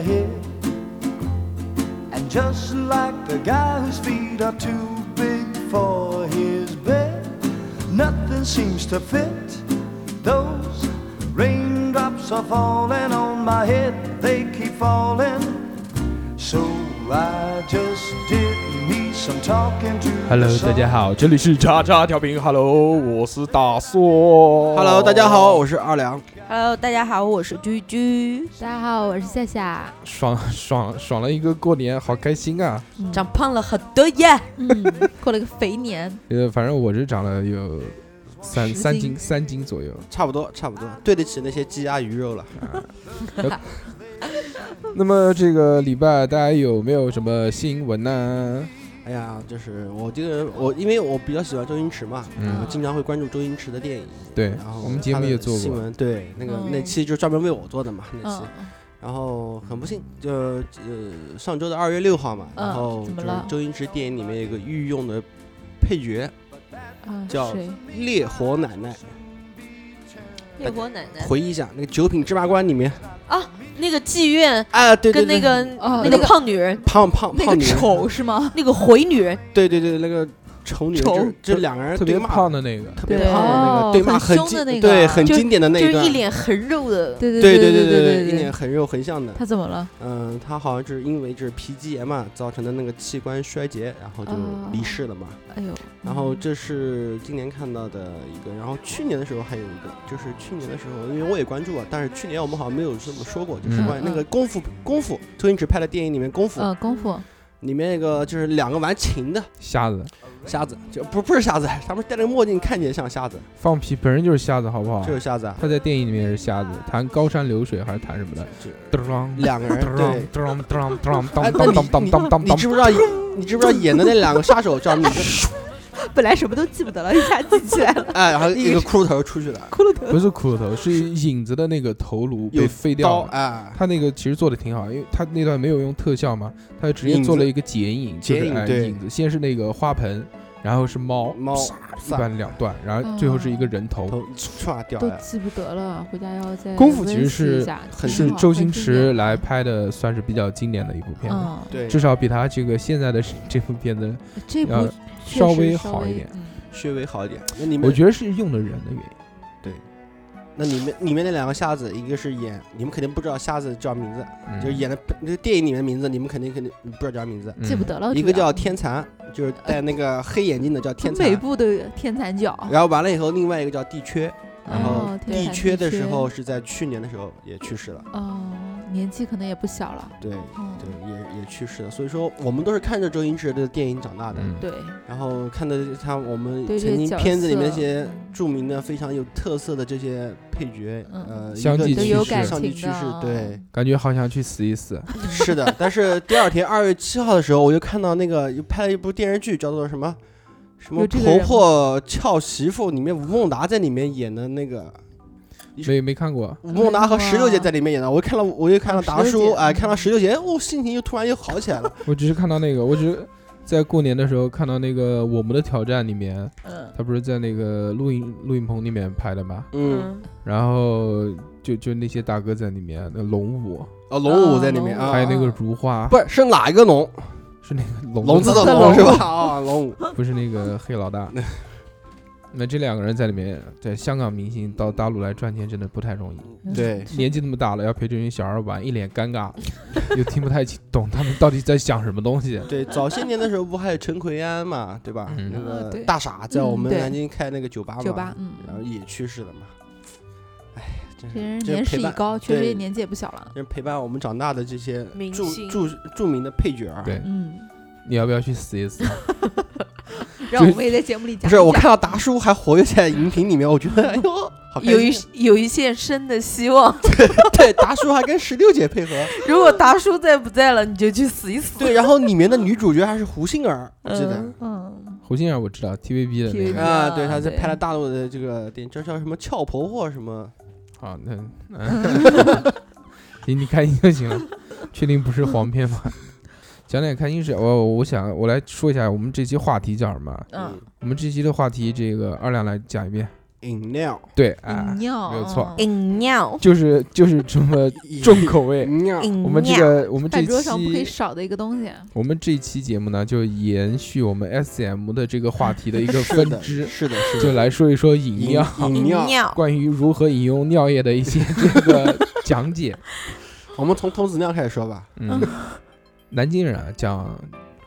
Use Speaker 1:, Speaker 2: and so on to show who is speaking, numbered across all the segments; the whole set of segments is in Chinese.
Speaker 1: head. And just like the guy whose feet are too big for his bed, nothing seems to fit. Those raindrops are falling on my head, they keep falling. So I just did me some talking to the
Speaker 2: Hello，大家好，这里是叉叉调频。Hello，我是大硕。
Speaker 3: Hello，大家好，我是二良。
Speaker 4: Hello，大家好，我是居居，
Speaker 5: 大家好，我是夏夏。
Speaker 2: 爽爽爽了一个过年，好开心啊！
Speaker 4: 长胖了很多耶。
Speaker 5: 嗯，过了个肥年，
Speaker 2: 呃，反正我是长了有三
Speaker 5: 十
Speaker 2: 三
Speaker 5: 斤
Speaker 2: 斤三斤左右。
Speaker 3: 差不多，差不多，
Speaker 5: 啊
Speaker 3: 对得起那些鸡鸭鱼肉了。
Speaker 2: 那么这个礼拜大家有没有什么新闻呢？
Speaker 3: 哎呀，就是我这个人，我因为我比较喜欢周星驰嘛，我
Speaker 2: 嗯，
Speaker 3: 经常会关注周星驰的电影。
Speaker 2: 对
Speaker 3: 然后，
Speaker 2: 我们节目也做
Speaker 3: 他的新
Speaker 2: 过。
Speaker 3: 闻，对那个
Speaker 5: 嗯
Speaker 3: 那期就专门为我做的嘛，那期
Speaker 5: 嗯。，
Speaker 3: 然后很不幸，就呃上周的二月六号嘛，
Speaker 5: 嗯
Speaker 3: 然后就
Speaker 5: 怎么
Speaker 3: 是
Speaker 5: 了
Speaker 3: 周星驰电影里面有个御用的配角
Speaker 5: 嗯
Speaker 3: 叫
Speaker 5: 谁？
Speaker 3: 烈火奶奶。
Speaker 4: 烈火奶
Speaker 5: 嗯
Speaker 4: 奶
Speaker 3: 回忆一下那个《九品芝麻官》里面
Speaker 4: 啊，那个妓院
Speaker 3: 啊，对对
Speaker 4: 跟
Speaker 3: 对，
Speaker 4: 那个
Speaker 5: 哦
Speaker 4: 那
Speaker 5: 那
Speaker 4: 个
Speaker 5: 个
Speaker 4: 胖女人，
Speaker 3: 胖胖
Speaker 5: 那
Speaker 3: 胖
Speaker 5: 个
Speaker 3: 女人，
Speaker 5: 丑是 吗？
Speaker 4: 那个回女人，
Speaker 3: 对对对，那个丑女人，
Speaker 5: 丑
Speaker 3: 就是这两个人
Speaker 2: 特别
Speaker 3: 对骂
Speaker 2: 胖的那个，
Speaker 3: 特别
Speaker 5: 对
Speaker 3: 胖的那
Speaker 5: 哦
Speaker 3: 个，对骂
Speaker 5: 很凶
Speaker 3: 经
Speaker 5: 的那个啊
Speaker 3: 对很
Speaker 4: 就
Speaker 3: 经典的那
Speaker 4: 就
Speaker 3: 一
Speaker 4: 是
Speaker 3: 段，
Speaker 4: 一脸横肉 的，
Speaker 5: 对
Speaker 3: 对
Speaker 5: 对
Speaker 3: 对
Speaker 5: 对
Speaker 3: 一脸，横肉横向的。
Speaker 5: 他怎么了？
Speaker 3: 嗯，他好像就是因为就是皮肌炎嘛造成的那个器官衰竭，然后就
Speaker 5: 哦
Speaker 3: 离世了嘛。
Speaker 5: 哎呦，
Speaker 3: 然后这是今年看到的一个，然后去年的时候还有一个，就是去年的时候，因为我也关注啊，但是去年我们好像没有这么说过，就是
Speaker 2: 嗯
Speaker 3: 关于那
Speaker 5: 嗯
Speaker 3: 个功夫功夫，周星驰拍的电影里面功夫
Speaker 5: 嗯，功夫
Speaker 3: 里面那个就是两个玩琴的
Speaker 2: 瞎子
Speaker 3: 瞎子，就不不是瞎子， 他们戴着墨镜看起来像瞎子，
Speaker 2: 放屁，本人就是瞎子，好不好
Speaker 3: 就？是瞎子啊，
Speaker 2: 他在电影里面也是瞎子，弹高山流水还是弹什么的？咚
Speaker 3: 两 个人对。
Speaker 2: 咚咚咚
Speaker 3: 哎，
Speaker 2: 咚
Speaker 3: 那你
Speaker 2: 咚咚咚咚
Speaker 3: 你
Speaker 2: 咚
Speaker 3: 知不知道？你知不知道演的那两个杀手叫米？
Speaker 5: 本来什么都记不得了，一下记 起来了，
Speaker 3: 哎，然后一个骷髅头出去了，
Speaker 5: 骷髅头。
Speaker 2: 不是骷髅头，是影子的那个头颅
Speaker 3: 有
Speaker 2: 被废
Speaker 3: 刀
Speaker 2: 掉了。
Speaker 3: 哎，
Speaker 2: 他那个其实做的挺好，因为他那段没有用特效嘛，他就直接
Speaker 3: 影子
Speaker 2: 做了一个剪影，就是
Speaker 3: 剪影
Speaker 2: 哎
Speaker 3: 对
Speaker 2: 影子，先是那个花盆，然后是猫，
Speaker 3: 猫哦
Speaker 2: 唰一
Speaker 3: 散
Speaker 2: 般两段，然后最后是一个人头。
Speaker 3: 头唰掉
Speaker 5: 都
Speaker 3: 了，
Speaker 5: 记不得了，回家要再
Speaker 2: 功夫其实
Speaker 5: 温
Speaker 2: 是
Speaker 5: 习一下
Speaker 3: 很
Speaker 2: 是
Speaker 5: 挺好
Speaker 2: 周星
Speaker 5: 很经典
Speaker 2: 驰来拍的，算是比较经典的一部片子，
Speaker 5: 嗯，
Speaker 3: 对，
Speaker 2: 至少比他这个现在的这部片
Speaker 3: 嗯
Speaker 2: 子
Speaker 5: 这部
Speaker 2: 要
Speaker 5: 确实
Speaker 2: 稍微
Speaker 5: 稍
Speaker 2: 好一点。。
Speaker 5: 嗯
Speaker 3: 稍微好一点。那你
Speaker 2: 我
Speaker 3: 们，
Speaker 2: 觉得是用的人的原因。
Speaker 3: 那你们里面那两个瞎子，一个是演，你们肯定不知道瞎子叫名字，
Speaker 2: 嗯
Speaker 3: 就是演的那个电影里面的名字，你们肯定肯定不知道叫名字。
Speaker 2: 嗯
Speaker 5: 记不得了，
Speaker 3: 一个
Speaker 5: 主
Speaker 3: 叫
Speaker 5: 要
Speaker 3: 天蚕，就是戴那个黑眼镜的叫天
Speaker 5: 每
Speaker 3: 蚕，
Speaker 5: 部都有天蚕角，
Speaker 3: 然后完了以后，另外一个叫地缺，然后
Speaker 5: 哦天
Speaker 3: 地
Speaker 5: 蚕
Speaker 3: 缺
Speaker 5: 地
Speaker 3: 的时
Speaker 5: 缺
Speaker 3: 候是在去年的时候也去世了，
Speaker 5: 哦，年纪可能也不小了，
Speaker 3: 对。
Speaker 5: 嗯，
Speaker 3: 对，也也去世了。所以说，我们都是看着周星驰的电影长大的，
Speaker 2: 嗯
Speaker 5: 对，
Speaker 3: 然后看到他我们
Speaker 5: 对这
Speaker 3: 曾
Speaker 5: 些
Speaker 3: 经
Speaker 5: 角
Speaker 3: 片子里面那
Speaker 5: 色
Speaker 3: 些
Speaker 5: 嗯
Speaker 3: 著名的、非常有特色的这些配角，
Speaker 5: 嗯
Speaker 3: 呃，一
Speaker 2: 相
Speaker 3: 个
Speaker 2: 继
Speaker 5: 都
Speaker 2: 去
Speaker 5: 有
Speaker 2: 世
Speaker 5: 感
Speaker 3: 相
Speaker 5: 情
Speaker 3: 继
Speaker 5: 的，啊
Speaker 3: 去世， 对，，
Speaker 2: 感觉好想去死一 死。啊
Speaker 3: 是的。但是第二天二月七号的时候，我就看到那个又拍了一部电视剧，叫做什么什么
Speaker 5: 有这个
Speaker 3: 婆
Speaker 5: 人吗
Speaker 3: 婆俏媳妇，里面吴孟达在里面演的那个。
Speaker 2: 没没看过，
Speaker 3: 吴孟达和石榴姐
Speaker 5: 哇
Speaker 3: 在里面演的，我一看到我又看到
Speaker 5: 哦
Speaker 3: 达
Speaker 5: 石
Speaker 3: 叔，
Speaker 5: 榴姐
Speaker 3: 哎，
Speaker 5: 嗯
Speaker 3: 看到石榴姐，我、哦、心情又突然又好起来了。
Speaker 2: 我只是看到那个，我只是在过年的时候看到那个《我们的挑战》里面，
Speaker 5: 嗯，
Speaker 2: 他不是在那个录影录影棚里面拍的嘛，
Speaker 3: 嗯，，
Speaker 2: 然后就就那些大哥在里面，那龙武，
Speaker 3: 哦，龙武
Speaker 5: 哦
Speaker 3: 在里
Speaker 5: 龙
Speaker 3: 面
Speaker 5: 武
Speaker 3: 啊，
Speaker 2: 还有那个如花，
Speaker 3: 不是是哪一个龙？
Speaker 2: 是那个龙
Speaker 3: 龙
Speaker 2: 子
Speaker 3: 字的
Speaker 5: 的
Speaker 3: 龙
Speaker 5: 龙
Speaker 3: 是吧？啊，龙五。
Speaker 2: 不是那个黑老 大。那这两个人在里面，在香港明星到大陆来赚钱真的不太容易，
Speaker 3: 对，
Speaker 2: 年纪那么大了，要陪这群小孩玩，一脸尴尬， 又听不太清懂他们到底在想什么东西。
Speaker 3: 对，早些年的时候不还有陈奎安嘛，对吧？
Speaker 2: 嗯
Speaker 3: 那
Speaker 5: 呃
Speaker 3: 个
Speaker 5: 对
Speaker 3: 大傻在我
Speaker 5: 嗯
Speaker 3: 们
Speaker 5: 对
Speaker 3: 南京开那个酒吧嘛，
Speaker 5: 九八，嗯，
Speaker 3: 然后也去世了嘛。哎，真
Speaker 5: 这人
Speaker 3: 是这
Speaker 5: 年
Speaker 3: 陪
Speaker 5: 事已
Speaker 3: 伴，
Speaker 5: 高，确实
Speaker 3: 对
Speaker 5: 也年纪也不小了，
Speaker 3: 这陪伴我们长大的这些
Speaker 4: 明
Speaker 3: 著
Speaker 4: 星
Speaker 3: 著著名的配角儿。
Speaker 2: 对
Speaker 5: 嗯，
Speaker 2: 你要不要去死一死？
Speaker 5: 让我们也在节目里
Speaker 3: 不
Speaker 5: 讲一讲。
Speaker 3: 是，我看到达叔还活跃在荧屏里面，我觉得哎呦，好开
Speaker 4: 有一
Speaker 3: 心。
Speaker 4: 有一线生的希望。
Speaker 3: 对，达叔还跟石榴姐配合。
Speaker 4: 如果达叔在不在了，你就去死一死。
Speaker 3: 对，然后里面的女主角还是胡杏儿，我记得
Speaker 4: 嗯
Speaker 5: 嗯，
Speaker 2: 胡杏儿我知道，TVB 的那
Speaker 5: TVB
Speaker 2: 个
Speaker 3: 啊，
Speaker 5: 嗯
Speaker 3: 对，她在
Speaker 5: 对
Speaker 3: 拍了大陆的这个电影，叫叫什么《俏婆婆》什么。
Speaker 2: 啊，那嗯，行， 你开心就行了，确定不是黄片 吗？讲点开心事，我我想我来说一下我们这期话题叫什么？
Speaker 5: 嗯，
Speaker 2: 我们这期的话题，这个二两来讲一遍。
Speaker 3: 饮料，
Speaker 2: 对，啊，
Speaker 5: 尿
Speaker 2: 没有错
Speaker 5: 啊
Speaker 4: 饮料，
Speaker 2: 就是就是这么重口 味。
Speaker 3: 饮料，
Speaker 4: 饮料。
Speaker 2: 我们这个我们这
Speaker 5: 饭桌上不可以
Speaker 2: 期啊
Speaker 5: 少的一个东西。
Speaker 2: 我们这期节目呢，就延续我们 S M 的这个话题的一 个分支，
Speaker 3: 是的，是的，
Speaker 2: 就来说一说饮料，
Speaker 3: 饮
Speaker 4: 饮
Speaker 3: 料。
Speaker 4: 料，
Speaker 2: 关于如何饮用尿液的一些这个讲解。
Speaker 3: 我们从童子尿开始说吧。
Speaker 2: 嗯， 南京人啊，讲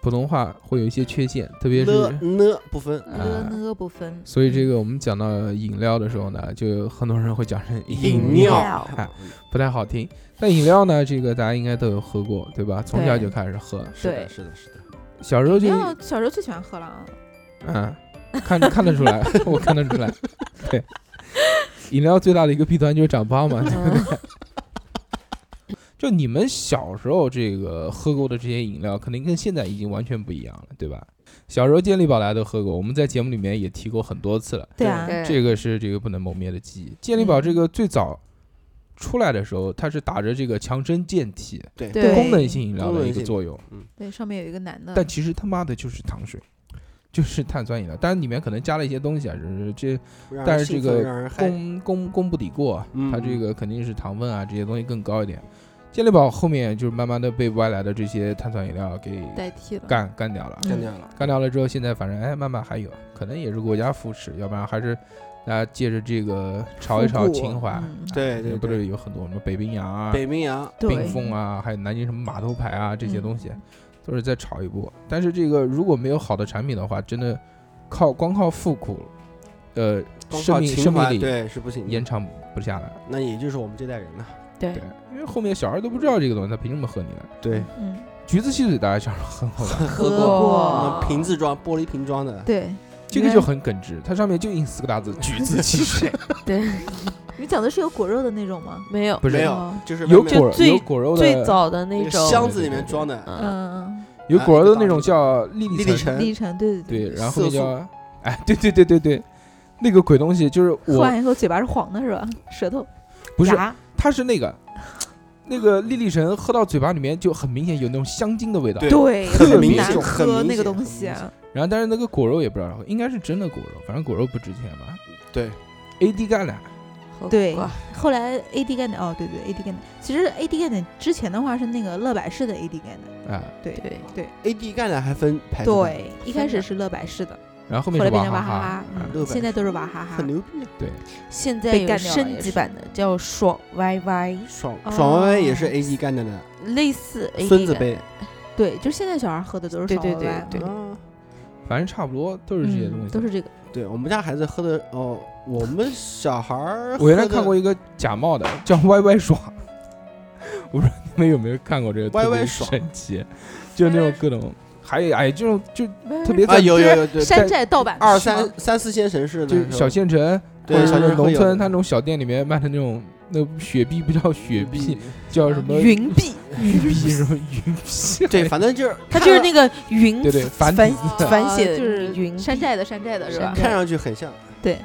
Speaker 2: 普通话会有一些缺陷，特别
Speaker 3: 呢
Speaker 2: 是啊
Speaker 3: 呢不分，
Speaker 5: 了呢不分，
Speaker 2: 所以这个我们讲到饮料的时候呢，就很多人会讲成
Speaker 3: 饮
Speaker 2: 料，
Speaker 4: 料
Speaker 2: 哎不太好听。但饮料呢，这个大家应该都有喝过，对吧？从小就开始喝，
Speaker 3: 是的，
Speaker 5: 嗯对
Speaker 3: 是的，是的。
Speaker 2: 小时候就
Speaker 5: 尿小时候最喜欢喝了啊，
Speaker 2: 嗯，看看得出来， 我看得出来。对， 饮料最大的一个弊端就是长胖嘛，对不
Speaker 4: 嗯
Speaker 2: 对？就你们小时候这个喝过的这些饮料，肯定跟现在已经完全不一样了，对吧？小时候健力宝大家都喝过，我们在节目里面也提过很多次了。
Speaker 4: 对啊，
Speaker 5: 对嗯
Speaker 2: 这个是这个不能磨灭的记忆。健力宝这个最早出来的时候，它是打着这个强身健体、
Speaker 3: 对，
Speaker 5: 对嗯
Speaker 2: 功能性饮料
Speaker 3: 功
Speaker 2: 的
Speaker 3: 能
Speaker 2: 一个
Speaker 3: 性
Speaker 2: 作用，
Speaker 5: 对，上面有一个男的，
Speaker 2: 但其实他妈的就是糖水，就是碳酸饮料，但是里面可能加了一些东西啊，就是这
Speaker 3: 不让人
Speaker 2: 但是
Speaker 3: 兴
Speaker 2: 这
Speaker 3: 奋
Speaker 2: 个
Speaker 3: 让人嗨，
Speaker 2: 功功功不抵过啊，
Speaker 3: 嗯
Speaker 2: 它这个肯定是糖分啊这些东西更高一点。健力宝后面就是慢慢的被外来的这些碳酸饮料给
Speaker 5: 代替了，
Speaker 2: 干干掉了，
Speaker 5: 嗯
Speaker 3: 干掉了。
Speaker 2: 干掉了之后，现在反正哎，慢慢还有，可能也是国家扶持，要不然还是大家借着这个炒一炒
Speaker 3: 复古
Speaker 2: 情怀。
Speaker 5: 嗯
Speaker 3: 对对
Speaker 2: 不
Speaker 3: 对，
Speaker 2: 是有很多什么北冰洋啊、
Speaker 3: 北冰洋，
Speaker 5: 对
Speaker 2: 冰峰啊，还有南京什么码头牌啊这些
Speaker 5: 嗯
Speaker 2: 东西，都是在炒一波。但是这个如果没有好的产品的话，真的靠光靠复古，呃，
Speaker 3: 光
Speaker 2: 生
Speaker 3: 靠
Speaker 2: 命
Speaker 3: 情
Speaker 2: 生
Speaker 3: 怀
Speaker 2: 命力
Speaker 3: 对是不行的。
Speaker 2: 延长不下来。
Speaker 3: 那也就是我们这代人了。
Speaker 5: 对
Speaker 2: 对，因为后面小孩都不知道这个东西，他凭什么喝你呢？
Speaker 3: 对，
Speaker 5: 嗯，
Speaker 2: 橘子汽水大家小时候很好吧？
Speaker 3: 喝
Speaker 5: 过
Speaker 3: 那瓶子装、玻璃瓶装的，
Speaker 5: 对，
Speaker 2: 这个就很耿直，它上面就印四个大字“橘子汽水
Speaker 5: 你讲的是有果肉的那种吗？
Speaker 4: 没有，
Speaker 2: 不是
Speaker 3: 没有
Speaker 5: 哦
Speaker 3: 就是”，
Speaker 2: 有
Speaker 3: 外面
Speaker 2: 果
Speaker 4: 最
Speaker 2: 有果肉
Speaker 4: 最
Speaker 2: 的，
Speaker 4: 早的
Speaker 3: 那
Speaker 4: 那
Speaker 3: 个
Speaker 4: 种，
Speaker 3: 箱子里面装的
Speaker 4: 嗯，
Speaker 5: 嗯，
Speaker 2: 有果肉的
Speaker 3: 哎
Speaker 2: 那种叫莉
Speaker 3: 莉
Speaker 2: 莉
Speaker 3: 莉
Speaker 2: 橙。
Speaker 5: 嗯，历
Speaker 3: 橙，
Speaker 5: 程，对
Speaker 2: 呃对，
Speaker 5: 对，
Speaker 2: 然后
Speaker 3: 色
Speaker 2: 那叫，哎，对对对对对，那个鬼东西就是
Speaker 5: 喝
Speaker 2: 我
Speaker 5: 完以后嘴巴是黄的是吧？舌头
Speaker 2: 不是，
Speaker 4: 牙
Speaker 2: 它是那个那个莉莉神喝到嘴巴里面就很明显有那种香精的味道，
Speaker 3: 对
Speaker 5: 对，
Speaker 3: 很
Speaker 5: 很
Speaker 3: 明
Speaker 5: 难
Speaker 3: 显很
Speaker 5: 喝
Speaker 3: 明
Speaker 5: 那
Speaker 3: 显
Speaker 5: 个东
Speaker 3: 很
Speaker 5: 西
Speaker 3: 明
Speaker 5: 啊，
Speaker 2: 然后但是那个果肉也不知道，应该是真的果肉，反正果肉不值钱吧。
Speaker 3: 对
Speaker 2: ，AD 钙奶，
Speaker 4: 喝
Speaker 5: 对
Speaker 4: 过，
Speaker 5: 后来 AD 钙奶，哦，对对，AD 钙奶，其实 AD 钙奶之前的话是那个乐百氏的 AD 钙奶，
Speaker 2: 啊，
Speaker 5: 对
Speaker 4: 对，
Speaker 3: ，AD 钙奶还分牌子的，
Speaker 5: 对，一开始是乐百氏的，
Speaker 2: 然后后
Speaker 5: 后
Speaker 2: 面
Speaker 5: 来
Speaker 2: 是
Speaker 5: 变
Speaker 2: 娃
Speaker 5: 成娃哈
Speaker 2: 哈，
Speaker 5: 哈，
Speaker 2: 嗯
Speaker 3: 乐
Speaker 5: 嗯
Speaker 3: 百
Speaker 5: 现在都是娃哈哈
Speaker 3: 很，牛逼啊。
Speaker 4: 现在
Speaker 5: 被
Speaker 4: 有
Speaker 5: 干掉了
Speaker 4: 升
Speaker 5: 也
Speaker 4: 级
Speaker 5: 是
Speaker 4: 版的叫爽 YY，
Speaker 3: 爽
Speaker 5: 哦
Speaker 3: 爽歪歪也是 AD 干的呢，
Speaker 4: 类似 AD
Speaker 3: 孙子
Speaker 4: 感
Speaker 3: 杯，
Speaker 5: 对，就是现在小孩喝的都是
Speaker 4: 对
Speaker 5: 爽
Speaker 4: 对
Speaker 5: 歪
Speaker 4: 对
Speaker 5: 歪
Speaker 4: 对
Speaker 5: 嗯
Speaker 3: 啊
Speaker 2: 反正差不多都是这些东西。
Speaker 5: 都是这个，
Speaker 3: 对我们家孩子喝的哦，我们小孩儿
Speaker 2: 我原来
Speaker 3: 喝的
Speaker 2: 看过一个假冒的叫 YY 爽，我不知道你们有没有看过这个
Speaker 3: YY
Speaker 2: 特别
Speaker 3: 爽
Speaker 2: 神奇，就是那种各种，还有哎，这种就特别
Speaker 3: 啊，
Speaker 2: 在
Speaker 3: 有有有对，
Speaker 5: 山寨盗版
Speaker 3: 二
Speaker 5: 是吗
Speaker 3: 三三四线城市的
Speaker 2: 就是
Speaker 3: 时候
Speaker 2: 小县城
Speaker 3: 对
Speaker 2: 或者
Speaker 3: 小
Speaker 2: 是
Speaker 3: 县
Speaker 2: 农村，它那
Speaker 3: 他
Speaker 2: 种小店里面卖的那种，那雪碧不叫雪碧，叫什么
Speaker 4: 云碧，
Speaker 2: 玉碧什么云碧？
Speaker 3: 对，反正就是
Speaker 4: 它就是那个云
Speaker 2: 对对，繁
Speaker 4: 繁
Speaker 2: 体字
Speaker 4: 繁写
Speaker 5: 哦
Speaker 4: 的
Speaker 5: 就是
Speaker 4: 云
Speaker 5: 山寨的山寨的是
Speaker 4: 山？
Speaker 5: 吧
Speaker 3: 看上去很像。
Speaker 5: 对，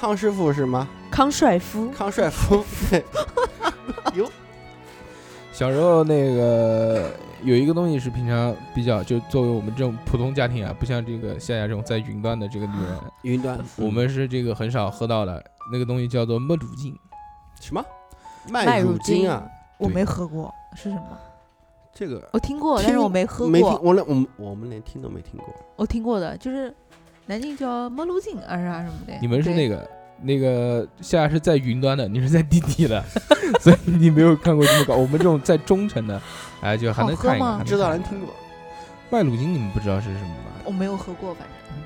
Speaker 3: 康师傅是吗？
Speaker 4: 康帅夫，
Speaker 3: 康 帅傅对，哟，
Speaker 2: 小时候那个有一个东西是平常比较，就作为我们这种普通家庭啊，不像这个夏夏这种在云端的这个女人，
Speaker 3: 云端，
Speaker 2: 我们是这个很少喝到的。那个东西叫做麦乳精，
Speaker 3: 什么
Speaker 4: 麦
Speaker 3: 乳
Speaker 4: 乳
Speaker 3: 精啊？
Speaker 5: 我没喝过，是什么？
Speaker 3: 这个
Speaker 5: 我听过，
Speaker 3: 听
Speaker 5: 但是我没喝
Speaker 3: 没听，
Speaker 5: 过。
Speaker 3: 我连我们我们连听都没听过。
Speaker 5: 我听过的，就是南京叫摩路镜啊啥什么的。
Speaker 2: 你们是
Speaker 5: 对
Speaker 2: 那个那个夏夏是在云端的，你是在地底的， 所以你没有看过这么高。我们这种在中城的，哎，就还能
Speaker 5: 好喝
Speaker 2: 看一
Speaker 5: 吗
Speaker 2: 看。还能
Speaker 3: 知道
Speaker 2: 看一
Speaker 3: 人
Speaker 2: 看
Speaker 3: 听过，
Speaker 2: 麦乳精，你们不知道是什么吧？
Speaker 5: 我没有喝过，反正。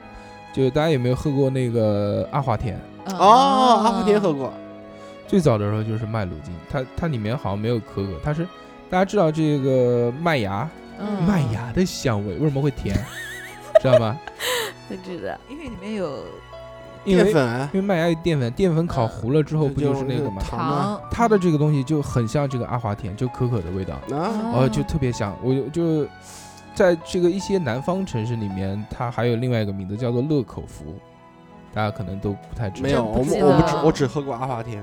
Speaker 2: 就是大家有没有喝过那个阿华田？
Speaker 5: 嗯
Speaker 3: 哦，阿福田喝。过，
Speaker 2: 最早的时候就是麦乳精，它它里面好像没有可可，它是大家知道这个麦芽，
Speaker 5: 嗯
Speaker 2: 麦，芽的香味为什么会甜， 知道吗？
Speaker 4: 我知道，
Speaker 5: 因为里面有
Speaker 2: 因
Speaker 3: 淀
Speaker 2: 为
Speaker 3: 粉啊
Speaker 2: 因为麦芽有淀粉，淀粉烤糊了之后
Speaker 3: 这
Speaker 2: 不就是那个吗？
Speaker 3: 糖啊
Speaker 5: 糖。
Speaker 2: 它的这个东西就很像这个阿华田，就可可的味道，
Speaker 3: 啊？
Speaker 2: 呃，就特别像。我就就在这个一些南方城市里面，它还有另外一个名字叫做乐口福，大家可能都嗯不太知道。
Speaker 3: 没有，
Speaker 5: 真不
Speaker 3: 我们
Speaker 5: 记
Speaker 3: 我们
Speaker 5: 得
Speaker 3: 只我只喝过阿华田。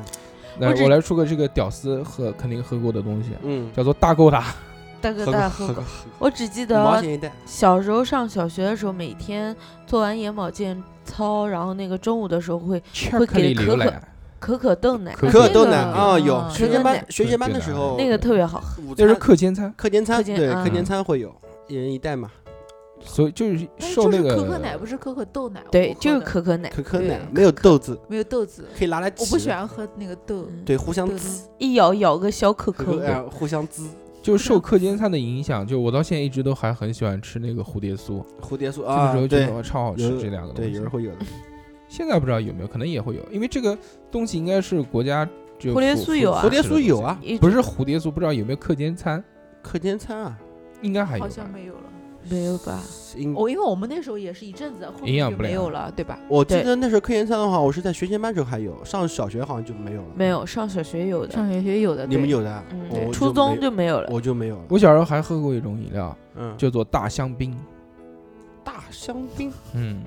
Speaker 2: 那
Speaker 4: 我只
Speaker 2: 我来说个这个屌丝喝肯定喝过的东西，啊
Speaker 3: 嗯，
Speaker 2: 叫做大勾达。
Speaker 4: 大哥
Speaker 3: 喝
Speaker 4: 大
Speaker 3: 过
Speaker 4: 家
Speaker 3: 喝
Speaker 4: 喝
Speaker 3: 过
Speaker 4: 过，
Speaker 3: 喝过，
Speaker 4: 我只记
Speaker 3: 五毛
Speaker 4: 得
Speaker 3: 钱一袋。
Speaker 4: 小时候上小学的时候，每天做完眼保健操，然后那个中午的时候会
Speaker 2: 巧克力牛奶，
Speaker 4: 可可豆奶，
Speaker 2: 可
Speaker 4: 啊
Speaker 2: 可
Speaker 3: 可
Speaker 4: 那
Speaker 3: 豆
Speaker 4: 个
Speaker 3: 奶
Speaker 2: 嗯
Speaker 3: 啊，有
Speaker 5: 啊
Speaker 3: 学
Speaker 4: 可
Speaker 3: 前
Speaker 4: 可
Speaker 3: 班
Speaker 4: 奶
Speaker 3: 学前班的
Speaker 2: 对
Speaker 3: 时
Speaker 2: 的
Speaker 3: 候，
Speaker 4: 那个特别好喝。
Speaker 3: 午
Speaker 2: 那是
Speaker 3: 餐
Speaker 2: 课间餐，
Speaker 3: 课间餐，
Speaker 4: 课间
Speaker 3: 对
Speaker 4: 啊
Speaker 3: 课间餐会有，一人一袋嘛，
Speaker 2: 所以就是
Speaker 5: 哎
Speaker 6: 但是
Speaker 2: 受
Speaker 6: 就
Speaker 2: 那
Speaker 6: 是
Speaker 2: 个
Speaker 6: 可可奶不是可可豆奶，我
Speaker 4: 对，
Speaker 6: 喝
Speaker 4: 就是
Speaker 6: 的
Speaker 4: 可可奶，
Speaker 3: 可可奶
Speaker 6: 对
Speaker 3: 没有豆子，
Speaker 6: 没有豆子，
Speaker 3: 可以拿来吃。
Speaker 6: 我不喜欢喝那个豆
Speaker 4: 嗯
Speaker 3: 对，互相
Speaker 6: 豆
Speaker 3: 滋，
Speaker 6: 奶，
Speaker 4: 一咬咬个小可
Speaker 3: 可
Speaker 4: 可
Speaker 3: 可，哎呀互相滋
Speaker 2: 就受课间餐的影响，就我到现在一直都还很喜欢吃那个蝴蝶酥，
Speaker 3: 蝴蝶酥
Speaker 2: 这个
Speaker 3: 啊
Speaker 2: 时候，觉
Speaker 3: 对
Speaker 2: 得，哇超好吃
Speaker 3: 有
Speaker 2: 这两个东
Speaker 3: 对，
Speaker 2: 西。
Speaker 3: 有人会有的，
Speaker 2: 现在不知道有没有，可能也会有，因为这个东西应该是国家就
Speaker 4: 蝴蝶
Speaker 2: 赋
Speaker 4: 酥有啊
Speaker 3: 蝴蝶酥有，啊，
Speaker 4: 一
Speaker 2: 赋不是蝴蝶酥，不知道有没有课间餐，
Speaker 3: 课间餐啊，
Speaker 2: 应该还有
Speaker 6: 好
Speaker 2: 吧。
Speaker 6: 像没有了。
Speaker 4: 没有吧？
Speaker 3: 应
Speaker 6: 我因为我们那时候也是一阵子，后面
Speaker 2: 营养
Speaker 6: 就
Speaker 2: 不
Speaker 6: 没
Speaker 2: 良
Speaker 6: 有了，对吧？
Speaker 3: 我记
Speaker 4: 对
Speaker 3: 得那时候科研餐的话，我是在学前班时候还有，上小学好像就没有了。
Speaker 4: 没有，上小学有的，
Speaker 6: 上学学有的，
Speaker 3: 你们
Speaker 6: 对
Speaker 3: 有的啊？
Speaker 4: 嗯，
Speaker 3: 我
Speaker 4: 对，
Speaker 3: 我
Speaker 4: 初
Speaker 3: 就
Speaker 4: 中
Speaker 3: 没有
Speaker 4: 就没有了。
Speaker 3: 我就没有了。
Speaker 2: 我小时候还喝过一种饮料，
Speaker 3: 嗯，
Speaker 2: 叫做大香槟。
Speaker 3: 大香槟，
Speaker 2: 嗯，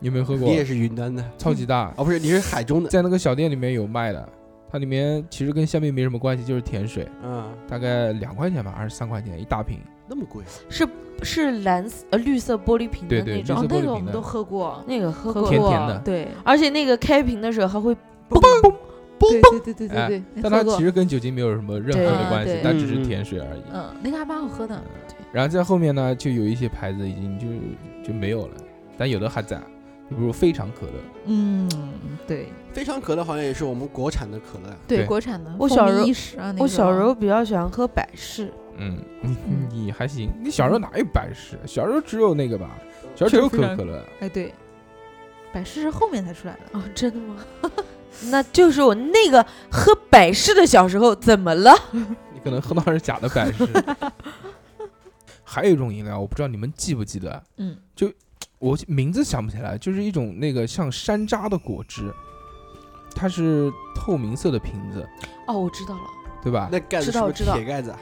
Speaker 2: 有没有喝过
Speaker 3: 你？也是云南的
Speaker 2: 超级大，
Speaker 3: 哦？不是，你是海中的。
Speaker 2: 在那个小店里面有卖的，它里面其实跟香槟没什么关系，就是甜水，
Speaker 3: 嗯，
Speaker 2: 大概两块钱吧，还是三块钱一大瓶。
Speaker 3: 那么贵，啊
Speaker 4: 是蓝色呃绿色玻璃瓶的
Speaker 2: 对对绿
Speaker 4: 那种
Speaker 2: 色
Speaker 6: 哦，，
Speaker 2: 玻
Speaker 6: 那
Speaker 2: 璃
Speaker 6: 个我
Speaker 2: 瓶的
Speaker 6: 们都喝过，
Speaker 4: 那个喝
Speaker 6: 喝
Speaker 4: 过，
Speaker 2: 甜
Speaker 6: 过
Speaker 2: 甜的
Speaker 6: 对，
Speaker 4: 而且那个开瓶的时候还会
Speaker 6: 嘣嘣嘣嘣，对对对
Speaker 2: 哎
Speaker 6: 对对，
Speaker 2: 但
Speaker 6: 喝
Speaker 2: 它
Speaker 6: 过
Speaker 2: 其实跟酒精没有什么任何的
Speaker 6: 对
Speaker 2: 关系
Speaker 6: 对，
Speaker 2: 它只是甜水而已。
Speaker 6: 嗯，那个还蛮好喝的，
Speaker 2: 然后在后面呢，就有一些牌子已经就就没有了，但有的还在，比如非常可乐。
Speaker 6: 嗯，对
Speaker 3: 非常可乐好像也是我们国产的可乐啊。
Speaker 2: 对
Speaker 6: 对，国产的，
Speaker 4: 我
Speaker 6: 风
Speaker 4: 小
Speaker 6: 靡
Speaker 4: 时候
Speaker 6: 一时啊，那
Speaker 4: 我
Speaker 6: 时
Speaker 4: 小时
Speaker 6: 候
Speaker 4: 候比较喜欢喝百事，
Speaker 2: 嗯，你
Speaker 6: 嗯
Speaker 2: 你还行，你小时候哪有百事？小时候只有那个吧，小时候只有可口可乐。
Speaker 6: 哎对，
Speaker 5: 百事是后面才出来的。
Speaker 4: 哦，真的吗？ 那就是我那个喝百事的小时候，怎么了？
Speaker 2: 你可能喝到的是假的百事。还有一种饮料，我不知道你们记不记得，
Speaker 6: 嗯，
Speaker 2: 就我名字想不起来，就是一种那个像山楂的果汁，它是透明色的瓶子，
Speaker 4: 哦，我知道了，
Speaker 2: 对吧？
Speaker 3: 那盖子
Speaker 4: 知道
Speaker 3: 是不是
Speaker 4: 知道
Speaker 3: 铁盖子啊？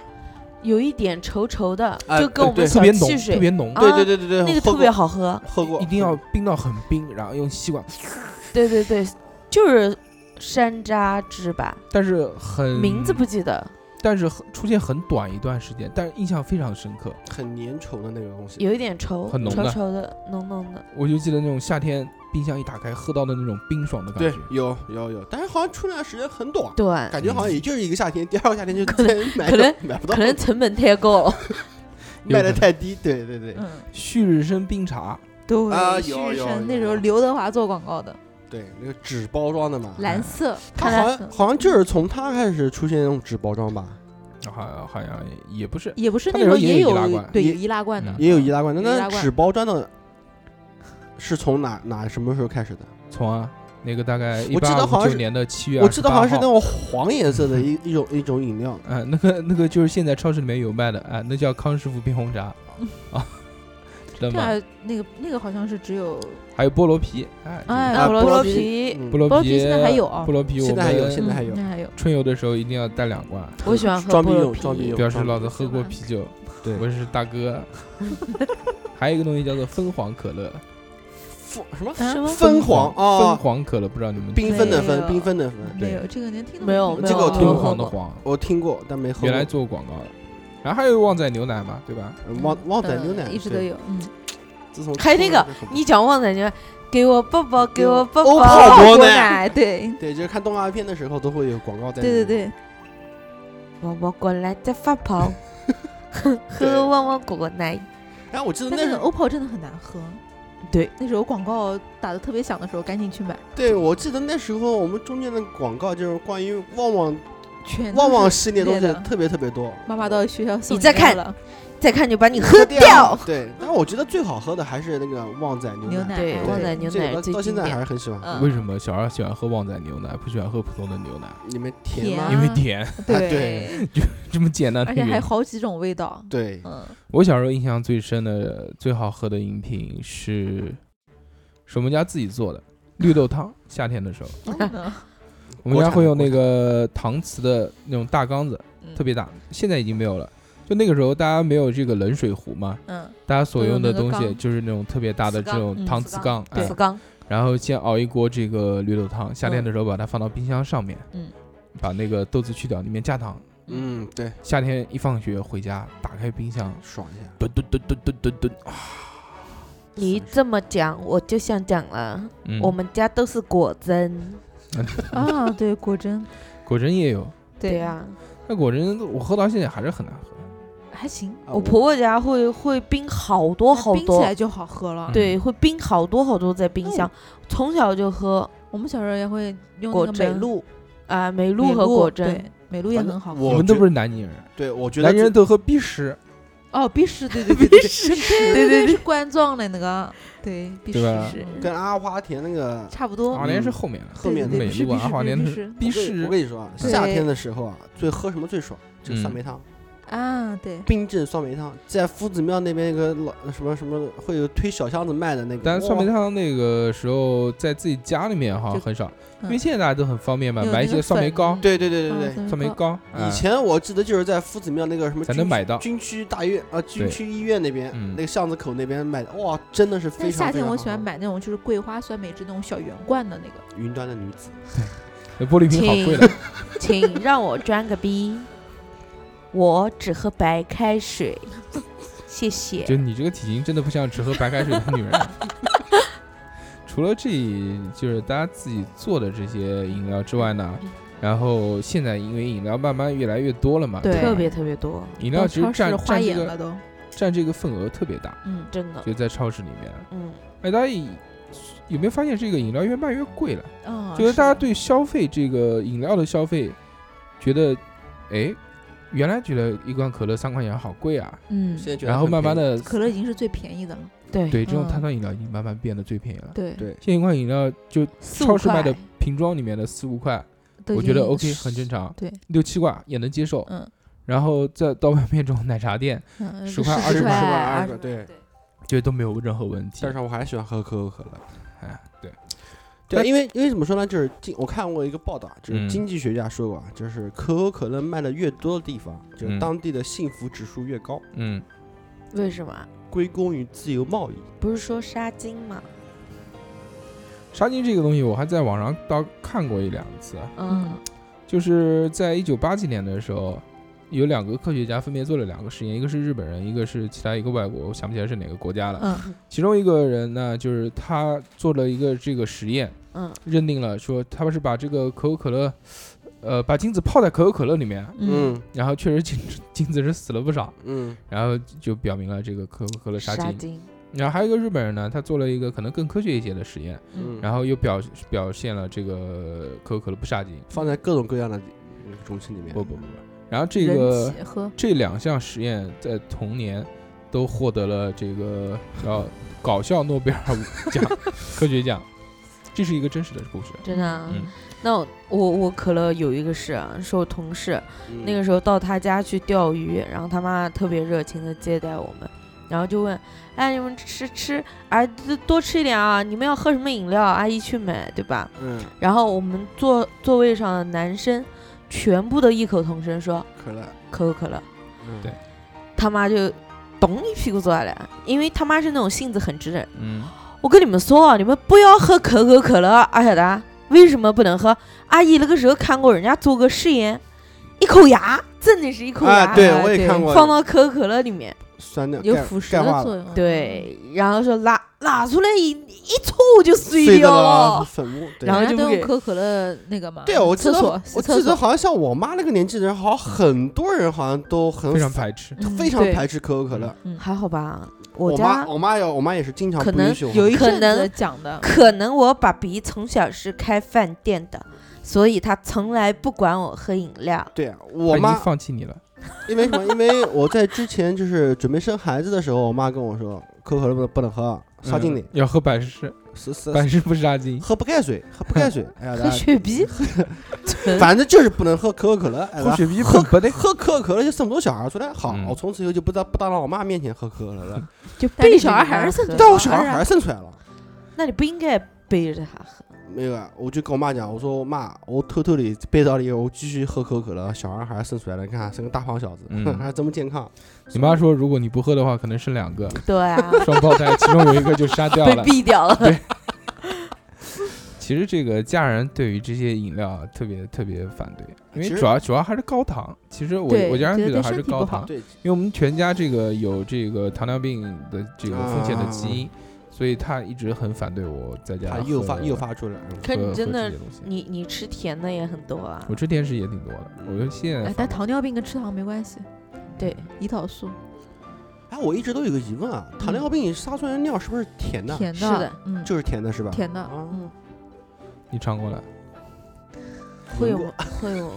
Speaker 4: 有一点稠稠的，
Speaker 3: 哎
Speaker 4: 就跟我
Speaker 3: 对对
Speaker 4: 们
Speaker 2: 特
Speaker 4: 小
Speaker 2: 别浓，
Speaker 4: 汽水
Speaker 2: 特别浓，
Speaker 4: 啊
Speaker 3: 对对对对对，
Speaker 4: 那个
Speaker 3: 喝
Speaker 4: 特别
Speaker 3: 过，
Speaker 4: 好喝。
Speaker 3: 喝过，
Speaker 2: 一定要冰到很冰，然后用吸管，
Speaker 4: 对对对，就是山楂汁吧，
Speaker 2: 但是很
Speaker 4: 名字不，记得，
Speaker 2: 但是很出现很短一段时间，但是印象非常深刻。
Speaker 3: 很粘稠的那个东西。
Speaker 4: 有一点稠，
Speaker 2: 很浓的
Speaker 4: 稠稠的，浓浓的。
Speaker 2: 我就记得那种夏天冰箱一打开喝到的那种冰爽的感
Speaker 3: 对
Speaker 2: 觉。，
Speaker 3: 有有有，但是好像出来的时间很短，
Speaker 4: 对，
Speaker 3: 感觉好像也就是一个夏天，第二个夏天就
Speaker 4: 可
Speaker 3: 能买不
Speaker 4: 可能
Speaker 3: 买不到
Speaker 4: 可，能成本太高。
Speaker 2: 有
Speaker 3: 卖的
Speaker 2: 可能
Speaker 3: 太低。对对对
Speaker 6: 嗯，
Speaker 2: 旭日升冰茶，
Speaker 5: 对
Speaker 3: 啊
Speaker 5: 旭
Speaker 3: 有
Speaker 5: 日
Speaker 3: 有
Speaker 5: 升那
Speaker 3: 有
Speaker 5: 时候刘德华做广告的，
Speaker 2: 哎
Speaker 3: 对，那个纸包装的嘛，
Speaker 6: 蓝色，
Speaker 3: 它好像好像就是从它开始出现那种纸包装吧，
Speaker 2: 好像好像也不是，
Speaker 5: 也不是
Speaker 2: 他
Speaker 5: 那
Speaker 2: 那时
Speaker 5: 时
Speaker 2: 候
Speaker 5: 候
Speaker 2: 也有易
Speaker 5: 有
Speaker 2: 拉罐
Speaker 5: 对
Speaker 3: 也
Speaker 5: 有易拉罐的
Speaker 2: 嗯，
Speaker 3: 也有易拉罐，那
Speaker 6: 有易拉
Speaker 3: 那
Speaker 6: 罐
Speaker 3: 纸包装的是从哪哪什么时候开始的？
Speaker 2: 从啊那个大概一
Speaker 3: 我记
Speaker 2: 八
Speaker 3: 得好
Speaker 2: 五
Speaker 3: 像
Speaker 2: 九
Speaker 3: 是
Speaker 2: 年的七月，
Speaker 3: 我记得好像是那。种黄颜色 的一一种一种饮料，
Speaker 2: 啊，那个那个就是现在超市里面有卖的啊，那叫康师傅冰红 茶啊，知道
Speaker 5: 这
Speaker 2: 吗？
Speaker 5: 儿
Speaker 6: 啊
Speaker 5: 那个那个好像是只有
Speaker 2: 还有菠萝啤，哎，
Speaker 5: 哎
Speaker 3: 啊
Speaker 5: 菠
Speaker 4: 菠萝
Speaker 5: 萝
Speaker 4: 皮，
Speaker 3: 嗯
Speaker 2: 菠萝
Speaker 5: 菠萝
Speaker 2: 啤
Speaker 5: 啤现在还有啊
Speaker 2: 菠萝啤我
Speaker 3: 现在还有，
Speaker 2: 们
Speaker 3: 现在还有
Speaker 5: 嗯，那还有
Speaker 2: 春游的时候一定要带两罐，
Speaker 4: 我喜欢喝
Speaker 3: 装逼
Speaker 4: 菠萝
Speaker 3: 用
Speaker 4: 皮，
Speaker 3: 装逼用
Speaker 2: 表示老子喝过啤酒，
Speaker 3: 对
Speaker 2: 我是大 哥。还有一个东西叫做枫黄可乐，
Speaker 3: 凤什么
Speaker 4: 什么？
Speaker 3: 分黄
Speaker 2: 枫
Speaker 3: 啊，
Speaker 2: 黄可乐不知道你们
Speaker 3: 缤纷的
Speaker 5: 没
Speaker 3: 纷，
Speaker 5: 有
Speaker 3: 缤纷的纷，
Speaker 5: 没
Speaker 2: 对
Speaker 5: 有这个连听都
Speaker 4: 没有
Speaker 5: 听
Speaker 4: 没
Speaker 5: 过
Speaker 3: 这个我
Speaker 4: 有
Speaker 3: 听
Speaker 2: 敦
Speaker 3: 过
Speaker 2: 煌的黄，
Speaker 3: 我听过但没喝过。
Speaker 2: 原来做过广告的，然后还有旺仔牛奶嘛，对吧？
Speaker 3: 旺旺
Speaker 5: 呃
Speaker 3: 仔牛
Speaker 6: 嗯
Speaker 3: 奶
Speaker 6: 一直都
Speaker 3: 对
Speaker 6: 有，
Speaker 5: 嗯，
Speaker 3: 自从
Speaker 4: 还有那
Speaker 3: 出了
Speaker 4: 个
Speaker 3: 这口
Speaker 4: 你讲旺仔牛奶，给我抱抱，给我抱
Speaker 3: 哦
Speaker 4: 抱。
Speaker 3: 泡
Speaker 5: 果
Speaker 3: 馍奶，
Speaker 5: 奶哎对
Speaker 3: 对，就是看动画片的时候都会有广告在。
Speaker 5: 对对，对，
Speaker 4: 旺旺过来再发泡，
Speaker 3: 对
Speaker 4: 喝旺旺果奶。
Speaker 3: 然哎后我记得
Speaker 5: 但
Speaker 3: 那
Speaker 5: 那
Speaker 3: 时
Speaker 5: 个
Speaker 3: 候，
Speaker 5: OPPO 真的很难喝，
Speaker 4: 对，
Speaker 5: 那时候广告打的特别响的时候，赶紧去买，
Speaker 3: 对哎我记得那时候我们中间的广告就是关于旺旺
Speaker 5: 全都
Speaker 3: 旺旺
Speaker 5: 是
Speaker 3: 系列东
Speaker 5: 列
Speaker 3: 西
Speaker 5: 的
Speaker 3: 特别特别多。
Speaker 5: 妈妈到学校送
Speaker 4: 你再
Speaker 5: 饮料
Speaker 4: 看
Speaker 5: 了
Speaker 4: 再看就把你喝
Speaker 3: 掉
Speaker 4: 掉。。
Speaker 3: 对，但我觉得最好喝的还是那个旺仔牛
Speaker 5: 牛
Speaker 3: 奶。
Speaker 5: 奶
Speaker 4: 对，
Speaker 3: 对
Speaker 4: 旺仔牛
Speaker 3: 这个
Speaker 4: 奶
Speaker 3: 到
Speaker 4: 最
Speaker 3: 到现
Speaker 4: 经
Speaker 3: 在还
Speaker 4: 典。
Speaker 3: 是很喜欢喝。
Speaker 2: 为什么小孩儿喜欢喝旺仔牛奶，不喜欢喝普通的牛奶？
Speaker 3: 你们甜
Speaker 5: 嗯啊
Speaker 3: 吗？
Speaker 2: 因为甜，
Speaker 3: 对
Speaker 5: 对，
Speaker 2: 这么简单的
Speaker 5: 而且
Speaker 2: 原
Speaker 5: 还
Speaker 2: 因。
Speaker 5: 好几种味道，
Speaker 3: 对，
Speaker 5: 嗯，
Speaker 2: 我小时候印象最深的、最好喝的饮品是，是我们家自己做的绿豆汤。夏天的时候，
Speaker 5: 哦
Speaker 2: 我们
Speaker 3: 国
Speaker 2: 家
Speaker 3: 产
Speaker 2: 会
Speaker 3: 的
Speaker 2: 用那
Speaker 3: 国
Speaker 2: 个搪瓷的那种大缸子，
Speaker 5: 嗯
Speaker 2: 特别大，现在已经没有了。就那个时候，大家没有这个冷水壶嘛，
Speaker 5: 嗯
Speaker 2: 大家所
Speaker 5: 都
Speaker 2: 用
Speaker 5: 用
Speaker 2: 的
Speaker 5: 那个
Speaker 2: 东西
Speaker 5: 缸
Speaker 2: 就是那种特别大的
Speaker 4: 瓷
Speaker 2: 这
Speaker 4: 缸
Speaker 2: 种
Speaker 5: 嗯
Speaker 2: 搪
Speaker 5: 瓷
Speaker 2: 瓷缸，哎
Speaker 4: 死，刚，
Speaker 2: 然后先熬一锅这个绿豆汤，夏天的时候把它放到冰箱上面，
Speaker 5: 嗯，
Speaker 2: 把那个豆子去掉，里面加糖。
Speaker 3: 嗯，对，
Speaker 2: 夏天一放学回家，打开冰箱，
Speaker 3: 爽一下。
Speaker 2: 吨吨吨吨吨吨吨啊，
Speaker 4: 你一这么讲，我就想讲了，
Speaker 2: 嗯，
Speaker 4: 我们家都是果珍，
Speaker 5: 啊，对，果 真，
Speaker 2: 果珍也有，
Speaker 4: 对啊
Speaker 5: 呀，
Speaker 4: 呀，
Speaker 2: 那果珍我喝到现在还是很难喝。
Speaker 5: 还行，
Speaker 3: 啊
Speaker 4: 我婆婆家会会冰好多好
Speaker 5: 冰起
Speaker 4: 多
Speaker 5: 来，就好喝了。
Speaker 4: 对，会冰好多好多在冰
Speaker 5: 那
Speaker 4: 箱，从小就喝
Speaker 5: 我们小时候也会用那
Speaker 4: 果
Speaker 5: 个美
Speaker 4: 珍
Speaker 5: 露，
Speaker 4: 啊美
Speaker 5: 美
Speaker 4: 露和果珍，
Speaker 5: 对，美露也
Speaker 3: 反正
Speaker 5: 很好喝。
Speaker 3: 我
Speaker 2: 你们都
Speaker 3: 觉
Speaker 2: 不是南宁人，
Speaker 3: 对，我觉得
Speaker 2: 南宁人
Speaker 3: 自
Speaker 2: 都喝必狮，
Speaker 5: 哦，必士，对对对对对对
Speaker 4: 对对
Speaker 5: 对，是罐装的那个，对，必士
Speaker 2: 对吧
Speaker 5: 是
Speaker 3: 跟阿华田那个
Speaker 5: 差不多
Speaker 2: 阿华。田是后面的，
Speaker 3: 后面
Speaker 5: 对
Speaker 3: 的
Speaker 5: 对
Speaker 2: 美
Speaker 5: 对
Speaker 2: 露啊阿华田
Speaker 5: 必
Speaker 2: 都
Speaker 5: 士
Speaker 2: 是嗯
Speaker 5: 必
Speaker 2: 必狮，
Speaker 3: 我跟你我跟你说啊，
Speaker 5: 对
Speaker 3: 夏天的时候啊，最喝什么最爽？就酸梅汤，
Speaker 5: 啊，对，
Speaker 3: 冰镇酸梅汤，在夫子庙那边那个老什么什么会有推小箱子卖的那个，
Speaker 2: 但是
Speaker 3: 哇
Speaker 2: 酸梅汤那个时候在自己家里面哈
Speaker 5: 就
Speaker 2: 很少，因
Speaker 5: 嗯
Speaker 2: 为现在大家都很方便嘛，
Speaker 5: 有
Speaker 2: 买一
Speaker 5: 那个
Speaker 2: 些酸梅
Speaker 5: 粉
Speaker 2: 膏、
Speaker 3: 对对对对
Speaker 5: 啊
Speaker 3: 对，
Speaker 5: 酸
Speaker 2: 酸梅
Speaker 5: 糕
Speaker 2: 膏，哎
Speaker 3: 以前我记得就是在夫子庙那个什么
Speaker 2: 才
Speaker 3: 军
Speaker 2: 能
Speaker 3: 区
Speaker 2: 买到
Speaker 3: 军区大院啊，军
Speaker 2: 对
Speaker 3: 区医院那边
Speaker 2: 嗯
Speaker 3: 那个巷子口那边买的，哇，真的是
Speaker 5: 但
Speaker 3: 非常。
Speaker 5: 夏天
Speaker 3: 非常好
Speaker 5: 我喜欢
Speaker 3: 喝
Speaker 5: 买那种就是桂花酸梅汁那种小圆罐的那个。
Speaker 3: 云端的女子，
Speaker 5: 嗯
Speaker 2: 那玻璃瓶好贵的，
Speaker 4: 请让我装个逼，我只喝白开水，谢谢。
Speaker 2: 就你这个体型真的不像只喝白开水的女人。 除了这就是大家自己做的这些饮料之外呢，然后现在因为饮料慢慢越来越多了嘛，
Speaker 5: 对
Speaker 2: 吧
Speaker 4: 特别特别多，
Speaker 2: 饮
Speaker 5: 到
Speaker 2: 料其实
Speaker 5: 超市
Speaker 2: 占
Speaker 5: 花
Speaker 2: 占这
Speaker 5: 眼了
Speaker 2: 个
Speaker 5: 都。
Speaker 2: 占这个份额特别大，
Speaker 5: 嗯，
Speaker 4: 真的，
Speaker 2: 就在超市里面。
Speaker 4: 嗯，
Speaker 2: 哎，大家以有没有发现这个饮料越卖越贵了？
Speaker 5: 啊，
Speaker 2: 就是
Speaker 5: 是
Speaker 2: 大家
Speaker 5: 的
Speaker 2: 对消费这个饮料的消费，觉得，哎，原来觉得一罐可乐三块钱好贵啊，
Speaker 5: 嗯，
Speaker 3: 现在觉得
Speaker 2: 然后
Speaker 3: 很
Speaker 2: 慢慢
Speaker 3: 便宜
Speaker 2: 的，
Speaker 5: 可乐已经是最便宜的了。
Speaker 4: 对
Speaker 2: 对这种
Speaker 5: 嗯
Speaker 2: 碳酸饮料已经慢慢变得最便宜了。
Speaker 5: 对
Speaker 3: 对
Speaker 2: 现在一罐饮料就
Speaker 5: 四五
Speaker 2: 超市卖的
Speaker 5: 块
Speaker 2: 瓶装里面的四五块，
Speaker 5: 都已
Speaker 2: 我觉得
Speaker 5: 经
Speaker 2: OK 很正常，
Speaker 5: 对，
Speaker 2: 六七块也能接受。
Speaker 5: 嗯
Speaker 2: 然后再到外面这种奶茶店，
Speaker 5: 嗯，
Speaker 2: 10
Speaker 5: 十
Speaker 2: 块
Speaker 5: 块
Speaker 2: 20
Speaker 5: 块
Speaker 2: 块
Speaker 3: 20块对
Speaker 2: 就都没有任何问题
Speaker 3: 但。是我还喜欢喝可口可乐。
Speaker 2: 哎，对，
Speaker 3: 对，啊
Speaker 2: 但
Speaker 3: 因为因为怎么说呢，就是经我看过一个报道，就是
Speaker 2: 嗯
Speaker 3: 经济学家说过啊，就是可口可乐卖的越多的地方，就
Speaker 2: 嗯
Speaker 3: 是当地的幸福指数越高，
Speaker 2: 嗯，
Speaker 4: 为什么？
Speaker 3: 归功于自由贸易。
Speaker 4: 不是说杀精吗？
Speaker 2: 沙金这个东西我还在网上到看过一两次，
Speaker 4: 嗯
Speaker 2: 就是在一九八几年的时候，有两个科学家分别做了两个实验，一个是日本人，一个是其他一个外国，我想不起来是哪个国家了。
Speaker 5: 嗯
Speaker 2: 其中一个人呢，就是他做了一个这个实验，
Speaker 4: 嗯，
Speaker 2: 认定了说他们是把这个可口可乐，呃，把精子泡在可口可乐里面，
Speaker 5: 嗯，
Speaker 2: 然后确实精子精子是死了不少，
Speaker 3: 嗯
Speaker 2: 然后就表明了这个可口可乐杀
Speaker 4: 杀
Speaker 2: 精。
Speaker 4: 精，
Speaker 2: 然后还有一个日本人呢，他做了一个可能更科学一些的实验，
Speaker 3: 嗯，
Speaker 2: 然后又表表现了这个可口可乐不杀精。
Speaker 3: 放在各种各样的那个中心里面
Speaker 2: 不。不不不，然后这
Speaker 5: 人
Speaker 2: 个
Speaker 5: 气喝
Speaker 2: 这两项实验在同年都获得了这个叫搞笑诺贝尔奖科学奖，这是一个真实的故事。
Speaker 4: 真的啊。
Speaker 2: 嗯
Speaker 4: 那我我我可乐有一个事啊，是我同事，
Speaker 3: 嗯
Speaker 4: 那个时候到他家去钓鱼，然后他妈特别热情的接待我们，然后就问，哎，你们吃吃，哎，多多吃一点啊，你们要喝什么饮料，阿姨去买，对吧？
Speaker 3: 嗯，
Speaker 4: 然后我们座座位上的男生全部都异口同声说
Speaker 3: 可乐，
Speaker 4: 可口可乐，
Speaker 3: 嗯
Speaker 2: 对
Speaker 4: 他妈就咚一屁股坐下来，因为他妈是那种性子很直的人。
Speaker 2: 嗯，
Speaker 4: 我跟你们说啊，你们不要喝可口可乐，阿晓得啊为什么不能喝？阿姨那个时候看过人家做个实验，一口牙，真的是一口牙，
Speaker 3: 啊，对
Speaker 5: 啊
Speaker 3: 我也
Speaker 5: 对
Speaker 3: 看过，
Speaker 4: 放到可口可乐里面，
Speaker 3: 酸掉
Speaker 5: 有
Speaker 3: 钙
Speaker 5: 腐蚀
Speaker 3: 钙化
Speaker 5: 的
Speaker 3: 了
Speaker 5: 作用。，
Speaker 4: 嗯
Speaker 5: 嗯
Speaker 4: 对，然后说拿拿出来一一搓就碎
Speaker 3: 碎的
Speaker 4: 掉
Speaker 3: 了
Speaker 4: 了，
Speaker 3: 粉末，对
Speaker 4: 然后
Speaker 5: 人家
Speaker 4: 就不
Speaker 5: 都用
Speaker 4: 给
Speaker 5: 可口可乐那个嘛，
Speaker 3: 对，我记
Speaker 5: 厕
Speaker 3: 得
Speaker 5: 所
Speaker 3: 好，
Speaker 5: 洗
Speaker 3: 我
Speaker 5: 厕
Speaker 3: 记得
Speaker 5: 所，
Speaker 3: 好像像我妈那个年纪的人，好像很多人好像都很
Speaker 2: 非常排斥。
Speaker 5: 嗯
Speaker 3: 非常
Speaker 4: 对
Speaker 3: 排斥可口可乐。
Speaker 5: 嗯，
Speaker 4: 还好吧？
Speaker 3: 我
Speaker 4: 家
Speaker 3: 妈，我妈有，我妈也是经常
Speaker 4: 可
Speaker 3: 不
Speaker 4: 能
Speaker 3: 允许我喝
Speaker 5: 有一
Speaker 4: 可
Speaker 5: 阵
Speaker 4: 能
Speaker 5: 子讲的，
Speaker 4: 可能我爸比从小是开饭店的，所以他从来不管我喝饮料。
Speaker 3: 对
Speaker 2: 他已
Speaker 3: 我
Speaker 2: 经
Speaker 3: 妈，
Speaker 2: 放弃你了，
Speaker 3: 因为什么？因为我在之前就是准备生孩子的时候，我妈跟我说，可口可乐不能不能喝，杀精
Speaker 2: 嗯
Speaker 3: 灵，呃
Speaker 2: 要喝百事，
Speaker 3: 是是
Speaker 2: 百事不杀精。
Speaker 3: 喝不开水，喝不开水，哎呀，
Speaker 4: 喝
Speaker 6: 嗯
Speaker 4: 雪碧，
Speaker 3: 大家反正就是不能喝可口可乐，哎
Speaker 2: 喝
Speaker 3: 呀。
Speaker 2: 雪碧
Speaker 3: 喝
Speaker 2: 不不得，
Speaker 3: 喝可口可乐就生不出小孩出来，好，
Speaker 2: 嗯
Speaker 3: 我从此以后就不在不当着我妈面前喝可口可乐 了。
Speaker 4: 就
Speaker 5: 但
Speaker 4: 背
Speaker 5: 你
Speaker 4: 着
Speaker 5: 小孩
Speaker 4: 你
Speaker 5: 还
Speaker 4: 妈
Speaker 5: 是
Speaker 4: 喝
Speaker 5: 很
Speaker 3: 但我小孩还是生出来了，
Speaker 4: 那你不应该背着他喝。
Speaker 3: 没有啊，我就跟我妈讲，我说妈，我偷偷的背到里，我继续喝可口可乐，小孩还是生出来了，你看生个大胖小子，
Speaker 2: 嗯
Speaker 3: 还这么健康。
Speaker 2: 你妈说如果你不喝的话，可能生两个
Speaker 4: 对 啊，
Speaker 2: 双胞胎，其中有一个就杀掉
Speaker 4: 被
Speaker 2: 了。
Speaker 4: 毙掉了。
Speaker 2: 其实这个家人对于这些饮料啊特别特别反对，因
Speaker 3: 其
Speaker 2: 为
Speaker 3: 实
Speaker 2: 主要主要还是高糖。其实我
Speaker 5: 对
Speaker 2: 我家人
Speaker 5: 觉
Speaker 2: 觉
Speaker 5: 得
Speaker 2: 得
Speaker 5: 对
Speaker 2: 还是
Speaker 5: 身体
Speaker 2: 高
Speaker 5: 不好
Speaker 2: 糖，
Speaker 3: 对，
Speaker 2: 因为我们全家这个有这个糖尿病的这个风险的基因，所以他一直很反对我在家
Speaker 3: 啊他
Speaker 2: 喝
Speaker 3: 诱发诱发出来，嗯
Speaker 4: 可
Speaker 2: 喝
Speaker 4: 你真
Speaker 2: 喝
Speaker 4: 的
Speaker 2: 这些东西
Speaker 4: 你你吃甜的也很多啊
Speaker 2: 我，吃甜食也挺多的，
Speaker 3: 嗯
Speaker 2: 我觉得现在
Speaker 6: 哎，但糖尿病跟吃糖没关系，
Speaker 4: 对，
Speaker 6: 胰岛素
Speaker 3: 哎，我一直都有个疑问啊，糖尿病撒出来的尿是不是甜的？
Speaker 6: 甜的，
Speaker 4: 是的，
Speaker 6: 嗯，
Speaker 3: 就是甜的是吧？
Speaker 6: 甜的，
Speaker 3: 啊
Speaker 6: 嗯，
Speaker 2: 你尝过来
Speaker 4: 会有
Speaker 3: 闻过
Speaker 4: 会有，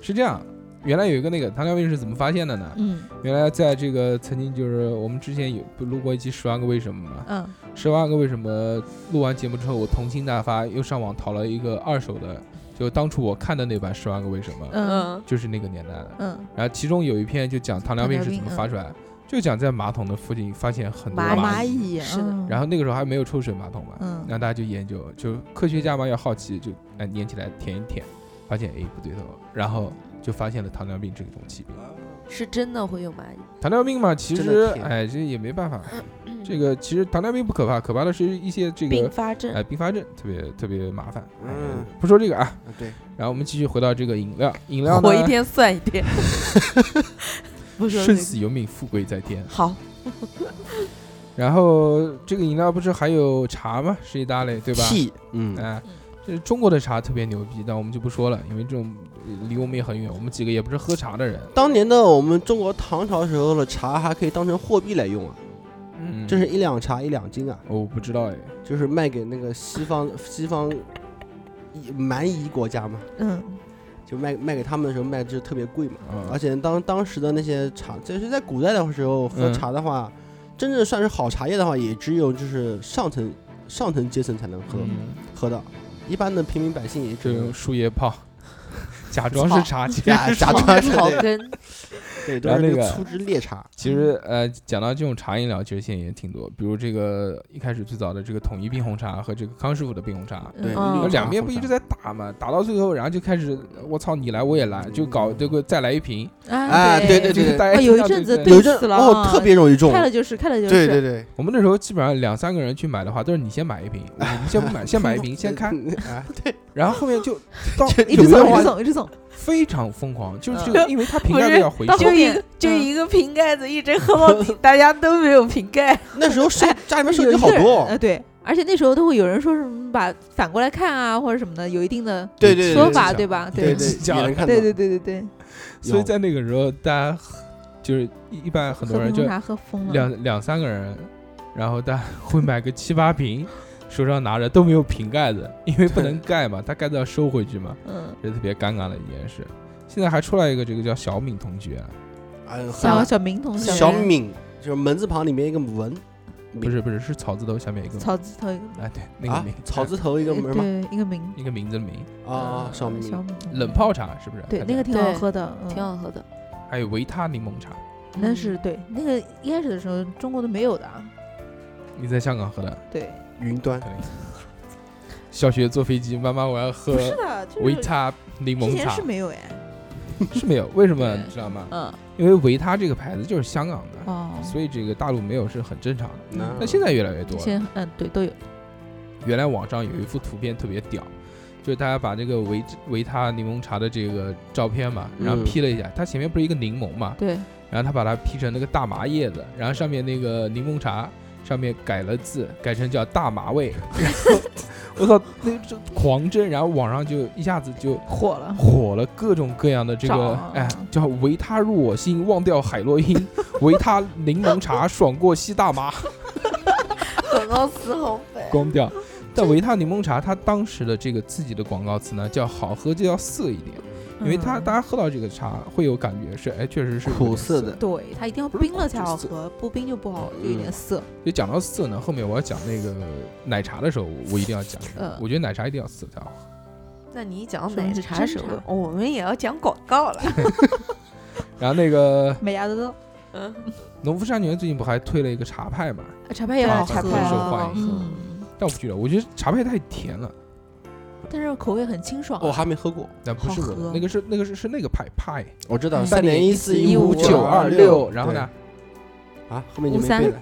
Speaker 2: 是这样。原来有一个那个糖尿病是怎么发现的呢？
Speaker 6: 嗯
Speaker 2: 原来在这个曾经就是我们之前有不录过一期《十万个为什么》嘛，
Speaker 6: 嗯，
Speaker 2: 《十万个为什么》录完节目之后，我童心大发，又上网淘了一个二手的，就当初我看的那版《十万个为什么》，
Speaker 6: 嗯
Speaker 4: 嗯，
Speaker 2: 就是那个年代的。
Speaker 6: 嗯
Speaker 2: 然后其中有一篇就讲糖尿病
Speaker 6: 糖
Speaker 2: 是怎
Speaker 6: 尿
Speaker 2: 么
Speaker 6: 病
Speaker 2: 发出来，就讲在马桶的附近发现很多
Speaker 4: 蚂
Speaker 2: 蚂蚁，啊
Speaker 6: 蚁
Speaker 4: 是的
Speaker 2: 然后那个时候还没有抽水马桶嘛，
Speaker 6: 嗯
Speaker 2: 那大家就研究，就科学家嘛要好奇，就哎粘起来舔一舔，发现哎不对头，然后就发现了糖尿病这种疾病。
Speaker 4: 是真的会有蚂蚁。
Speaker 2: 糖尿病嘛，其
Speaker 3: 真
Speaker 2: 实
Speaker 3: 的舔
Speaker 2: 哎这也没办法，
Speaker 4: 嗯
Speaker 2: 这个其实糖尿病不可怕，可怕的是一些这
Speaker 4: 并
Speaker 2: 个
Speaker 4: 发症
Speaker 2: 哎并发症特别特别麻烦。哎
Speaker 3: 嗯
Speaker 2: 不说这个啊，
Speaker 3: 啊对，
Speaker 2: 然后我们继续回到这个饮料，饮料
Speaker 4: 活一
Speaker 2: 呢，
Speaker 4: 天算一 天。
Speaker 6: 不说
Speaker 2: 生死由命，富贵在天。
Speaker 4: 好，
Speaker 2: 然后这个饮料不是还有茶吗？是一大类，对吧？
Speaker 3: 屁，嗯，
Speaker 2: 哎，这中国的茶特别牛逼，但我们就不说了，因为这种呃离我们也很远，我们几个也不是喝茶的人。
Speaker 3: 当年的我们中国唐朝时候的茶还可以当成货币来用啊，
Speaker 2: 嗯
Speaker 3: 这是一两茶一两斤啊，
Speaker 2: 我不知道哎，
Speaker 3: 就是卖给那个西方西方夷蛮夷国家嘛，
Speaker 6: 嗯
Speaker 3: 就卖卖给他们的时候卖就是特别贵嘛，
Speaker 2: 啊
Speaker 3: 而且当当时的那些茶，就是在古代的时候喝
Speaker 2: 嗯
Speaker 3: 茶的话，真正算是好茶叶的话，也只有就是上层上层阶层才能喝、
Speaker 2: 嗯，
Speaker 3: 喝到，一般的平民百姓也只
Speaker 2: 这
Speaker 3: 能
Speaker 2: 种树叶泡，假装是茶，其实
Speaker 3: 假
Speaker 2: 是
Speaker 3: 假
Speaker 2: 茶
Speaker 3: 装是
Speaker 4: 草
Speaker 3: 对
Speaker 4: 根
Speaker 3: 对，都
Speaker 2: 然
Speaker 3: 是
Speaker 2: 后
Speaker 3: 那
Speaker 2: 那
Speaker 3: 个
Speaker 2: 个
Speaker 3: 粗制劣茶。
Speaker 2: 其实呃，讲到这种茶饮料，其实现在也挺多，比如这个一开始最早的这个统一冰红茶和这个康师傅的冰红茶。
Speaker 3: 对，
Speaker 4: 嗯
Speaker 2: 然后
Speaker 3: 绿茶
Speaker 2: 两边不一直
Speaker 3: 红茶
Speaker 2: 在打嘛，打到最后，然后就开始我操你来我也来，就搞
Speaker 3: 嗯
Speaker 2: 这个再来一瓶，
Speaker 6: 嗯
Speaker 3: 哎对对
Speaker 2: 就
Speaker 3: 对
Speaker 2: 是大
Speaker 6: 啊
Speaker 2: 家
Speaker 6: 有一
Speaker 2: 听到
Speaker 6: 阵
Speaker 2: 这
Speaker 6: 子
Speaker 2: 个
Speaker 6: 对
Speaker 3: 有一阵
Speaker 6: 死了
Speaker 3: 哦，特别容易中。
Speaker 6: 开了就是开了就是，
Speaker 3: 对对对，
Speaker 2: 我们那时候基本上两三个人去买的话，都是你先买一瓶，我们先不买，先买一瓶，先 开，
Speaker 3: 啊，对，
Speaker 2: 然后后面就到
Speaker 6: 一
Speaker 2: 有
Speaker 6: 直
Speaker 2: 一
Speaker 6: 送
Speaker 2: 段
Speaker 6: 一直
Speaker 2: 话
Speaker 6: 送一直送，
Speaker 2: 非常疯狂，就是
Speaker 6: 嗯
Speaker 2: 这个，因为它瓶盖都要回
Speaker 6: 不是到
Speaker 2: 收
Speaker 4: 就
Speaker 6: 后，
Speaker 4: 一
Speaker 6: 面
Speaker 4: 个就
Speaker 6: 嗯
Speaker 4: 一个瓶盖子一直喝 到底，大家都没有瓶盖。
Speaker 3: 那时候手家里面手
Speaker 6: 有
Speaker 3: 机
Speaker 6: 一
Speaker 3: 好
Speaker 6: 个人
Speaker 3: 多
Speaker 6: 呃
Speaker 3: 哦，
Speaker 6: 对，而且那时候都会有人说什么把反过来看啊或者什么的，有一定的
Speaker 3: 对对
Speaker 6: 说
Speaker 3: 对
Speaker 6: 法
Speaker 2: 对
Speaker 6: 对吧？
Speaker 3: 对
Speaker 2: 对
Speaker 3: 对，也能看到
Speaker 6: 对对对对对，
Speaker 2: 所以在那个时候，大家就是一一般很
Speaker 6: 喝
Speaker 2: 多人
Speaker 6: 冰
Speaker 2: 就
Speaker 6: 红茶喝疯了，
Speaker 2: 两两三个人，然后大家 会买个七八瓶，手上拿着都没有瓶盖子，因为不能盖嘛，它盖子要收回去嘛，
Speaker 6: 嗯，
Speaker 2: 这是特别尴尬的一件事。现在还出来一个这个叫小敏同学，
Speaker 3: 哎呦
Speaker 6: 小
Speaker 3: 很
Speaker 6: 小明同学，
Speaker 3: 小敏就是门字旁里面一个文，
Speaker 2: 不是不是是草字头下面一个
Speaker 6: 草字头一个
Speaker 2: 啊，对，那个
Speaker 3: 啊
Speaker 2: 名，
Speaker 3: 草字头一个门嘛，
Speaker 6: 对一个名
Speaker 2: 一个名字的名，
Speaker 5: 嗯
Speaker 3: 啊，小敏，
Speaker 6: 小敏
Speaker 2: 冷泡茶是不是？
Speaker 6: 对
Speaker 2: 它
Speaker 6: 那个
Speaker 2: 叫
Speaker 6: 挺好嗯
Speaker 4: 对
Speaker 6: 喝的，嗯
Speaker 4: 挺好喝的，
Speaker 2: 还有维他柠檬茶，
Speaker 6: 那是对那个一开始的时候中国都没有的啊，
Speaker 2: 你在香港喝的，
Speaker 6: 对，
Speaker 3: 云端
Speaker 2: 可，能。小学坐飞机，妈妈我要喝
Speaker 6: 不是的，就是
Speaker 2: 维他柠
Speaker 6: 之
Speaker 2: 檬
Speaker 6: 前
Speaker 2: 茶，
Speaker 6: 是没有哎，
Speaker 2: 是没有，为什么
Speaker 6: 对
Speaker 2: 你知道吗？
Speaker 6: 嗯
Speaker 2: 因为维他这个牌子就是香港的，
Speaker 6: 哦，嗯
Speaker 2: 所以这个大陆没有是很正常的。
Speaker 3: 那
Speaker 2: 但现在越来越多了。
Speaker 6: 现在嗯对都有，
Speaker 2: 原来网上有一幅图片特别屌，就是大家把这个维维他柠檬茶的这个照片嘛，然后
Speaker 3: 嗯
Speaker 2: P 了一下，它前面不是一个柠檬嘛，
Speaker 6: 对，
Speaker 2: 然后他把它 P 成那个大麻叶子，然后上面那个柠檬茶上面改了字，改成叫大麻味。然后我操，那这狂蒸，然后网上就一下子就
Speaker 6: 火了，
Speaker 2: 火了，各种各样的这个
Speaker 6: 炸，
Speaker 2: 哎，叫维他入我心，忘掉海洛因，维他柠檬茶爽过吸大麻，
Speaker 4: 广告词好美。
Speaker 2: 光掉。但维他柠檬茶，它当时的这个自己的广告词呢，叫好喝就要涩一点，因为它
Speaker 6: 嗯
Speaker 2: 大家喝到这个茶会有感觉是，哎，确实是有
Speaker 3: 苦
Speaker 2: 点
Speaker 3: 涩的，
Speaker 6: 对它一定要
Speaker 2: 不是嗯
Speaker 6: 冰了才好
Speaker 2: 苦
Speaker 6: 喝，不冰就不好，就有点涩，
Speaker 2: 就讲到涩呢，后面我要讲那个奶茶的时候，我我一定要讲。
Speaker 6: 嗯
Speaker 2: 我觉得奶茶一定要涩才好。
Speaker 4: 那你一讲到
Speaker 6: 什么
Speaker 4: 奶
Speaker 6: 是
Speaker 4: 茶
Speaker 6: 真
Speaker 4: 时候
Speaker 6: 茶，
Speaker 4: 我们也要讲广告了。
Speaker 2: 然后那个
Speaker 6: 美亚德
Speaker 4: 嗯，
Speaker 2: 农夫山泉最近不还推了一个茶派嘛？
Speaker 6: 豆茶派也
Speaker 4: 对
Speaker 2: 啊
Speaker 6: 好
Speaker 4: 茶
Speaker 6: 喝，
Speaker 4: 派
Speaker 2: 很受欢迎
Speaker 6: 嗯，
Speaker 2: 但我不觉得，我觉得茶派太甜了。
Speaker 6: 但是口味很清爽，啊
Speaker 3: 我还没喝过，
Speaker 2: 那不是
Speaker 6: 好
Speaker 2: 我的
Speaker 6: 喝，
Speaker 2: 那个是那个是是那个派派
Speaker 3: 我知道
Speaker 6: 嗯
Speaker 3: 三点一四
Speaker 6: 一
Speaker 3: 五
Speaker 6: 五
Speaker 3: 九
Speaker 2: 二
Speaker 3: 六，
Speaker 2: 然后呢？
Speaker 3: 对啊，后面就
Speaker 6: 五
Speaker 3: 没
Speaker 6: 三
Speaker 3: 背了，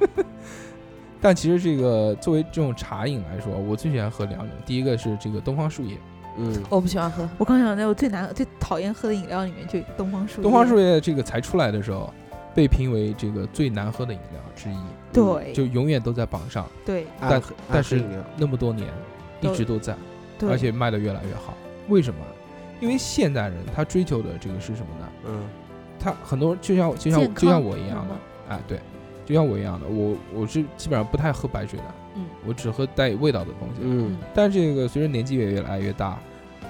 Speaker 2: 但其实这个作为这种茶饮来说，我最喜欢喝两种，第一个是这个东方树叶，
Speaker 3: 嗯，
Speaker 4: 我不喜欢喝。
Speaker 6: 我刚想到我最难最讨厌喝的饮料里面就有东方树叶，
Speaker 2: 东方树叶这个才出来的时候，被评为这个最难喝的饮料之一，
Speaker 6: 哎
Speaker 5: 对
Speaker 2: 嗯就永远都在榜上，
Speaker 5: 对
Speaker 2: 但
Speaker 3: 暗黑暗
Speaker 2: 但
Speaker 3: 黑
Speaker 2: 是
Speaker 3: 饮料
Speaker 2: 那么多年一
Speaker 5: 都
Speaker 2: 直都在，
Speaker 5: 对，
Speaker 2: 而且卖的越来越好。为什么？因为现代人他追求的这个是什么呢？
Speaker 3: 嗯
Speaker 2: 他很多人就像就
Speaker 5: 健
Speaker 2: 像
Speaker 5: 康嗯
Speaker 2: 就像我一
Speaker 6: 嗯
Speaker 2: 样
Speaker 5: 好
Speaker 2: 的
Speaker 5: 吗，
Speaker 2: 啊，对，就像我一样的，我我是基本上不太喝白水的，
Speaker 4: 嗯，
Speaker 2: 我只喝带有味道的东西。
Speaker 3: 嗯
Speaker 2: 但是这个随着年纪也越来越大，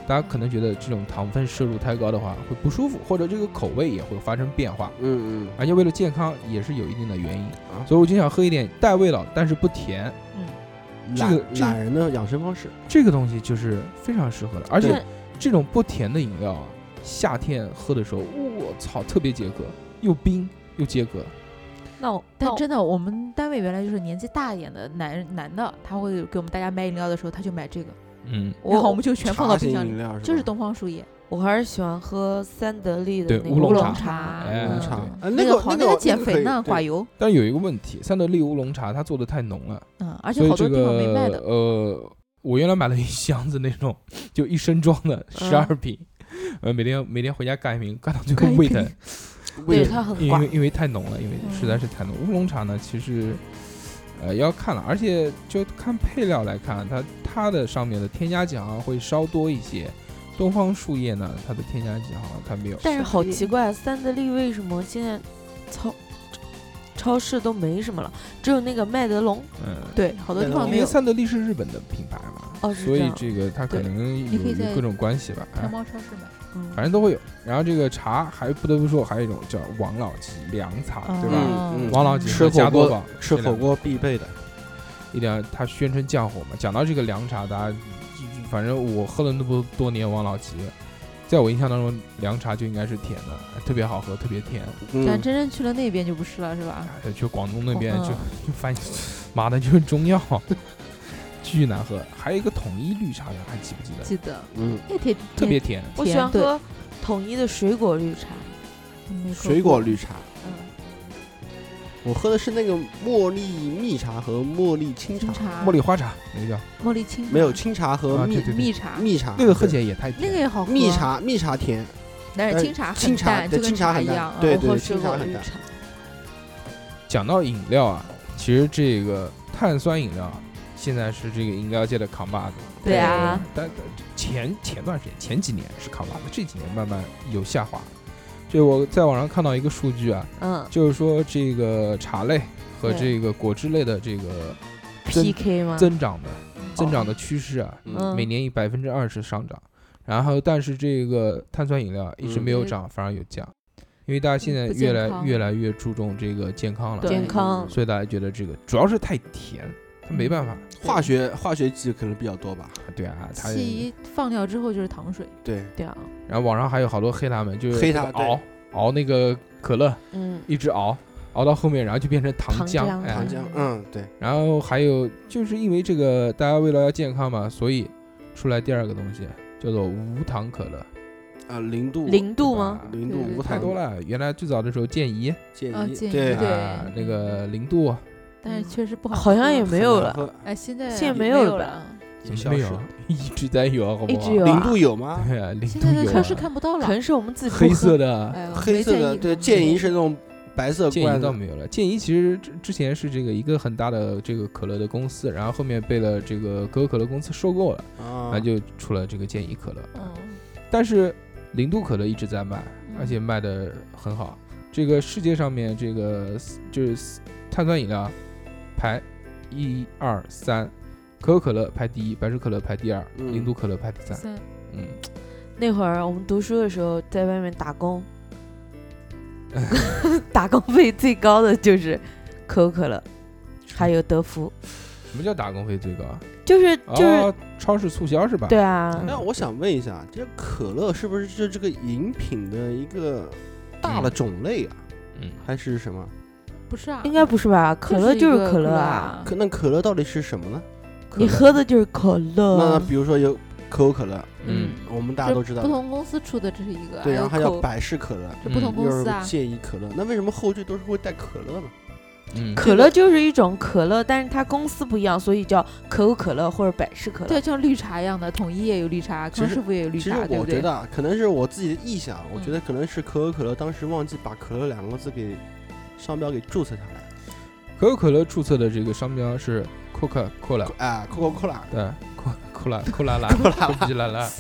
Speaker 2: 大家可能觉得这种糖分摄入太高的话会不舒服，或者这个口味也会发生变化，
Speaker 3: 嗯嗯
Speaker 2: 而且为了健康也是有一定的原因。
Speaker 3: 啊，
Speaker 2: 所以我就想喝一点带味道但是不甜，这
Speaker 3: 嗯懒
Speaker 2: 个这个
Speaker 3: 懒人的养生方式，
Speaker 2: 这个东西就是非常适合的。而且
Speaker 4: 对
Speaker 2: 这种不甜的饮料啊，夏天喝的时候，我操，特别解渴，又冰又解渴。
Speaker 4: 那我那
Speaker 6: 哦
Speaker 5: 但
Speaker 4: 我
Speaker 5: 真的，我们单位原来就是年纪大一点的男男的，他会给我们大家买饮料的时候，他就买这个，
Speaker 2: 嗯，
Speaker 5: 然后我
Speaker 4: 我
Speaker 5: 们就全放到
Speaker 3: 茶
Speaker 5: 冰
Speaker 3: 型
Speaker 5: 箱
Speaker 3: 饮
Speaker 5: 里，
Speaker 3: 料是吧
Speaker 5: 就是东方树叶。
Speaker 4: 我还是喜欢喝三得利的
Speaker 2: 对
Speaker 4: 那个
Speaker 2: 乌龙
Speaker 4: 乌
Speaker 2: 茶
Speaker 4: 龙
Speaker 2: 哎
Speaker 5: 嗯
Speaker 2: 乌龙茶
Speaker 3: 啊
Speaker 5: 嗯
Speaker 3: 那个
Speaker 5: 个好，
Speaker 3: 那个
Speaker 5: 个
Speaker 3: 那
Speaker 5: 减
Speaker 3: 个可
Speaker 5: 肥
Speaker 3: 以
Speaker 5: 呢，
Speaker 3: 对
Speaker 5: 寡油，
Speaker 2: 但有一个问题，三得利乌龙茶它做的太浓了，
Speaker 5: 嗯，而
Speaker 2: 所
Speaker 5: 且
Speaker 2: 以
Speaker 5: 好多
Speaker 2: 这
Speaker 5: 地方没卖
Speaker 2: 个
Speaker 5: 的，
Speaker 2: 呃，我原来买了一箱子那种，就一升装的
Speaker 5: 嗯
Speaker 2: 十二瓶，呃，每天每天回家干一瓶，干到最
Speaker 5: 干
Speaker 2: 后
Speaker 5: 一
Speaker 2: 胃
Speaker 5: 瓶
Speaker 2: 疼，
Speaker 4: 对它很
Speaker 2: 因
Speaker 4: 寡
Speaker 2: 为因为太浓了，因为
Speaker 5: 嗯
Speaker 2: 实在是太浓。乌龙茶呢，其实呃要看了，而且就看配料来看，啊它它的上面的添加剂好像会稍多一些。东方树叶呢，它的添加剂好像它没有。
Speaker 4: 但是好
Speaker 5: 是
Speaker 4: 奇怪，三得利为什么现在超超市都没什么了，只有那个麦德龙
Speaker 2: 嗯，
Speaker 5: 对，好多地
Speaker 3: 对
Speaker 5: 方
Speaker 2: 因
Speaker 5: 没
Speaker 2: 为
Speaker 5: 有。
Speaker 2: 三得利是日本的品牌嘛，
Speaker 4: 哦是
Speaker 2: 所
Speaker 4: 这
Speaker 2: 以
Speaker 4: 样
Speaker 2: 这个它可
Speaker 5: 对
Speaker 2: 能
Speaker 5: 你可以
Speaker 2: 有
Speaker 5: 在
Speaker 2: 各种关系吧。哎
Speaker 5: 天猫超市买，
Speaker 4: 嗯
Speaker 2: 反正都会有。然后这个茶还不得不说，还有一种叫王老吉凉茶，对吧？
Speaker 5: 哦
Speaker 3: 嗯嗯
Speaker 2: 王老吉
Speaker 3: 吃
Speaker 2: 和
Speaker 3: 火
Speaker 2: 加多
Speaker 3: 锅
Speaker 2: 宝
Speaker 3: 吃
Speaker 2: 这两
Speaker 3: 火锅必备的，
Speaker 2: 一定要它宣称降火嘛。讲到这个凉茶，大家反正我喝了那么多年王老吉，在我印象当中，凉茶就应该是甜的，特别好喝，特别甜。
Speaker 5: 咱
Speaker 3: 嗯
Speaker 5: 真正去了那边就不是了，是吧？
Speaker 2: 哎去广东那边
Speaker 5: 哦
Speaker 2: 就
Speaker 5: 嗯
Speaker 2: 就翻译，妈的就是中药， 巨难喝。还有一个统一绿茶，还记不记得？
Speaker 5: 记得
Speaker 3: 嗯，
Speaker 5: 那天
Speaker 2: 特别甜，
Speaker 4: 我喜欢
Speaker 5: 甜对
Speaker 4: 喝统一的水果绿茶，
Speaker 3: 水果绿茶，
Speaker 4: 嗯，
Speaker 3: 我喝的是那个茉莉蜜茶和茉莉清
Speaker 5: 清
Speaker 3: 茶，
Speaker 5: 茶、
Speaker 2: 茉莉花茶那个叫
Speaker 5: 茉莉清
Speaker 3: 没有
Speaker 5: 茶
Speaker 3: 清茶和
Speaker 2: 啊
Speaker 3: 蜜
Speaker 2: 对对
Speaker 5: 蜜茶，
Speaker 3: 蜜茶，
Speaker 2: 那个喝起
Speaker 3: 对
Speaker 2: 来也太
Speaker 5: 那
Speaker 2: 甜
Speaker 5: 个
Speaker 2: 了。
Speaker 5: 也好喝。
Speaker 3: 蜜，茶蜜茶甜，
Speaker 5: 但
Speaker 3: 呃
Speaker 5: 是清茶很
Speaker 3: 清茶
Speaker 5: 淡
Speaker 3: 对
Speaker 5: 就跟
Speaker 3: 清茶很
Speaker 5: 一
Speaker 3: 淡
Speaker 5: 样。嗯
Speaker 3: 对
Speaker 4: 我喝水
Speaker 3: 清
Speaker 4: 果
Speaker 3: 茶很
Speaker 4: 绿
Speaker 3: 淡
Speaker 4: 茶，
Speaker 2: 讲到饮料啊，其实这个碳酸饮料啊，现在是这个饮料界的扛把子。
Speaker 4: 对啊，
Speaker 2: 但但前前段时间前几年是扛把子，这几年慢慢有下滑。这我在网上看到一个数据啊，
Speaker 4: 嗯
Speaker 2: 就是说这个茶类和
Speaker 4: 对
Speaker 2: 这个果汁类的这个增
Speaker 4: ，PK
Speaker 5: 嗯
Speaker 4: 吗？
Speaker 2: 增长的增长的趋势啊，
Speaker 4: 嗯
Speaker 2: 每年以百分之二十上涨。然后，但是这个碳酸饮料一直没有涨，反而有降，因为大家现在
Speaker 5: 嗯嗯不
Speaker 2: 越
Speaker 5: 健
Speaker 2: 来
Speaker 5: 康
Speaker 2: 越来越注重这个健康了。
Speaker 5: 对
Speaker 4: 健康
Speaker 2: 所以大家觉得这个主要是太甜，它没办法。
Speaker 3: 化学化学剂可能比较多吧，
Speaker 2: 对啊，它嗯
Speaker 5: 气一放掉之后就是糖水，
Speaker 3: 对，
Speaker 4: 对啊，
Speaker 2: 然后网上还有好多黑他们，就是
Speaker 3: 黑他
Speaker 2: 熬熬那个可乐，
Speaker 4: 嗯，
Speaker 2: 一直熬熬到后面，然后就变成
Speaker 4: 糖
Speaker 2: 浆，
Speaker 4: 浆
Speaker 2: 哎
Speaker 3: 糖，浆，嗯，对，
Speaker 2: 然后还有就是因为这个，大家为了要健康嘛，所以出来第二个东西叫做无糖可乐，
Speaker 3: 啊，零度
Speaker 4: 零度
Speaker 2: 对吧
Speaker 4: 吗？
Speaker 3: 零度
Speaker 5: 对对
Speaker 3: 无
Speaker 2: 太
Speaker 3: 糖
Speaker 2: 多，了，原来最早的时候健怡
Speaker 3: 建
Speaker 5: 啊
Speaker 3: 议
Speaker 5: 建议
Speaker 3: 对
Speaker 5: 对
Speaker 2: 啊，那个零度
Speaker 5: 但是确实不好喝。
Speaker 4: 好像也没有
Speaker 3: 很难
Speaker 4: 了，
Speaker 3: 喝
Speaker 5: 哎，现在
Speaker 4: 现在
Speaker 5: 也
Speaker 4: 没
Speaker 5: 没
Speaker 4: 有了
Speaker 5: 了，
Speaker 2: 怎么没有啊？ 一直在有啊，好不
Speaker 4: 一
Speaker 2: 好？
Speaker 4: 直有
Speaker 3: 零
Speaker 4: 啊，
Speaker 3: 度有吗？
Speaker 2: 对啊，零
Speaker 5: 现
Speaker 2: 度
Speaker 5: 在的
Speaker 2: 有
Speaker 5: 超市
Speaker 2: 啊，
Speaker 5: 看不到了
Speaker 4: 可。能是我们自己不
Speaker 2: 黑
Speaker 4: 喝
Speaker 2: 色的。
Speaker 5: 哎，我
Speaker 3: 黑
Speaker 5: 没
Speaker 3: 色
Speaker 5: 在
Speaker 3: 的，
Speaker 5: 意
Speaker 3: 对，
Speaker 5: 嗯
Speaker 3: 建议是那种白色
Speaker 2: 建
Speaker 3: 罐
Speaker 2: 怡
Speaker 3: 子
Speaker 2: 倒，没有了。建怡其实之之前是这个一个很大的这个可乐的公司，然后后面被了这个可口可乐公司收购了，然
Speaker 3: 啊
Speaker 2: 后，就出了这个建怡可乐。
Speaker 5: 嗯，
Speaker 2: 但是零度可乐一直在卖，
Speaker 4: 嗯
Speaker 2: 而且卖的很好。这个世界上面这个就是碳酸饮料排一二三，可口可乐排第一，百事可乐排第二，
Speaker 3: 嗯
Speaker 2: 零度可乐排第三。
Speaker 5: 三
Speaker 2: 嗯，
Speaker 4: 那会儿我们读书的时候，在外面打工， 打工费最高的就是可口可乐，还有德芙，
Speaker 2: 什么叫打工费最高啊？
Speaker 4: 就是就是
Speaker 2: 哦，超市促销是吧？
Speaker 4: 对啊，
Speaker 3: 哎那我想问一下，这可乐是不是就这个饮品的一个大的种类啊，
Speaker 2: 嗯，
Speaker 3: 还是什么？
Speaker 5: 不是啊，
Speaker 4: 应该不是吧？可乐
Speaker 5: 就
Speaker 4: 就是
Speaker 5: 一
Speaker 4: 是
Speaker 5: 个
Speaker 4: 可
Speaker 5: 乐
Speaker 4: 乐啊，
Speaker 3: 可那可乐到底是什么呢？
Speaker 2: 可
Speaker 4: 你
Speaker 2: 乐
Speaker 4: 喝的就是可嗯
Speaker 3: 那
Speaker 4: 乐，
Speaker 3: 比如说有可口可乐，
Speaker 2: 嗯。
Speaker 3: 我们大
Speaker 5: 这
Speaker 3: 家都知道
Speaker 5: 不
Speaker 3: 的，
Speaker 5: 同公司出的这是一个，
Speaker 3: 对，然后还有
Speaker 5: 口
Speaker 3: 百事可乐，
Speaker 5: 这不同
Speaker 2: 嗯
Speaker 5: 公
Speaker 3: 又是
Speaker 5: 司啊，
Speaker 3: 建议可乐，那为什么后缀都是会带可乐呢？
Speaker 2: 嗯，
Speaker 4: 可乐就是一种可乐，但是它公司不一样，所以叫可口可乐或者百事可乐
Speaker 5: 对，。像绿茶一样的，统一也有绿茶，
Speaker 3: 其
Speaker 5: 康
Speaker 3: 实
Speaker 5: 师傅也有绿
Speaker 3: 其实
Speaker 5: 茶，对
Speaker 3: 我
Speaker 5: 不
Speaker 3: 觉
Speaker 5: 对
Speaker 3: 得？啊，可能是我自己的臆想，我
Speaker 5: 嗯
Speaker 3: 觉得可能是可口可乐当时忘记把可乐两个字给商标给注册下来。
Speaker 2: 可口可乐注册的这个商标是 Coca Cola，
Speaker 3: 啊，Coca-Cola，
Speaker 2: 对，Coca Cola Cola 啦
Speaker 3: Cola
Speaker 2: ，Coca 啦啦，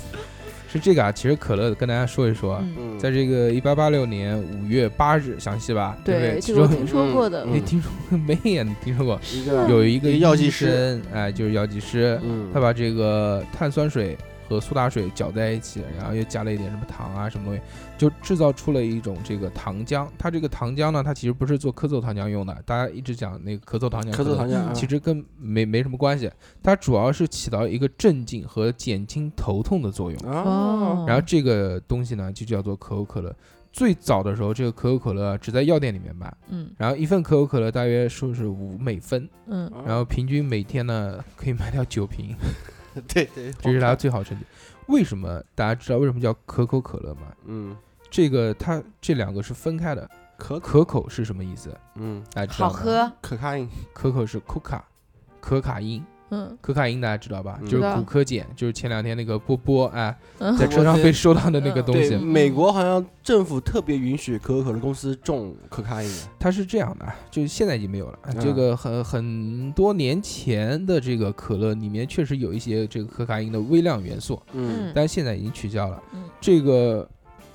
Speaker 2: 是这个啊。其实可乐跟大家说一说啊，
Speaker 6: 嗯，
Speaker 3: 嗯，
Speaker 2: 在这个一八八六年五月八日，详细吧？对不对？
Speaker 6: 对，这
Speaker 2: 其
Speaker 6: 个我
Speaker 2: 中
Speaker 6: 听说过的
Speaker 3: 嗯，
Speaker 2: 你听说过 没呀？你听说过？
Speaker 3: 一个
Speaker 2: 有一个
Speaker 3: 一嗯个药剂
Speaker 2: 医
Speaker 3: 师
Speaker 2: 生，哎，就是药剂师，
Speaker 3: 嗯，
Speaker 2: 他把这个碳酸水和苏打水搅在一起，然后又加了一点什么糖啊什么东西，就制造出了一种这个糖浆。它这个糖浆呢，它其实不是做咳嗽糖浆用的，大家一直讲那个咳嗽糖浆，
Speaker 3: 咳嗽糖浆啊，
Speaker 2: 嗯其实跟没没什么关系，它主要是起到一个镇静和减轻头痛的作用。
Speaker 5: 哦
Speaker 3: 啊，
Speaker 2: 嗯
Speaker 4: 哦
Speaker 2: 然后这个东西呢，就叫做可口可乐。最早的时候，这个可口可乐啊只在药店里面卖，
Speaker 6: 嗯
Speaker 2: 然后一份可口可乐大约说是五美分，
Speaker 6: 嗯，
Speaker 3: 啊
Speaker 2: 然后平均每天呢可以卖掉九瓶，
Speaker 3: 对对，
Speaker 2: 这是它最好成绩。为什么大家知道为什么叫可口可乐吗？
Speaker 3: 嗯，
Speaker 2: 这个它这两个是分开的。
Speaker 3: 可
Speaker 2: 可口是什么意思？
Speaker 3: 嗯，
Speaker 2: 大家知道
Speaker 4: 好
Speaker 2: 吗？
Speaker 4: 喝，
Speaker 3: 可卡因，
Speaker 2: 可口是 coca，可卡因。
Speaker 6: 嗯
Speaker 2: 可卡因大家知道吧？
Speaker 3: 嗯
Speaker 2: 就是
Speaker 6: 知道
Speaker 2: 骨科碱，就是前两天那个波波哎，
Speaker 6: 嗯
Speaker 2: 在车上被收到的那个东
Speaker 5: 嗯
Speaker 3: 对，
Speaker 2: 西。
Speaker 3: 美国好像政府特别允许可口可乐公司种可卡因，
Speaker 2: 它是这样的，就是现在已经没有了。啊
Speaker 3: 嗯
Speaker 2: 这个很很多年前的这个可乐里面确实有一些这个可卡因的微量元素，
Speaker 4: 嗯，
Speaker 2: 但是现在已经取消了
Speaker 6: 嗯。
Speaker 2: 这个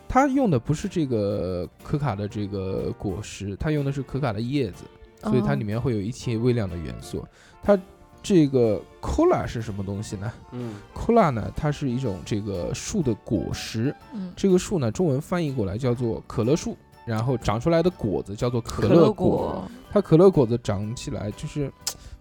Speaker 2: 它用的不是这个可卡的这个果实，它用的是可卡的叶子，所以它
Speaker 6: 哦
Speaker 2: 里面会有一些微量的元素。它这个 cola 是什么东西呢？
Speaker 3: 嗯，
Speaker 2: cola 呢，它是一种这个树的果实，
Speaker 6: 嗯
Speaker 2: 这个树呢，中文翻译过来叫做可乐树，然后长出来的果子叫做可
Speaker 3: 可乐
Speaker 2: 乐果。它可乐果子长起来就是嘖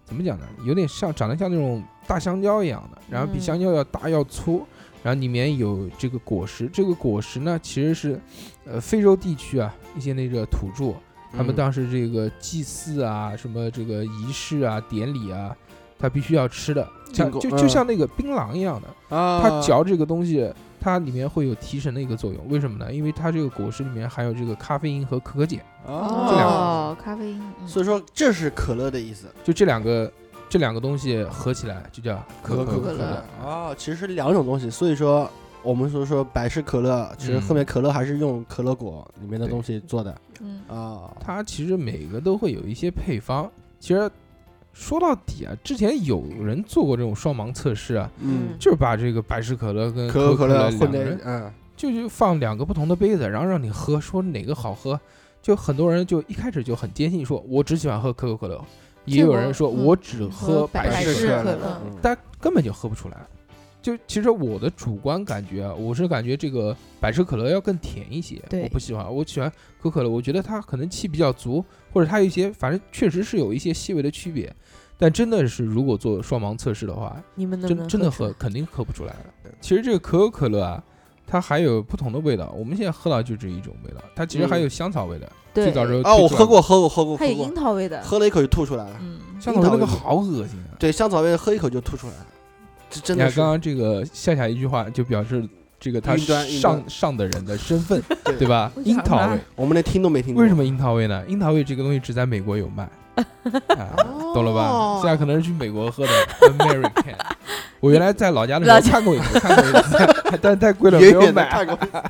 Speaker 2: 怎么讲呢？有点像长得像那种大香蕉一样的，然后比
Speaker 4: 嗯
Speaker 2: 香蕉要大要粗，然后里面有这个果实。这个果实呢，其实是呃非洲地区啊一些那个土著，他
Speaker 3: 嗯
Speaker 2: 们当时这个祭祀啊、什么这个仪式啊、典礼啊，他必须要吃的，
Speaker 3: 进
Speaker 2: 像
Speaker 3: 贡
Speaker 2: 就
Speaker 3: 嗯
Speaker 2: 就像那个槟榔一样的，
Speaker 3: 啊，
Speaker 2: 它嚼这个东西，它里面会有提神的一个作用。为什么呢？因为它这个果实里面含有这个咖啡因和可可碱，这两
Speaker 6: 哦，咖啡因，嗯
Speaker 3: 啊所以说这是可乐的意思，
Speaker 2: 就这两个这两个东西合起来就叫可
Speaker 3: 可
Speaker 2: 口
Speaker 3: 可
Speaker 2: 可
Speaker 6: 乐
Speaker 2: 乐。
Speaker 3: 啊，其实是两种东西，所以说。我们所说百事可乐，其实后面可乐还是用可乐果里面的东西做的
Speaker 6: 嗯
Speaker 3: 啊。
Speaker 2: 它其实每个都会有一些配方。其实说到底啊，之前有人做过这种双盲测试啊，
Speaker 3: 嗯，
Speaker 2: 就是把这个百事可乐跟
Speaker 3: 可口
Speaker 2: 可
Speaker 3: 可乐
Speaker 2: 乐两
Speaker 3: 混
Speaker 2: 个
Speaker 3: 在
Speaker 2: 人
Speaker 3: 嗯
Speaker 2: 就就放两个不同的杯子，然后让你喝，说哪个好喝。就很多人就一开始就很坚信说，我只喜欢喝可口可乐。也
Speaker 6: 结
Speaker 2: 有
Speaker 6: 果
Speaker 2: 人说
Speaker 6: 嗯
Speaker 2: 我只
Speaker 6: 喝
Speaker 2: 喝
Speaker 6: 百
Speaker 2: 百
Speaker 3: 事
Speaker 2: 事
Speaker 6: 事
Speaker 2: 可乐，
Speaker 3: 可
Speaker 6: 可
Speaker 3: 乐
Speaker 6: 乐，
Speaker 3: 嗯
Speaker 2: 但根本就喝不出来。就其实我的主观感觉啊，我是感觉这个百事可乐要更甜一些，
Speaker 6: 对
Speaker 2: 我不喜欢，我喜欢可口可乐，我觉得它可能气比较足，或者它有一些，反正确实是有一些细微的区别。但真的是，如果做双盲测试的话，
Speaker 4: 你们能不
Speaker 2: 真
Speaker 4: 能
Speaker 2: 真的
Speaker 4: 出
Speaker 2: 喝肯定喝不出来的。其实这个可口可乐啊，它还有不同的味道。我们现在喝到就这一种味道，它其实还有香草味的。
Speaker 6: 对
Speaker 2: 最早时候
Speaker 3: 啊，
Speaker 2: 推
Speaker 3: 我
Speaker 2: 出来
Speaker 3: 喝过，喝过，喝过，
Speaker 5: 还
Speaker 3: 喝
Speaker 5: 有樱
Speaker 3: 过，
Speaker 5: 桃味的，
Speaker 3: 喝了一口就吐出来了。
Speaker 6: 嗯，
Speaker 2: 香草味那个好恶心啊！
Speaker 3: 对，香草味喝一口就吐出来了，这真
Speaker 2: 你
Speaker 3: 的
Speaker 2: 看
Speaker 3: 是
Speaker 2: 刚刚这个夏夏一句话就表示这个他
Speaker 3: 云端云
Speaker 2: 上上的人的身 份，对吧？
Speaker 6: 为啥
Speaker 2: 樱桃味
Speaker 6: 呢，
Speaker 3: 我们连听都没听过。
Speaker 2: 为什么樱桃味呢？樱桃味这个东西只在美国有卖，啊懂了
Speaker 3: 哦
Speaker 2: 吧？夏夏可能是去美国喝的 American。我原来在老家的时候
Speaker 4: 老家
Speaker 2: 看过一次，看过一次，但是太贵了没
Speaker 3: 远
Speaker 2: 有
Speaker 3: 远的
Speaker 2: 买。
Speaker 3: 看过，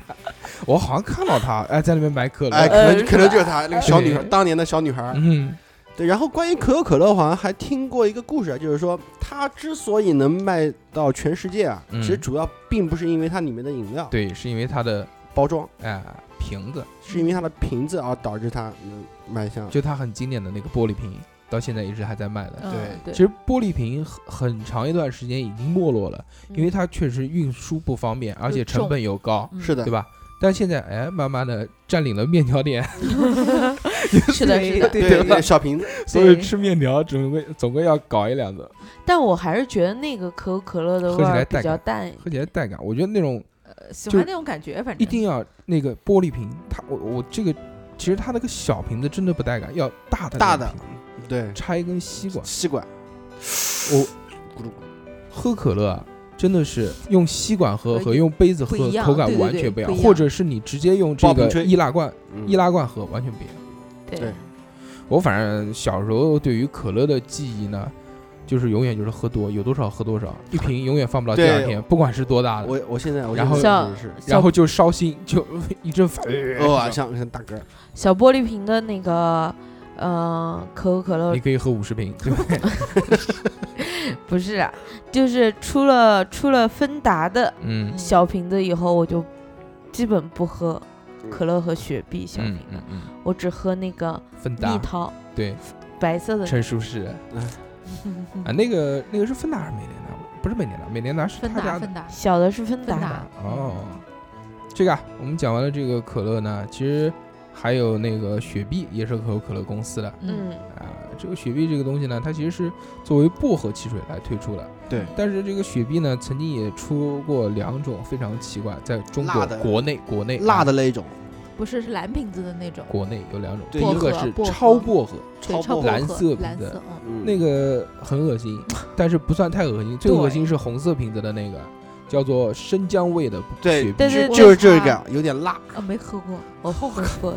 Speaker 2: 我好像看到他， 哎，在那边买可乐。
Speaker 3: 哎，可能
Speaker 4: 呃
Speaker 3: 可能就是她那个小女孩，
Speaker 2: 对
Speaker 3: 当年的小女孩。
Speaker 2: 嗯，
Speaker 3: 对，然后关于可口可乐，好像还听过一个故事啊，就是说它之所以能卖到全世界啊，
Speaker 2: 嗯
Speaker 3: 其实主要并不是因为它里面的饮料
Speaker 2: 对，是因为它的
Speaker 3: 包装，
Speaker 2: 哎瓶子，
Speaker 3: 是因为它的瓶子而导致它能卖向。
Speaker 2: 就它很经典的那个玻璃瓶，到现在一直还在卖的。
Speaker 6: 嗯
Speaker 3: 对
Speaker 2: 其
Speaker 6: 对，
Speaker 2: 实玻璃瓶很很长一段时间已经没落了，因为它确实运输不方便，而且成本又高，
Speaker 6: 嗯
Speaker 3: 是的
Speaker 2: 对，吧？但现在哎，慢慢的占领了面条店，
Speaker 4: 是的，是的。
Speaker 3: 对
Speaker 2: 对吧
Speaker 3: 对，小瓶子，
Speaker 2: 所以吃面条总归总归要搞一两个，
Speaker 4: 但我还是觉得那个可口可乐的
Speaker 2: 喝
Speaker 4: 味
Speaker 2: 起来
Speaker 4: 儿
Speaker 2: 带
Speaker 4: 比较
Speaker 2: 感
Speaker 4: 淡一
Speaker 2: 喝起来带感。我觉得那种
Speaker 6: 喜
Speaker 2: 就
Speaker 6: 欢那种感觉，反正
Speaker 2: 一定要那个玻璃瓶，它我我这个其实它那个小瓶子真的不带感，要大的
Speaker 3: 大
Speaker 2: 那
Speaker 3: 的
Speaker 2: 个瓶
Speaker 3: 对，
Speaker 2: 插一根吸管。
Speaker 3: 吸管，
Speaker 2: 我喝可乐啊，真的是用吸管喝和用杯子喝
Speaker 6: 呃不一样
Speaker 2: 口感
Speaker 6: 对对
Speaker 2: 完
Speaker 6: 对
Speaker 2: 全不一
Speaker 6: 不
Speaker 2: 样，
Speaker 6: 一样
Speaker 2: 或者是你直接用这
Speaker 3: 爆
Speaker 2: 个
Speaker 3: 瓶吹
Speaker 2: 易拉罐
Speaker 3: 嗯
Speaker 2: 易拉罐喝完全不一样。
Speaker 4: 对
Speaker 3: 对
Speaker 2: 我反正小时候对于可乐的记忆呢，就是永远就是喝多，有多少喝多少，一瓶永远放不了第
Speaker 3: 对
Speaker 2: 二天，不管是多大的，
Speaker 3: 我我现在我
Speaker 2: 然后
Speaker 3: 现在也是，
Speaker 2: 然后就烧心，就 一阵反。
Speaker 6: 呃
Speaker 3: 哦，啊像像大哥，
Speaker 4: 小玻璃瓶的那个，呃，可口可乐
Speaker 2: 你可以喝五十瓶，对不对？
Speaker 4: 不是啊，就是出了出了芬达的
Speaker 2: 嗯
Speaker 4: 小瓶子以后，我就基本不喝可乐和雪碧小瓶
Speaker 2: 嗯
Speaker 4: 的
Speaker 2: 嗯，嗯，
Speaker 4: 我只喝那个
Speaker 2: 芬达
Speaker 4: 蜜桃
Speaker 2: 对，
Speaker 4: 白色的。
Speaker 2: 陈淑氏啊，那个那个是芬达还是美年达？不是美年达，美年达是
Speaker 6: 芬
Speaker 2: 他
Speaker 6: 达
Speaker 2: 家的
Speaker 6: 芬达
Speaker 4: 小的是芬
Speaker 6: 芬
Speaker 4: 达
Speaker 6: 达，
Speaker 2: 哦，这个啊，我们讲完了这个可乐呢，其实还有那个雪碧，也是可口可乐公司的
Speaker 6: 嗯
Speaker 4: 嗯，
Speaker 2: 啊。这个雪碧这个东西呢，它其实是作为薄荷汽水来推出的。
Speaker 3: 对
Speaker 2: 但是这个雪碧呢，曾经也出过两种非常奇怪，在中国
Speaker 3: 辣的
Speaker 2: 国内国内
Speaker 3: 辣
Speaker 2: 啊
Speaker 3: 的那一种，
Speaker 6: 不是是蓝瓶子的那种，
Speaker 2: 国内有两种，
Speaker 3: 对
Speaker 2: 一
Speaker 6: 薄
Speaker 2: 个
Speaker 6: 荷
Speaker 2: 是
Speaker 6: 薄荷
Speaker 2: 超薄荷，
Speaker 6: 对
Speaker 3: 超
Speaker 6: 超薄
Speaker 3: 薄荷
Speaker 2: 蓝色
Speaker 6: 荷
Speaker 2: 瓶
Speaker 6: 蓝
Speaker 2: 子
Speaker 6: 色，嗯，
Speaker 3: 嗯
Speaker 2: 那个很恶心，但是不算太恶心，最恶心是红色瓶子的那个，叫做生姜味的
Speaker 3: 对
Speaker 2: 雪碧
Speaker 4: 对，对对，
Speaker 3: 就是这个有点辣，
Speaker 6: 啊没喝过，
Speaker 4: 我后悔过，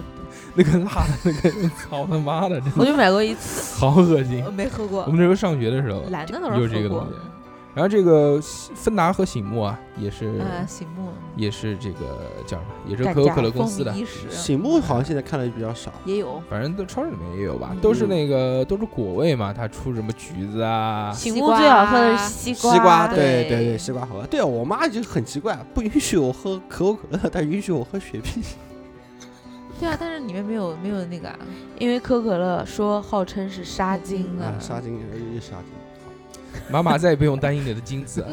Speaker 2: 那个辣的那个，操他妈的，真
Speaker 4: 我
Speaker 2: 的
Speaker 4: 就买过一次。
Speaker 2: 好恶心
Speaker 6: 我。没喝
Speaker 2: 我
Speaker 6: 过
Speaker 2: 们，那时候上学的时候，
Speaker 6: 蓝的倒
Speaker 2: 有
Speaker 6: 是
Speaker 2: 嗯这个
Speaker 6: 喝过
Speaker 2: 东西，
Speaker 4: 嗯
Speaker 2: 然后这个芬达和醒目啊，也是
Speaker 4: 呃嗯
Speaker 6: 啊，醒目，
Speaker 2: 也是这个叫什么，也是
Speaker 4: 代
Speaker 2: 可口
Speaker 4: 驾
Speaker 2: 可乐公
Speaker 6: 风
Speaker 2: 司的
Speaker 6: 靡，一时
Speaker 3: 醒目好像现在看的比较少，
Speaker 6: 也有
Speaker 2: 反正都超市里面也有吧，
Speaker 6: 嗯
Speaker 2: 都是那个都是果味嘛，它出什么橘子啊，
Speaker 4: 醒
Speaker 6: 西
Speaker 4: 目最好喝的
Speaker 6: 瓜
Speaker 4: 是西
Speaker 3: 西瓜，对对
Speaker 4: 对
Speaker 3: 对，西瓜好喝。对啊，我妈就很奇怪，不允许我喝可口可乐，但允许我喝雪碧。
Speaker 6: 对啊，但是里面没有没有那个啊，
Speaker 4: 因为可口可乐说号称是杀精
Speaker 6: 嗯
Speaker 4: 啊，
Speaker 3: 啊，杀精，又杀精。好
Speaker 2: 妈妈再也不用担心你的精 子。啊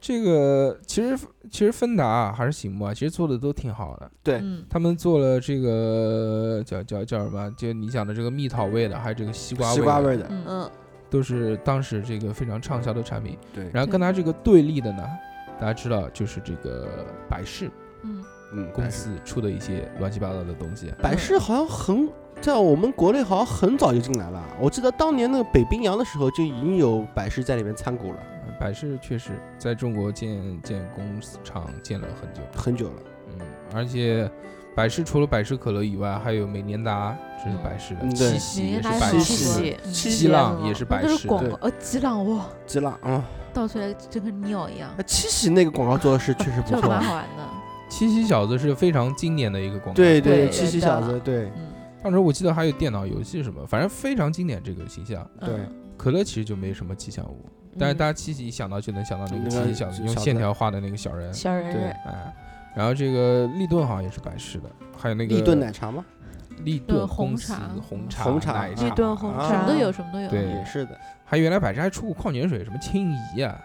Speaker 2: 这个其实其实芬达啊还是醒目啊，其实做的都挺好的。
Speaker 3: 对
Speaker 6: 嗯，
Speaker 2: 他们做了这个叫叫叫什么？就你讲的这个蜜桃味的，还有这个西瓜味
Speaker 3: 西
Speaker 2: 的，
Speaker 3: 瓜味的，
Speaker 6: 嗯
Speaker 4: 嗯，
Speaker 2: 都是当时这个非常畅销的产品。
Speaker 3: 对，
Speaker 2: 然后跟它这个对立的呢，大家知道就是这个百事
Speaker 6: 嗯，
Speaker 3: 嗯，
Speaker 2: 公
Speaker 3: 百事
Speaker 2: 司出的一些乱七八糟的东西。
Speaker 3: 百事好像很在我们国内好像很早就进来了，我记得当年那个北冰洋的时候就已经有百事在里面参股了，
Speaker 2: 百事确实在中国建建工厂建了很久。
Speaker 3: 很久了。
Speaker 2: 嗯，而且百事除了百事可乐以外，还有美年达，这是百事的；
Speaker 3: 嗯对
Speaker 2: 七喜
Speaker 6: 美
Speaker 2: 也
Speaker 6: 年
Speaker 2: 是
Speaker 6: 达
Speaker 2: 百
Speaker 3: 是
Speaker 2: 事
Speaker 3: 七
Speaker 2: 的；
Speaker 3: 喜七
Speaker 2: 七浪也是
Speaker 6: 那嗯
Speaker 2: 百
Speaker 6: 都
Speaker 2: 事
Speaker 6: 是广
Speaker 2: 的。
Speaker 6: 告，哦，激浪哇，
Speaker 3: 激浪啊，
Speaker 6: 倒出来就跟尿一样
Speaker 3: 那，七喜那个广告做的是确实不
Speaker 6: 就
Speaker 3: 错
Speaker 6: 蛮
Speaker 3: 啊，
Speaker 6: 好玩的，
Speaker 2: 七喜小子是非常经典的一个广告。
Speaker 3: 对对，
Speaker 4: 对
Speaker 3: 七喜
Speaker 4: 对
Speaker 3: 小
Speaker 4: 的
Speaker 3: 子，对
Speaker 6: 嗯
Speaker 2: 当时我记得还有电脑游戏什么，反正非常经典这个形象。
Speaker 3: 对
Speaker 6: 嗯
Speaker 2: 可乐其实就没什么吉祥物，但
Speaker 4: 嗯
Speaker 2: 是大家七喜一想到就能想到那个
Speaker 3: 嗯那
Speaker 2: 七
Speaker 3: 个
Speaker 2: 喜小子
Speaker 3: 小
Speaker 2: 用
Speaker 3: 子
Speaker 2: 线条画的那个小人，
Speaker 4: 小人
Speaker 3: 对
Speaker 4: 儿，
Speaker 2: 哎，然后这个立顿好像也是百事的，还有那个
Speaker 3: 立顿奶茶吗？
Speaker 2: 立顿
Speaker 6: 顿红
Speaker 2: 公司
Speaker 6: 茶
Speaker 2: 红茶
Speaker 3: 红茶啊
Speaker 2: 奶
Speaker 3: 立
Speaker 2: 茶
Speaker 4: 顿红
Speaker 6: 什么
Speaker 4: 茶
Speaker 6: 都有，什么都有，嗯
Speaker 2: 对
Speaker 3: 也是的，
Speaker 2: 还原来百事还出过矿泉水，什么清怡啊，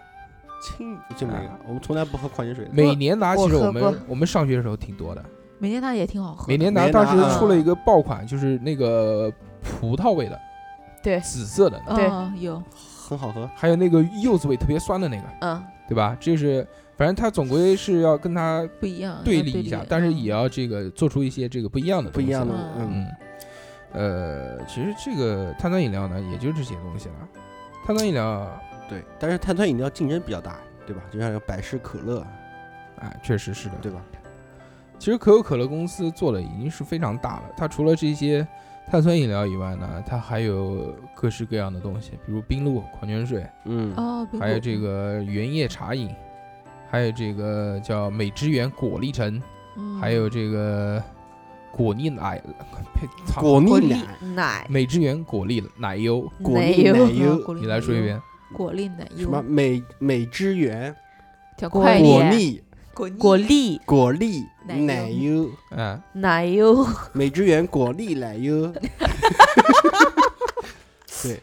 Speaker 3: 清就没有
Speaker 2: 啊，
Speaker 3: 我们从来不喝矿泉水的。
Speaker 2: 每年达
Speaker 4: 我
Speaker 2: 其实
Speaker 4: 喝
Speaker 2: 我们
Speaker 4: 过
Speaker 2: 我们上学的时候挺多的。
Speaker 6: 每年它也挺好喝的，
Speaker 2: 每年达
Speaker 3: 美
Speaker 2: 当
Speaker 3: 年达
Speaker 2: 时出了一个爆款，就是那个葡萄味的，
Speaker 4: 对
Speaker 2: 紫色的，
Speaker 4: 对
Speaker 6: 哦有，
Speaker 3: 很好喝，
Speaker 2: 还有那个柚子味特别酸的那个，
Speaker 4: 嗯，
Speaker 2: 对吧？这是反正它总归是要跟它
Speaker 5: 嗯
Speaker 6: 不一样，嗯
Speaker 2: 对
Speaker 6: 要
Speaker 2: 立一下，但是也要这个做出一些这个不一样的
Speaker 3: 不
Speaker 2: 东西
Speaker 3: 一样的，嗯，
Speaker 2: 嗯，呃，其实这个碳酸饮料呢，也就这些东西了。碳酸饮料
Speaker 3: 对。但是碳酸饮料竞争比较大，对吧？就像百事可乐，
Speaker 2: 哎，确实是的。
Speaker 3: 对吧？
Speaker 2: 其实可口可乐公司做的已经是非常大了，它除了这些碳酸饮料以外呢，它还有各式各样的东西，比如冰露、矿泉水，
Speaker 3: 嗯，
Speaker 6: 哦，冰
Speaker 2: 还有
Speaker 6: 果
Speaker 2: 这，个原叶茶饮，还有这个叫美汁源果粒橙，
Speaker 6: 嗯
Speaker 2: 还有这个果粒奶，呸，操
Speaker 3: 果
Speaker 4: 果
Speaker 3: 粒
Speaker 4: 粒
Speaker 3: 奶，
Speaker 4: 奶
Speaker 2: 美汁源果粒奶油，
Speaker 3: 果
Speaker 4: 奶
Speaker 3: 粒
Speaker 4: 油
Speaker 3: 奶
Speaker 6: 啊
Speaker 3: 油，
Speaker 6: 果粒
Speaker 2: 你
Speaker 6: 奶
Speaker 2: 来说一
Speaker 6: 油，
Speaker 2: 遍，
Speaker 6: 果粒奶
Speaker 3: 什么
Speaker 6: 油，
Speaker 3: 美美之源，
Speaker 6: 叫
Speaker 4: 果
Speaker 6: 快
Speaker 4: 粒
Speaker 3: 果
Speaker 6: 点，
Speaker 3: 粒
Speaker 6: 果粒
Speaker 4: 果粒
Speaker 3: 果粒
Speaker 6: 奶
Speaker 3: 奶油，
Speaker 2: 嗯，
Speaker 4: 奶油，
Speaker 3: 美之源果粒奶油。对，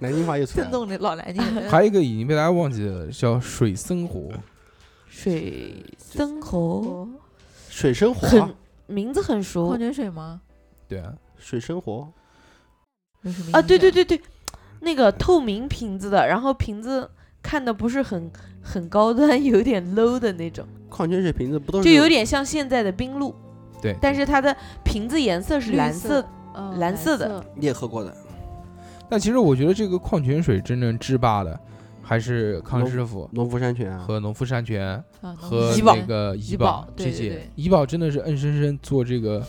Speaker 3: 南京话又出来
Speaker 6: 正
Speaker 3: 了。
Speaker 6: 宗的老 南京
Speaker 5: 嗯
Speaker 6: 人，
Speaker 2: 还有一个已经被大家忘记了，叫水生活，
Speaker 4: 水生活，
Speaker 6: 哦
Speaker 3: 水生活
Speaker 4: 很，名字很熟
Speaker 6: 矿泉水吗？
Speaker 2: 对啊，
Speaker 3: 水生活，
Speaker 6: 有什么
Speaker 4: 啊，
Speaker 6: 印
Speaker 4: 对对
Speaker 6: 象，
Speaker 4: 对对，那个透明瓶子的，然后瓶子看的不是很很高端，有点 low 的那种，
Speaker 3: 矿泉水瓶子不都是
Speaker 4: 就有点像现在的冰露，
Speaker 2: 对，
Speaker 4: 但是它的瓶子颜色是
Speaker 6: 绿
Speaker 4: 蓝
Speaker 6: 色
Speaker 4: 色，
Speaker 6: 的，哦
Speaker 4: 蓝
Speaker 6: 蓝
Speaker 4: 色的
Speaker 3: 你也喝过的？
Speaker 2: 但其实我觉得这个矿泉水真正制霸的还是康师傅
Speaker 3: 农夫山泉啊，
Speaker 2: 和农夫山泉
Speaker 6: 啊，
Speaker 2: 和
Speaker 4: 怡宝
Speaker 2: 那个怡
Speaker 6: 怡
Speaker 2: 宝
Speaker 6: 宝对
Speaker 2: 这
Speaker 6: 对
Speaker 2: 些
Speaker 6: 对。
Speaker 2: 怡宝真的是硬生生做做这个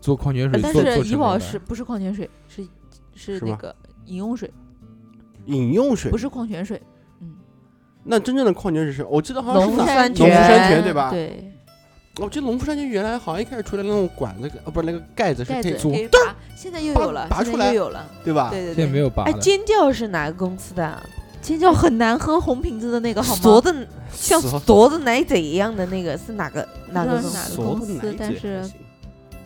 Speaker 2: 做矿泉
Speaker 6: 呃
Speaker 2: 水
Speaker 6: 但
Speaker 5: 呃
Speaker 2: 做做
Speaker 6: 是怡
Speaker 2: 成
Speaker 6: 宝
Speaker 2: 功
Speaker 6: 是
Speaker 2: 的。
Speaker 6: 不是矿泉水？是
Speaker 5: 是
Speaker 3: 是
Speaker 5: 那
Speaker 3: 吧
Speaker 5: 个饮用水，
Speaker 3: 饮用水
Speaker 5: 不是矿泉水。嗯，
Speaker 3: 那真正的矿泉水是，我记得好像
Speaker 4: 农
Speaker 3: 是
Speaker 4: 夫
Speaker 3: 在，
Speaker 4: 山
Speaker 3: 农夫山泉
Speaker 4: 泉
Speaker 3: 对吧
Speaker 4: 对，
Speaker 3: 我记得农夫山泉原来好像一开始出来那种管子，哦，不是那个盖子是可
Speaker 5: 盖子
Speaker 3: 以
Speaker 5: 可
Speaker 3: 做，
Speaker 5: 以拔，现在又
Speaker 3: 拔
Speaker 5: 有了，
Speaker 3: 拔
Speaker 5: 现
Speaker 3: 出
Speaker 5: 在
Speaker 3: 来啊
Speaker 5: 又有了。
Speaker 3: 对吧？
Speaker 5: 对对
Speaker 2: 现在没
Speaker 5: 对，
Speaker 2: 有拔
Speaker 4: 哎，
Speaker 2: 了。
Speaker 4: 尖叫是哪个公司的啊？
Speaker 5: 尖叫很难喝，红瓶子的那个好
Speaker 4: 锁
Speaker 5: 吗？
Speaker 4: 的像
Speaker 3: 锁
Speaker 4: 锁的奶嘴一样的那个是哪个哪
Speaker 5: 不
Speaker 4: 个
Speaker 5: 知
Speaker 4: 公
Speaker 5: 道是哪
Speaker 4: 司？
Speaker 5: 个
Speaker 3: 索
Speaker 5: 公
Speaker 3: 的
Speaker 5: 司
Speaker 3: 奶
Speaker 5: 但
Speaker 3: 嘴
Speaker 5: 是
Speaker 3: 还行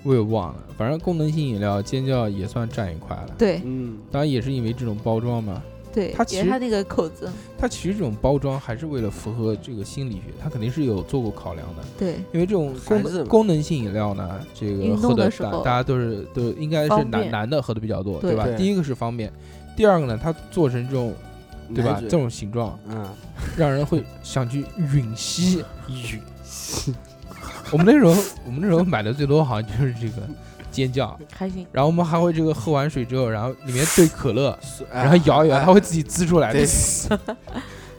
Speaker 2: 我也忘了，反正功能性饮料尖叫也算占一块了。
Speaker 5: 对
Speaker 3: 嗯，
Speaker 2: 当然也是因为这种包装嘛，
Speaker 5: 对，
Speaker 2: 它其
Speaker 5: 也
Speaker 2: 实
Speaker 5: 是它那个口子，
Speaker 2: 它其实这种包装还是为了符合这个心理学，它肯定是有做过考量的。
Speaker 5: 对
Speaker 2: 因为这种功
Speaker 3: 孩子
Speaker 2: 能
Speaker 3: 嘛
Speaker 2: 功能性饮料呢，这个
Speaker 5: 运
Speaker 2: 喝
Speaker 5: 动
Speaker 2: 的
Speaker 5: 的时
Speaker 2: 大
Speaker 5: 候
Speaker 2: 大家都是都应该是
Speaker 4: 方
Speaker 2: 男
Speaker 4: 便
Speaker 2: 男的喝的比较多，
Speaker 5: 对
Speaker 2: 吧？
Speaker 3: 对
Speaker 2: 第一个是方便，第二个呢，它做成这种对吧
Speaker 3: 奶
Speaker 2: 这
Speaker 3: 嘴
Speaker 2: 种形状，
Speaker 3: 嗯，
Speaker 2: 让人会想去吮吸。
Speaker 3: 雨
Speaker 2: 我们那时候我们那时候买的最多好像就是这个尖叫，
Speaker 4: 还行，
Speaker 2: 然后我们还会这个喝完水之后，然后里面兑可乐，然后摇一摇，
Speaker 3: 哎
Speaker 2: 它会自己滋出来，
Speaker 3: 对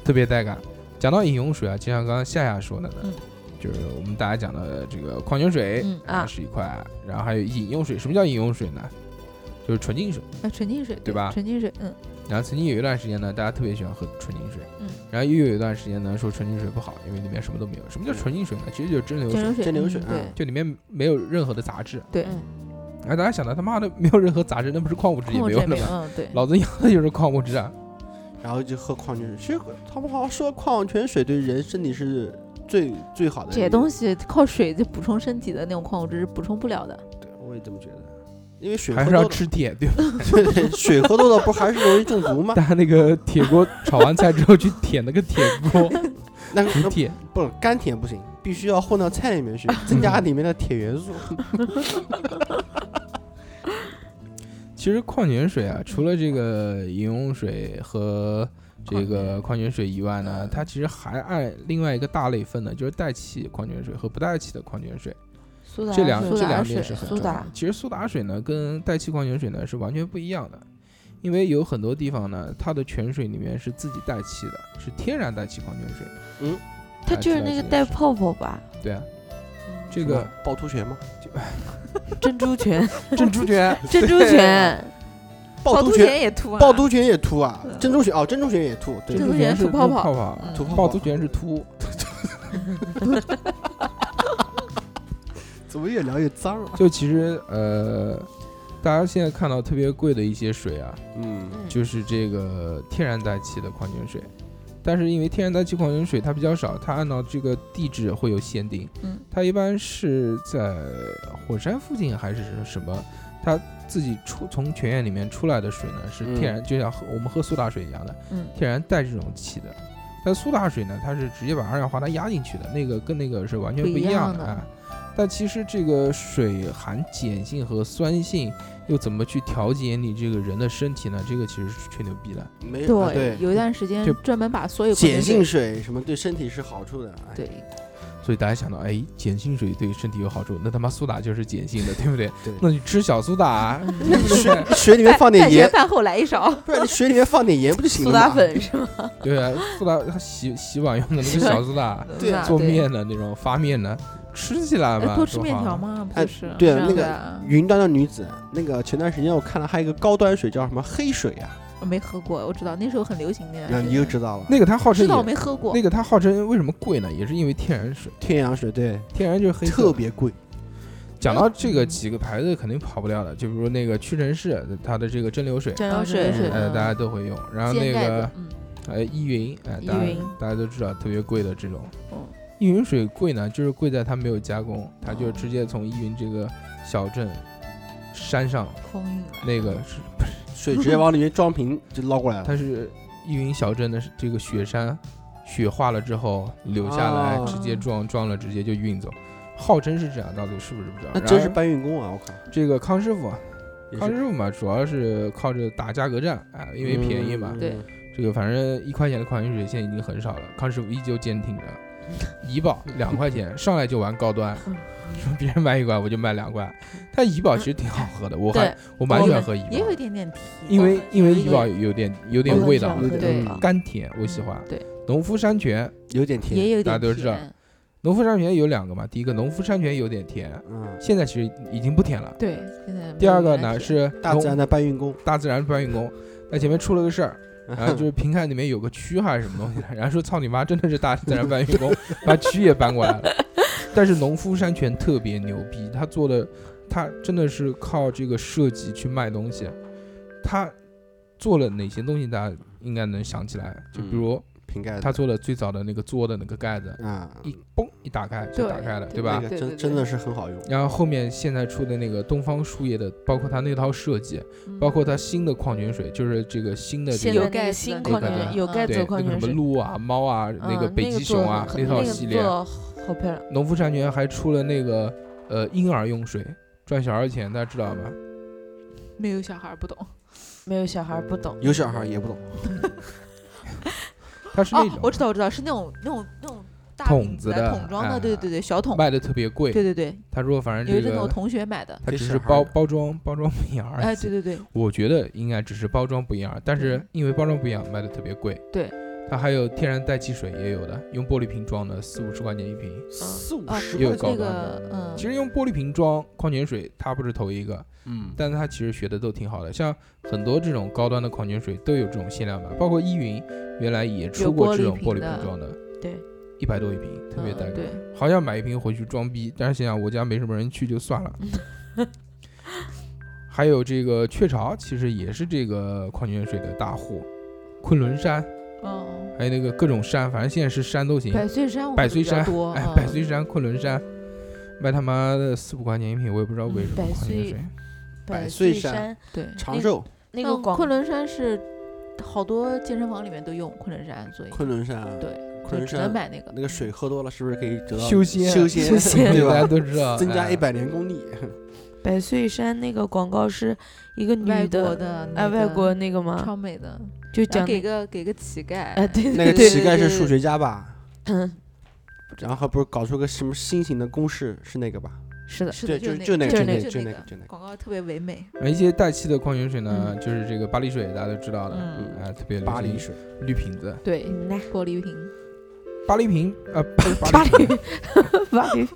Speaker 2: 特别带感。讲到饮用水啊，就像刚刚夏夏说的呢，
Speaker 5: 嗯
Speaker 2: 就是我们大家讲的这个矿泉水，
Speaker 5: 嗯
Speaker 2: 然后
Speaker 4: 啊
Speaker 2: 是一块，然后还有饮用水。什么叫饮用水呢？就是纯净水。
Speaker 5: 啊，纯净水
Speaker 2: 对吧
Speaker 5: 纯净水，嗯，
Speaker 2: 然后曾经有一段时间呢，大家特别喜欢喝纯净水，
Speaker 5: 嗯，
Speaker 2: 然后又有一段时间呢，说纯净水不好，因为里面什么都没有。什么叫纯净水呢？其实就是蒸馏
Speaker 5: 嗯蒸
Speaker 2: 水，
Speaker 5: 馏水，
Speaker 3: 蒸馏
Speaker 5: 嗯
Speaker 3: 水嗯
Speaker 5: 对
Speaker 2: 就里面没有任何的杂质。
Speaker 5: 对，
Speaker 4: 嗯，
Speaker 2: 然后大家想到他妈的没有任何杂质，那不是矿物质也
Speaker 5: 矿物
Speaker 2: 没有
Speaker 5: 质也
Speaker 2: 了
Speaker 5: 没有，
Speaker 2: 吗？
Speaker 5: 嗯，对，
Speaker 2: 老子要的就是矿物质啊！
Speaker 3: 然后就喝矿泉水。其实他们好像说矿泉水对人身体是最最好的
Speaker 5: 这些东
Speaker 3: 西，
Speaker 5: 西靠水就补充身体的那种矿物质是补充不了的。
Speaker 3: 对我也这么觉得。因为水
Speaker 2: 还
Speaker 3: 喝
Speaker 2: 是要
Speaker 3: 多了，
Speaker 2: 吃铁，对吧？
Speaker 3: 对对，水喝多了不还是容易中毒吗？
Speaker 2: 大家那个铁锅炒完菜之后去舔那个铁 锅，
Speaker 3: 那个
Speaker 2: 补铁。
Speaker 3: 不干舔不行，必须要混到菜里面 去，增加里面的铁元素。
Speaker 2: 其实矿泉水啊，除了这个饮用水和这个矿泉水以外呢，它其实还按另外一个大类分的，就是带气矿泉水和不带气的矿泉水。
Speaker 4: 苏打
Speaker 2: 这两
Speaker 4: 水
Speaker 2: 这
Speaker 5: 苏打
Speaker 2: 两点
Speaker 5: 水
Speaker 2: 是很
Speaker 4: 苏
Speaker 2: 重要的
Speaker 4: 打。
Speaker 2: 其实苏打水呢，跟带气矿泉水呢是完全不一样的，因为有很多地方呢，它的泉水里面是自己带气的，是天然带气矿泉水。
Speaker 3: 嗯，
Speaker 4: 它就是那个带泡泡吧，
Speaker 2: 对啊， 这个
Speaker 3: 趵突泉吗？
Speaker 4: 珍珠 泉，，
Speaker 2: 珍珠泉
Speaker 4: 珍珠 泉，
Speaker 3: 趵突
Speaker 5: 突
Speaker 3: 泉，
Speaker 5: 泉也吐啊，
Speaker 3: 趵突泉也吐啊，珍珠泉哦，珍珠泉也吐，对
Speaker 2: 珍
Speaker 5: 珍
Speaker 2: 珠
Speaker 5: 珠
Speaker 2: 泉
Speaker 5: 泉
Speaker 2: 是
Speaker 5: 吐泡
Speaker 2: 弄
Speaker 5: 泡
Speaker 2: 泡泡，
Speaker 5: 嗯
Speaker 3: 吐泡
Speaker 2: 趵
Speaker 3: 泡
Speaker 2: 突泉是秃。
Speaker 3: 怎么越聊越脏啊？
Speaker 2: 就其实呃，大家现在看到特别贵的一些水啊，
Speaker 3: 嗯，
Speaker 4: 嗯
Speaker 2: 就是这个天然带气的矿泉水。但是因为天然带气矿泉水它比较少，它按照这个地质会有限定，
Speaker 5: 嗯，
Speaker 2: 它一般是在火山附近还是什么，它自己出从泉眼里面出来的水呢是
Speaker 3: 嗯
Speaker 2: 天然，就像喝我们喝苏打水一样的，
Speaker 5: 嗯
Speaker 2: 天然带这种气的。但苏打水呢，它是直接把二氧化碳压进去的，那个跟那个是完全
Speaker 5: 不
Speaker 2: 不
Speaker 5: 一
Speaker 2: 一样
Speaker 5: 样的
Speaker 2: 啊。但其实这个水含碱性和酸性，又怎么去调节你这个人的身体呢？这个其实是吹牛逼的。
Speaker 3: 没啊
Speaker 5: 对
Speaker 3: 对，，
Speaker 5: 有一段时间
Speaker 2: 就
Speaker 5: 专门把所有矿
Speaker 3: 碱
Speaker 5: 泉
Speaker 3: 性
Speaker 5: 水
Speaker 3: 水什么对身体是好处的。哎
Speaker 5: 对
Speaker 2: 所以大家想到，哎，碱性水对身体有好处，那他妈苏打就是碱性的，对不对？
Speaker 3: 对
Speaker 2: 那你吃小苏打、 啊，对不
Speaker 3: 水
Speaker 2: 对？
Speaker 3: 水里面
Speaker 5: 饭
Speaker 3: 放点
Speaker 5: 饭前
Speaker 3: 盐，
Speaker 5: 饭后来一勺，
Speaker 3: 不然你水里面放点盐不就行了
Speaker 4: 苏
Speaker 3: 吗？
Speaker 4: 打 粉是吗？
Speaker 2: 对啊，苏打它洗洗碗用的那个小苏打，
Speaker 3: 对
Speaker 5: 那
Speaker 2: 做面的那种发面的，吃起来
Speaker 5: 哎
Speaker 2: 嘛，
Speaker 5: 多吃面
Speaker 2: 好啊
Speaker 5: 条？嘛，不
Speaker 3: 哎
Speaker 5: 就是
Speaker 3: 对
Speaker 5: 是
Speaker 3: 那个
Speaker 5: 啊
Speaker 3: 云端的女子，那个前段时间我看了，还有一个高端水叫什么黑水啊，
Speaker 5: 我没喝过，我知道那时候很流行哎
Speaker 3: 然
Speaker 5: 那样
Speaker 3: 后
Speaker 5: 的，
Speaker 3: 你就知道了，
Speaker 2: 那个它号
Speaker 5: 知
Speaker 2: 称
Speaker 5: 道我
Speaker 2: 也
Speaker 5: 没喝过
Speaker 2: 那，个它号称为什么贵呢？也是因为天然水，
Speaker 3: 天然水对，
Speaker 2: 天然就是黑色
Speaker 3: 特
Speaker 2: 的。
Speaker 3: 别贵，
Speaker 2: 讲到这个几个牌子肯定跑不掉的，就比如那个屈臣氏，它的这个蒸馏水，
Speaker 4: 蒸
Speaker 5: 啊
Speaker 4: 馏
Speaker 5: 蒸馏水
Speaker 2: 呃，
Speaker 5: 嗯
Speaker 2: 大家都会用。然后那
Speaker 5: 煎盖
Speaker 2: 个
Speaker 5: 子，嗯，
Speaker 2: 呃，依云，哎、
Speaker 4: 依
Speaker 2: 大家
Speaker 4: 云
Speaker 2: 大家都知道特别贵的这种
Speaker 5: 嗯。
Speaker 2: 依云水贵呢，就是贵在它没有加工，它就直接从依云这个小镇山上
Speaker 5: 空运来
Speaker 2: 那个是，
Speaker 3: 水直接往里面装瓶就捞过来了。
Speaker 2: 它是依云小镇的这个雪山，雪化了之后流下来，
Speaker 3: 哦
Speaker 2: 直接装装了，直接就运走。号称是这样，到底是不是不知道？
Speaker 3: 那真
Speaker 2: 然
Speaker 3: 是
Speaker 2: 而
Speaker 3: 搬运工啊！我靠，
Speaker 2: 这个康师傅啊，
Speaker 3: 也
Speaker 2: 康
Speaker 3: 是
Speaker 2: 师傅嘛，主要是靠着打价格战啊、因为便宜嘛。
Speaker 3: 嗯
Speaker 5: 对
Speaker 2: 这个反正一块钱的矿泉水现在已经很少了，康师傅依旧坚挺着。怡宝两块钱上来就玩高端，
Speaker 4: 嗯
Speaker 2: 说别人买一块我就卖两块。但怡宝其实挺好喝的，我还
Speaker 4: 对，
Speaker 2: 我蛮喜欢喝怡
Speaker 5: 也
Speaker 2: 宝
Speaker 5: 有一
Speaker 2: 的，
Speaker 5: 点点甜，
Speaker 2: 因为因为怡宝
Speaker 5: 有
Speaker 2: 有点有点
Speaker 4: 我很
Speaker 2: 味
Speaker 4: 喜
Speaker 2: 道
Speaker 4: 欢，喝
Speaker 3: 对
Speaker 4: 这
Speaker 5: 对
Speaker 4: 个
Speaker 2: 甘甜我喜欢。
Speaker 5: 嗯对，
Speaker 2: 农夫山泉
Speaker 3: 有点甜，
Speaker 5: 也有
Speaker 2: 大家
Speaker 5: 点
Speaker 2: 都知道
Speaker 5: 甜，
Speaker 2: 农夫山泉有两个嘛，第一个农夫山泉有点甜，
Speaker 3: 嗯，
Speaker 2: 现在其实已经不甜了。
Speaker 6: 对，现在没
Speaker 2: 第二个
Speaker 6: 有
Speaker 2: 呢
Speaker 5: 嗯
Speaker 6: 人
Speaker 2: 是
Speaker 3: 大自
Speaker 2: 农
Speaker 3: 然的搬运工，
Speaker 2: 大自然搬运工，那前面出了个事儿， 然后就是平看里面有个区还是什么东西的， 然后说操你妈，真的是大自然搬运工把区也搬过来了。但是农夫山泉特别牛逼，他做的他真的是靠这个设计去卖东西。他做了哪些东西，大家应该能想起来，就
Speaker 6: 嗯
Speaker 2: 比如
Speaker 3: 瓶盖子，
Speaker 2: 他做了最早的那个做的那个盖子，
Speaker 3: 啊，
Speaker 2: 一嘣一打开就打开了，
Speaker 6: 对
Speaker 2: 对
Speaker 3: 那
Speaker 2: 吧？
Speaker 6: 对
Speaker 3: 个
Speaker 6: 对
Speaker 3: 真
Speaker 6: 对
Speaker 3: 真的是很好用，
Speaker 2: 然后后面现在出的那个东方树叶的，包括它那套设计，
Speaker 5: 嗯
Speaker 2: 包括它新的矿泉水，就是这个新的这
Speaker 4: 现
Speaker 2: 个
Speaker 6: 有
Speaker 4: 在那
Speaker 6: 盖
Speaker 4: 个
Speaker 6: 子
Speaker 4: 新
Speaker 6: 的
Speaker 2: 那
Speaker 4: 矿
Speaker 2: 个
Speaker 4: 泉
Speaker 2: 的
Speaker 4: 水有盖
Speaker 2: 对
Speaker 4: 子的矿
Speaker 2: 那
Speaker 4: 泉
Speaker 2: 个什么
Speaker 4: 水，
Speaker 2: 鹿啊、猫啊、那
Speaker 4: 嗯
Speaker 2: 个北极
Speaker 4: 做
Speaker 2: 熊
Speaker 4: 得
Speaker 2: 啊
Speaker 4: 很
Speaker 2: 那套
Speaker 4: 个
Speaker 2: 系列
Speaker 4: 做，得好漂亮，
Speaker 2: 农夫山泉还出了那个呃婴儿用水，赚小孩钱，大家知道吗？
Speaker 6: 没有小孩儿不懂
Speaker 4: 没有小孩儿不懂。
Speaker 2: 嗯
Speaker 3: 有小孩儿也不懂，
Speaker 2: 它是那
Speaker 5: 哦，
Speaker 2: 种
Speaker 5: 我知道，我知道，是那种那种那种大
Speaker 2: 桶
Speaker 5: 瓶
Speaker 2: 子
Speaker 5: 的
Speaker 2: 的
Speaker 5: 桶装
Speaker 2: 哎
Speaker 5: 的，对对对，小桶，
Speaker 2: 卖的特别贵。
Speaker 5: 对对对，
Speaker 2: 他说反正
Speaker 5: 有一
Speaker 2: 这
Speaker 5: 阵子我
Speaker 2: 个
Speaker 5: 同学买的，
Speaker 2: 他
Speaker 3: 给
Speaker 2: 只
Speaker 3: 小
Speaker 2: 是
Speaker 3: 孩
Speaker 2: 包
Speaker 3: 的
Speaker 2: 包装包装不一样而
Speaker 5: 哎，
Speaker 2: 已。
Speaker 5: 对对对，
Speaker 2: 我觉得应该只是包装不一样，但是因为包装不一样卖的特别贵。
Speaker 6: 对，
Speaker 2: 它还有天然带气水也有的，用玻璃瓶装的，四五十块钱一瓶。
Speaker 3: 四五
Speaker 5: 哦
Speaker 3: 十
Speaker 2: 又
Speaker 3: 块
Speaker 2: 高
Speaker 5: 那
Speaker 3: 钱，
Speaker 5: 个嗯，
Speaker 2: 其实用玻璃瓶装矿泉水，它不是头一个，
Speaker 3: 嗯，
Speaker 2: 但它其实学的都挺好的。像很多这种高端的矿泉水都有这种限量版，包括依云原来也出过这种玻璃瓶装的，嗯
Speaker 4: 对，
Speaker 2: 一百多一瓶，特
Speaker 5: 嗯
Speaker 2: 别带
Speaker 6: 对
Speaker 2: 感。好想买一瓶回去装逼，但是想想我家没什么人去就算 了。还有这个雀巢，其实也是这个矿泉水的大户，昆仑山，
Speaker 6: 哦，
Speaker 2: 还有那个各种山，反正现在是山都行。
Speaker 6: 百岁山我
Speaker 2: 百
Speaker 6: 们
Speaker 2: 岁
Speaker 6: 比较
Speaker 2: 山
Speaker 5: 哦
Speaker 6: 多，
Speaker 2: 哎
Speaker 6: 嗯，
Speaker 2: 百岁山、昆仑山，卖他妈的四五块钱一瓶，我也不知道为什么
Speaker 4: 百
Speaker 2: 矿泉
Speaker 4: 岁
Speaker 2: 水。
Speaker 3: 百岁
Speaker 4: 岁
Speaker 3: 山
Speaker 4: 山
Speaker 6: 对，
Speaker 3: 长寿，
Speaker 4: 那个
Speaker 6: 但
Speaker 4: 广
Speaker 6: 昆仑山是好多健身房里面都用昆仑山，所以
Speaker 3: 昆仑山，啊
Speaker 6: 对，
Speaker 3: 昆
Speaker 6: 就
Speaker 3: 仑
Speaker 6: 只能
Speaker 3: 山
Speaker 6: 买那个
Speaker 3: 那个水喝多了是不是可以得到
Speaker 2: 修仙
Speaker 3: 修仙
Speaker 4: 修仙
Speaker 3: 对
Speaker 2: 大家
Speaker 3: 吧？
Speaker 2: 都知道，
Speaker 3: 增加
Speaker 2: 哎
Speaker 3: 一百年功力，
Speaker 4: 百岁山那个广告是一个女
Speaker 6: 外国
Speaker 4: 的，
Speaker 6: 的那
Speaker 4: 哎，外
Speaker 6: 个
Speaker 4: 国那个吗？
Speaker 6: 超美的，
Speaker 4: 就
Speaker 6: 然
Speaker 4: 讲
Speaker 6: 后给
Speaker 4: 那个，
Speaker 6: 个给个乞丐，
Speaker 4: 哎，对
Speaker 3: 那个
Speaker 4: 对对，
Speaker 3: 乞丐是数学家吧？
Speaker 4: 嗯，
Speaker 3: 然后不是搞出个什么新型的公式是那个吧？
Speaker 4: 是 的，
Speaker 6: 是
Speaker 3: 对，
Speaker 6: 的，
Speaker 3: 就
Speaker 6: 那
Speaker 3: 就
Speaker 6: 个
Speaker 3: 那
Speaker 4: 就
Speaker 3: 个，那个，
Speaker 4: 是那
Speaker 3: 就
Speaker 6: 那
Speaker 3: 那个，就那个。
Speaker 5: 广告特别唯美，
Speaker 2: 而一些带气的矿泉水呢，就是这个巴黎水，大家都知道的，
Speaker 6: 嗯
Speaker 2: 啊，特别流
Speaker 3: 巴黎
Speaker 2: 行
Speaker 3: 水，
Speaker 2: 绿瓶子，
Speaker 6: 对
Speaker 4: 嗯呐，
Speaker 6: 玻璃瓶，
Speaker 2: 巴黎瓶啊，不是
Speaker 4: 巴
Speaker 2: 巴
Speaker 4: 黎
Speaker 2: 黎
Speaker 4: 水
Speaker 2: 水，
Speaker 4: 巴黎，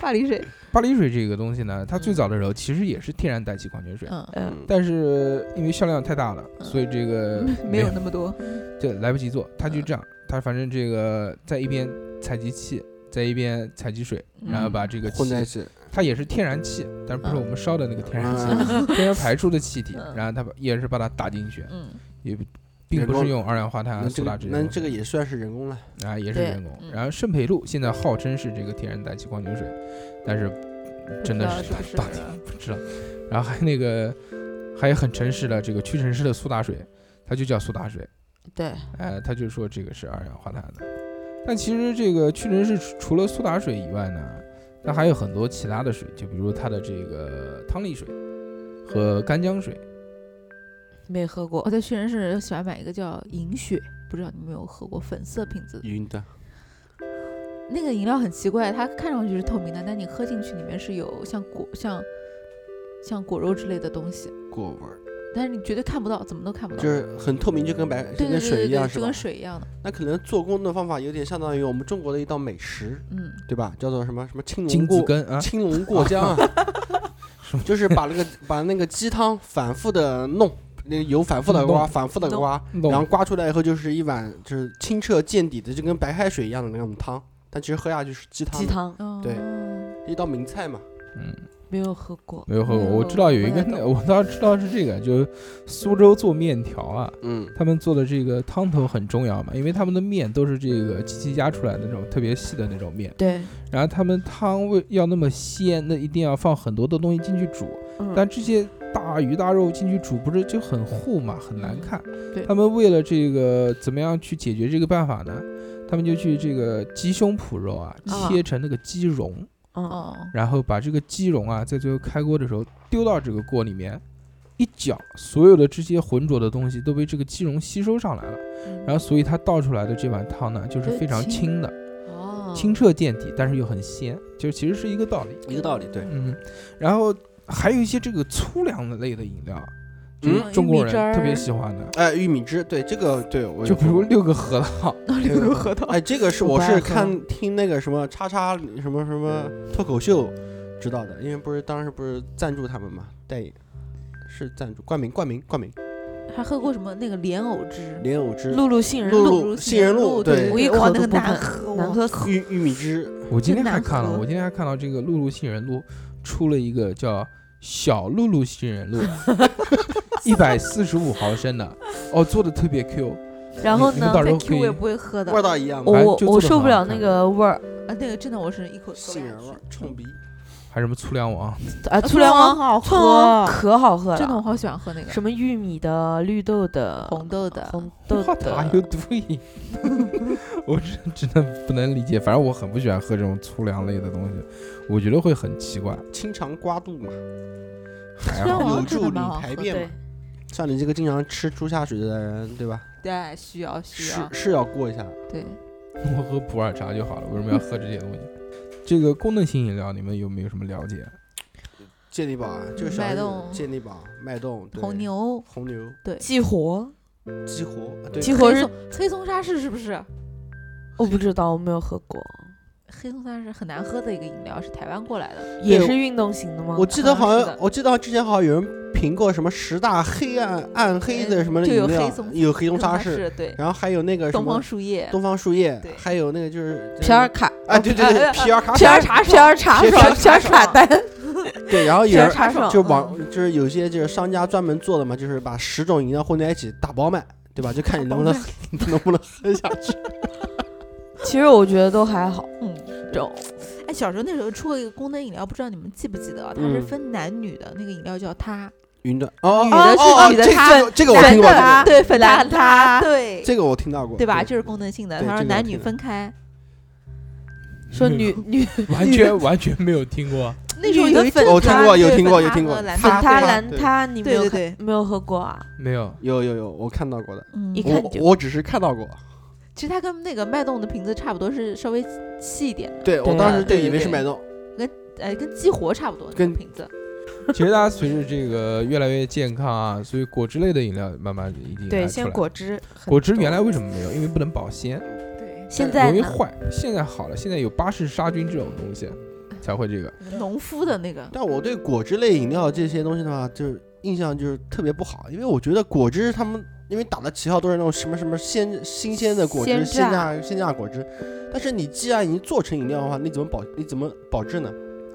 Speaker 6: 巴黎水，
Speaker 2: 巴黎水这个东西呢，它最早的时候其实也是天然带气矿泉水，
Speaker 6: 嗯，
Speaker 4: 嗯，
Speaker 3: 嗯
Speaker 2: 但是因为销量太大了，
Speaker 6: 嗯
Speaker 2: 所以这个
Speaker 6: 没有那么多，
Speaker 2: 就来不及做，他就
Speaker 6: 嗯
Speaker 2: 这样，他反正这个在一边采集气，在一边采集水，然后把这个
Speaker 3: 混在一
Speaker 2: 气，
Speaker 3: 起，
Speaker 2: 它也是天然气，但是不是我们烧的那个天然气，
Speaker 3: 嗯
Speaker 2: 天然排出的气体，
Speaker 6: 嗯
Speaker 2: 然后他把也是把它打进去，
Speaker 6: 嗯，
Speaker 2: 也并不是用二氧化碳啊、
Speaker 3: 那这
Speaker 2: 苏打
Speaker 3: 个
Speaker 2: 这些
Speaker 3: 那
Speaker 2: 东
Speaker 3: 这
Speaker 2: 西，
Speaker 3: 个也算是人工了。
Speaker 2: 啊也是
Speaker 4: 对
Speaker 2: 人工。
Speaker 6: 嗯
Speaker 2: 然后圣培露现在号称是这个天然带气矿泉水，但是真的
Speaker 6: 不知道
Speaker 2: 是
Speaker 6: 是啊
Speaker 2: 到
Speaker 6: 不
Speaker 2: 底
Speaker 6: 是
Speaker 2: 不知道。然后还有那个还有很诚实的这个屈臣氏的苏打水，它就叫苏打水。
Speaker 4: 对，
Speaker 2: 哎，他就说这个是二氧化碳的。但其实这个屈臣氏除除了苏打水以外呢，它还有很多其他的水，就比如它的这个汤力水和干姜水。
Speaker 4: 没喝过
Speaker 6: 我，在屈臣氏喜欢买一个叫银雪，不知道你们有没有喝过粉色瓶子的
Speaker 3: 云的，
Speaker 6: 那个饮料很奇怪，它看上去是透明的，但你喝进去里面是有像果像像果肉之类的东西，
Speaker 3: 果味儿，
Speaker 6: 但是你绝对看不到，怎么都看不到。
Speaker 3: 就是很透明，就跟白就
Speaker 6: 对对对
Speaker 3: 跟水
Speaker 6: 对
Speaker 3: 一样，
Speaker 6: 对，
Speaker 3: 是
Speaker 6: 就
Speaker 3: 吧
Speaker 6: 跟？水一样的。
Speaker 3: 那可能做工的方法有点相当于我们中国的一道美食，
Speaker 6: 嗯，
Speaker 3: 对吧？叫做什么什么青
Speaker 2: 金
Speaker 3: 龙
Speaker 2: 子
Speaker 3: 过
Speaker 2: 根啊，
Speaker 3: 青龙过江啊
Speaker 2: 什么，
Speaker 3: 就是把那个把那个鸡汤反复的弄，那个油反复的刮，
Speaker 2: 弄
Speaker 3: 反复的刮，然后
Speaker 2: 弄
Speaker 3: 刮出来以后就是一碗就是清澈见底的，就跟白开水一样的那种汤，但其实喝下去是鸡汤，
Speaker 4: 鸡汤
Speaker 6: 哦
Speaker 3: 对一道名菜嘛。
Speaker 2: 嗯，
Speaker 4: 没有喝过，
Speaker 2: 没有喝过。
Speaker 6: 没有
Speaker 2: 我知道有一
Speaker 6: 不
Speaker 2: 个
Speaker 6: 太，懂
Speaker 2: 我倒知道是这个，就是苏州做面条啊，
Speaker 3: 嗯，
Speaker 2: 他们做的这个汤头很重要嘛，因为他们的面都是这个机器压出来的那种特别细的那种面，
Speaker 4: 对，
Speaker 2: 然后他们汤为要那么鲜，那一定要放很多的东西进去煮。
Speaker 4: 嗯
Speaker 2: 但这些大鱼大肉进去煮，不是就很糊嘛，很难看。
Speaker 6: 对
Speaker 2: 他们为了这个怎么样去解决这个办法呢？他们就去这个鸡胸脯肉啊，
Speaker 4: 啊
Speaker 2: 切成那个鸡蓉，
Speaker 4: 嗯，
Speaker 6: 哦，
Speaker 2: 然后把这个鸡蓉啊，在最后开锅的时候丢到这个锅里面，一搅，所有的这些浑浊的东西都被这个鸡蓉吸收上来了，
Speaker 6: 嗯
Speaker 2: 然后所以它倒出来的这碗汤呢，就是
Speaker 6: 对
Speaker 2: 非常
Speaker 6: 清
Speaker 2: 清的，
Speaker 6: 嗯
Speaker 4: 哦，
Speaker 2: 清澈见底，但是又很鲜，就其实是一个道理。
Speaker 3: 一个道理，对，
Speaker 2: 嗯，然后还有一些这个粗粮类的饮料，就是
Speaker 3: 嗯
Speaker 2: 中国
Speaker 6: 玉米汁
Speaker 2: 人
Speaker 6: 儿
Speaker 2: 特别喜欢的，
Speaker 3: 哎，玉米汁，对这个，对我
Speaker 2: 就
Speaker 3: 有
Speaker 2: 比如
Speaker 3: 喝过
Speaker 2: 六个核桃，
Speaker 6: 嗯
Speaker 3: 这个
Speaker 6: 核桃，
Speaker 3: 哎，这个是
Speaker 6: 我
Speaker 3: 我
Speaker 6: 不爱
Speaker 3: 是
Speaker 6: 喝
Speaker 3: 看听那个什么叉叉什么什么脱口秀
Speaker 6: 嗯
Speaker 3: 知道的，因为不是当时不是赞助他们嘛，代言是赞助冠名冠名冠名
Speaker 5: 还喝过什么那个莲藕汁？
Speaker 3: 莲藕汁、
Speaker 4: 露露杏仁
Speaker 3: 露
Speaker 5: 露
Speaker 3: 露
Speaker 5: 露
Speaker 3: 杏仁露，对
Speaker 4: 我一
Speaker 5: 哇
Speaker 4: 口都
Speaker 5: 那个
Speaker 4: 不
Speaker 5: 难
Speaker 4: 碰
Speaker 5: 喝，
Speaker 4: 难
Speaker 5: 哇
Speaker 4: 喝死。
Speaker 3: 玉玉米汁，
Speaker 2: 我今天
Speaker 5: 真
Speaker 2: 还
Speaker 5: 难
Speaker 2: 看了，
Speaker 5: 喝
Speaker 2: 我今天还看到这个露露杏仁露出了一个叫小露露杏 仁露，一百四十五毫升的，哦，做的特别 Q，
Speaker 4: 然后
Speaker 2: 你们
Speaker 4: 呢
Speaker 2: 到，时
Speaker 5: 再
Speaker 2: 候
Speaker 5: Q
Speaker 2: 可
Speaker 5: 我
Speaker 2: 以
Speaker 5: 也不会喝的。
Speaker 3: 味道一样吗？
Speaker 2: 哎
Speaker 4: 我
Speaker 2: 就做
Speaker 4: 我
Speaker 2: 得
Speaker 4: 受
Speaker 2: 很
Speaker 4: 不
Speaker 2: 好
Speaker 4: 了那
Speaker 2: 看
Speaker 4: 个味儿
Speaker 5: 啊，那个真的我是一口吃
Speaker 3: 杏仁味儿，冲鼻。
Speaker 2: 还有什么粗粮王，
Speaker 4: 啊，
Speaker 5: 醋
Speaker 4: 醋凉王
Speaker 5: 好
Speaker 4: 醋凉王
Speaker 5: 喝，
Speaker 4: 可好喝
Speaker 6: 真的我
Speaker 4: 了，
Speaker 6: 好喜欢喝那个
Speaker 4: 什么玉米的、绿豆的、
Speaker 6: 红豆的，
Speaker 4: 红豆
Speaker 2: 我打有
Speaker 4: 的，
Speaker 2: 对， 我真真的不能理解，反正我很不喜欢喝这种粗粮类的东西，我觉得会很奇怪。
Speaker 3: 清肠刮肚嘛，
Speaker 2: 还
Speaker 6: 虽然
Speaker 2: 好
Speaker 6: 我
Speaker 3: 有
Speaker 6: 真的
Speaker 3: 助理
Speaker 6: 蛮好
Speaker 3: 排
Speaker 6: 喝
Speaker 3: 便
Speaker 4: 对
Speaker 3: 嘛。，像你这个经常吃猪下水的人，对吧？
Speaker 6: 对，需要需
Speaker 3: 是
Speaker 5: 啊
Speaker 6: 要，
Speaker 3: 是要过一下。
Speaker 6: 对，
Speaker 2: 我喝普洱茶就好了，为什么要喝这些东西？ 这个功能性饮料你们有没有什么了 解？
Speaker 3: 健力宝啊，这个小
Speaker 6: 脉
Speaker 3: 孩子
Speaker 6: 动
Speaker 3: 健力宝、脉动、对
Speaker 5: 红、牛
Speaker 3: 红牛、
Speaker 4: 激活，
Speaker 3: 激活，啊对，
Speaker 4: 激活
Speaker 6: 黑
Speaker 4: 是
Speaker 6: 松黑松沙士是不是？
Speaker 4: 我不知道，我没有喝过，
Speaker 6: 黑松沙士很难喝的一个饮料，是台湾过来的。
Speaker 4: 也
Speaker 3: 对
Speaker 4: 是运动型的吗
Speaker 3: 我？记得
Speaker 6: 好
Speaker 3: 好
Speaker 6: 像是
Speaker 3: 像
Speaker 6: 的，
Speaker 3: 我记得之前好像有人评过什么十大黑暗暗黑的什么
Speaker 6: 就有
Speaker 3: 饮料
Speaker 6: 黑松，
Speaker 3: 有黑松沙
Speaker 6: 黑
Speaker 3: 士，
Speaker 6: 士，对，
Speaker 3: 然后还有那个什
Speaker 6: 东
Speaker 3: 么
Speaker 6: 方树叶，
Speaker 3: 东方树叶
Speaker 6: 对，
Speaker 3: 还有那个就是
Speaker 4: 皮尔，卡，
Speaker 3: 哎，对对 对，
Speaker 6: 啊
Speaker 3: 皮尔卡
Speaker 4: 皮尔
Speaker 3: 爽
Speaker 4: 茶爽，
Speaker 3: 皮
Speaker 4: 皮
Speaker 3: 尔
Speaker 4: 尔
Speaker 3: 茶
Speaker 4: 皮尔
Speaker 6: 爽
Speaker 4: 卡丹，
Speaker 3: 对，然后
Speaker 4: 皮
Speaker 3: 有
Speaker 4: 尔
Speaker 3: 人
Speaker 4: 茶爽，
Speaker 3: 就
Speaker 4: 嗯
Speaker 3: 网就是有些就是商家专门做的嘛，就是把十种饮料混在一起打包卖，对吧？就 看你能不能能不能喝下去。
Speaker 4: 其实我觉得都还好，
Speaker 6: 嗯，
Speaker 4: 就
Speaker 5: 哎，小时候那时候出过一个功能饮料，不知道你们记不记得啊？它是
Speaker 3: 嗯
Speaker 5: 分男女的，那个饮料叫它，
Speaker 3: 云端哦，
Speaker 5: 女
Speaker 3: 哦
Speaker 5: 的
Speaker 3: 哦
Speaker 5: 是女的
Speaker 3: 这
Speaker 5: 它
Speaker 3: 这个这个我听过，这个
Speaker 4: 它
Speaker 5: 对，粉
Speaker 6: 蓝它
Speaker 5: 它，对，
Speaker 3: 这个我听到过，
Speaker 5: 对吧？这是功能性的，
Speaker 3: 对
Speaker 5: 它
Speaker 3: 这
Speaker 5: 让
Speaker 3: 个
Speaker 5: 男
Speaker 3: 我
Speaker 5: 女
Speaker 3: 听
Speaker 5: 分开。
Speaker 4: 说 女女
Speaker 2: 完全完全没有听过。
Speaker 5: 那时候
Speaker 4: 女
Speaker 5: 有
Speaker 4: 的
Speaker 5: 一
Speaker 4: 粉
Speaker 5: 阵
Speaker 3: 我
Speaker 5: 子
Speaker 3: 听
Speaker 5: 啊
Speaker 3: 过，有
Speaker 5: 对
Speaker 3: 听
Speaker 5: 粉
Speaker 3: 过，有
Speaker 5: 它
Speaker 3: 听
Speaker 5: 和
Speaker 3: 过，
Speaker 5: 蓝
Speaker 4: 粉
Speaker 5: 它
Speaker 4: 它
Speaker 5: 对
Speaker 4: 蓝
Speaker 3: 对
Speaker 4: 它，你没有
Speaker 5: 对
Speaker 4: 看
Speaker 5: 对
Speaker 4: 没有喝过啊？
Speaker 2: 没有，
Speaker 3: 有有有，我看到过的，
Speaker 5: 嗯
Speaker 4: 一，看
Speaker 3: 我
Speaker 4: 就
Speaker 3: 我只是看到过，
Speaker 5: 其实它跟那个脉动的瓶子差不多，是稍微细一点的，
Speaker 3: 对我
Speaker 4: 对
Speaker 3: 当时就
Speaker 6: 对
Speaker 3: 以为
Speaker 6: 对
Speaker 3: 是
Speaker 6: 对
Speaker 3: 脉动，
Speaker 5: 呃，跟激活差不多。那个
Speaker 3: 跟
Speaker 5: 瓶子，
Speaker 2: 其实大家随着这个越来越健康啊，所以果汁类的饮料慢慢一定
Speaker 4: 对，
Speaker 2: 还出
Speaker 4: 先
Speaker 2: 来
Speaker 4: 果汁，
Speaker 2: 果汁原来为什么没有？因为不能保鲜，
Speaker 6: 对，
Speaker 4: 现在
Speaker 2: 容易
Speaker 4: 呢？
Speaker 2: 坏。现在好了，现在有巴氏杀菌这种东西才会这
Speaker 4: 啊
Speaker 2: 个。
Speaker 5: 农夫的那个，
Speaker 3: 但我对果汁类饮料这些东西的话，就是印象就是特别不好，因为我觉得果汁他们因为打的旗号都是那种什么什么鲜新鲜的果汁、
Speaker 4: 鲜
Speaker 3: 鲜
Speaker 4: 榨
Speaker 3: 榨鲜榨果汁，但是你既然已经做成饮料的话，你怎么保你怎么保质呢？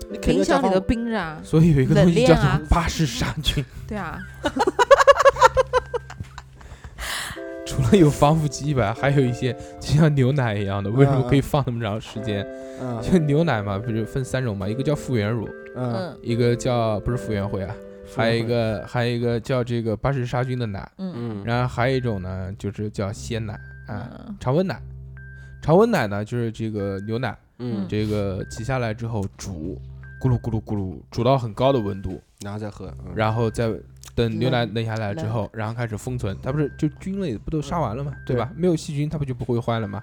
Speaker 3: 你肯定
Speaker 6: 冰
Speaker 3: 要加
Speaker 6: 箱里
Speaker 3: 放
Speaker 6: 的冰着啊，
Speaker 2: 所以有一个东西
Speaker 6: 冷
Speaker 2: 叫
Speaker 6: 链啊
Speaker 2: 做巴氏杀菌，
Speaker 6: 对啊，
Speaker 2: 除了有防腐剂以外，还有一些就像牛奶一样的，为什么可以放那么长时间？
Speaker 3: 嗯
Speaker 2: 就牛奶嘛，不是分三种嘛，一个叫复原乳，
Speaker 3: 嗯，
Speaker 6: 嗯
Speaker 2: 一个叫不是复原会啊，还有一个还有一个叫这个巴氏杀菌的奶，
Speaker 6: 嗯
Speaker 3: 嗯，
Speaker 2: 然后还有一种呢就是叫鲜奶啊，
Speaker 6: 嗯，
Speaker 2: 常温奶。常温奶呢，就是这个牛奶，
Speaker 3: 嗯，
Speaker 2: 这个挤下来之后煮，咕噜咕噜咕噜，煮到很高的温度，
Speaker 3: 然后再喝，嗯
Speaker 2: 然后再等牛奶
Speaker 4: 冷
Speaker 2: 冷下来之
Speaker 4: 冷
Speaker 2: 后，然后开始封存。它不是就菌类不都杀完了吗？对
Speaker 3: 对
Speaker 2: 吧？没有细菌，它不就不会坏了吗？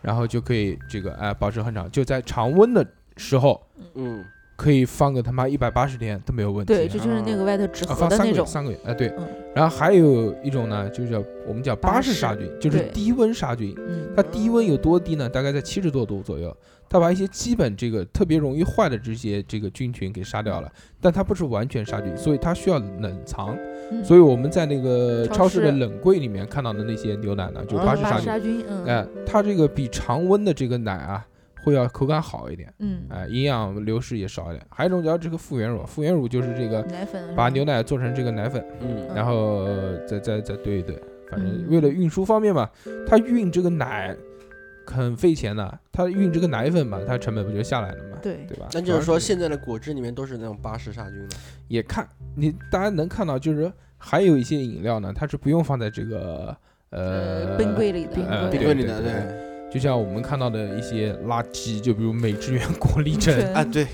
Speaker 2: 然后就可以这个哎、保持很长，就在常温的时候
Speaker 3: 嗯，
Speaker 2: 可以放个他妈一百八十天都没有问题。
Speaker 6: 对，这就是那个外头纸盒
Speaker 2: 啊，放
Speaker 6: 的
Speaker 2: 三
Speaker 6: 那
Speaker 2: 个月，
Speaker 6: 种，
Speaker 2: 三个月，哎，对
Speaker 6: 嗯。
Speaker 2: 然后还有一种呢，就叫我们叫巴氏杀菌，就是
Speaker 6: 对
Speaker 2: 低温杀菌。
Speaker 6: 嗯，
Speaker 2: 它低温有多低呢？大概在七十多度左右。它把一些基本这个特别容易坏的这些这个菌群给杀掉了，但它不是完全杀菌，所以它需要冷藏。
Speaker 6: 嗯
Speaker 2: 所以我们在那个
Speaker 6: 超
Speaker 2: 超市的
Speaker 6: 市哦
Speaker 2: 冷柜里面看到的那些牛奶呢，就
Speaker 3: 嗯
Speaker 2: 巴氏
Speaker 6: 巴
Speaker 2: 杀
Speaker 6: 氏
Speaker 2: 菌
Speaker 6: 杀。菌，嗯，
Speaker 2: 哎，它这个比常温的这个奶啊，会要口感好一点，
Speaker 6: 嗯，
Speaker 2: 哎，营养流失也少一点。还有一种叫这个复原乳，复原乳就是这个
Speaker 6: 奶粉是
Speaker 2: 嗯把
Speaker 5: 嗯
Speaker 6: 吧
Speaker 2: 牛奶做成这个奶粉，
Speaker 3: 嗯，
Speaker 2: 然后再再再兑一兑，反正
Speaker 6: 嗯
Speaker 2: 为了运输方便嘛，它运这个奶很费钱的，它运这个奶粉嘛，它成本不就下来了嘛，
Speaker 6: 对，
Speaker 2: 对吧？
Speaker 3: 那就是
Speaker 2: 啊主要
Speaker 3: 说现在的果汁里面都是那种巴氏杀菌的，
Speaker 2: 也看你大家能看到，就是还有一些饮料呢，它是不用放在这个呃
Speaker 6: 冰柜里的，
Speaker 4: 冰
Speaker 2: 呃
Speaker 4: 柜
Speaker 2: 对
Speaker 3: 冰柜里
Speaker 2: 对
Speaker 3: 的，
Speaker 2: 对
Speaker 3: 对，
Speaker 2: 就像我们看到的一些垃圾，就比如美汁源果粒橙，
Speaker 3: 啊，对，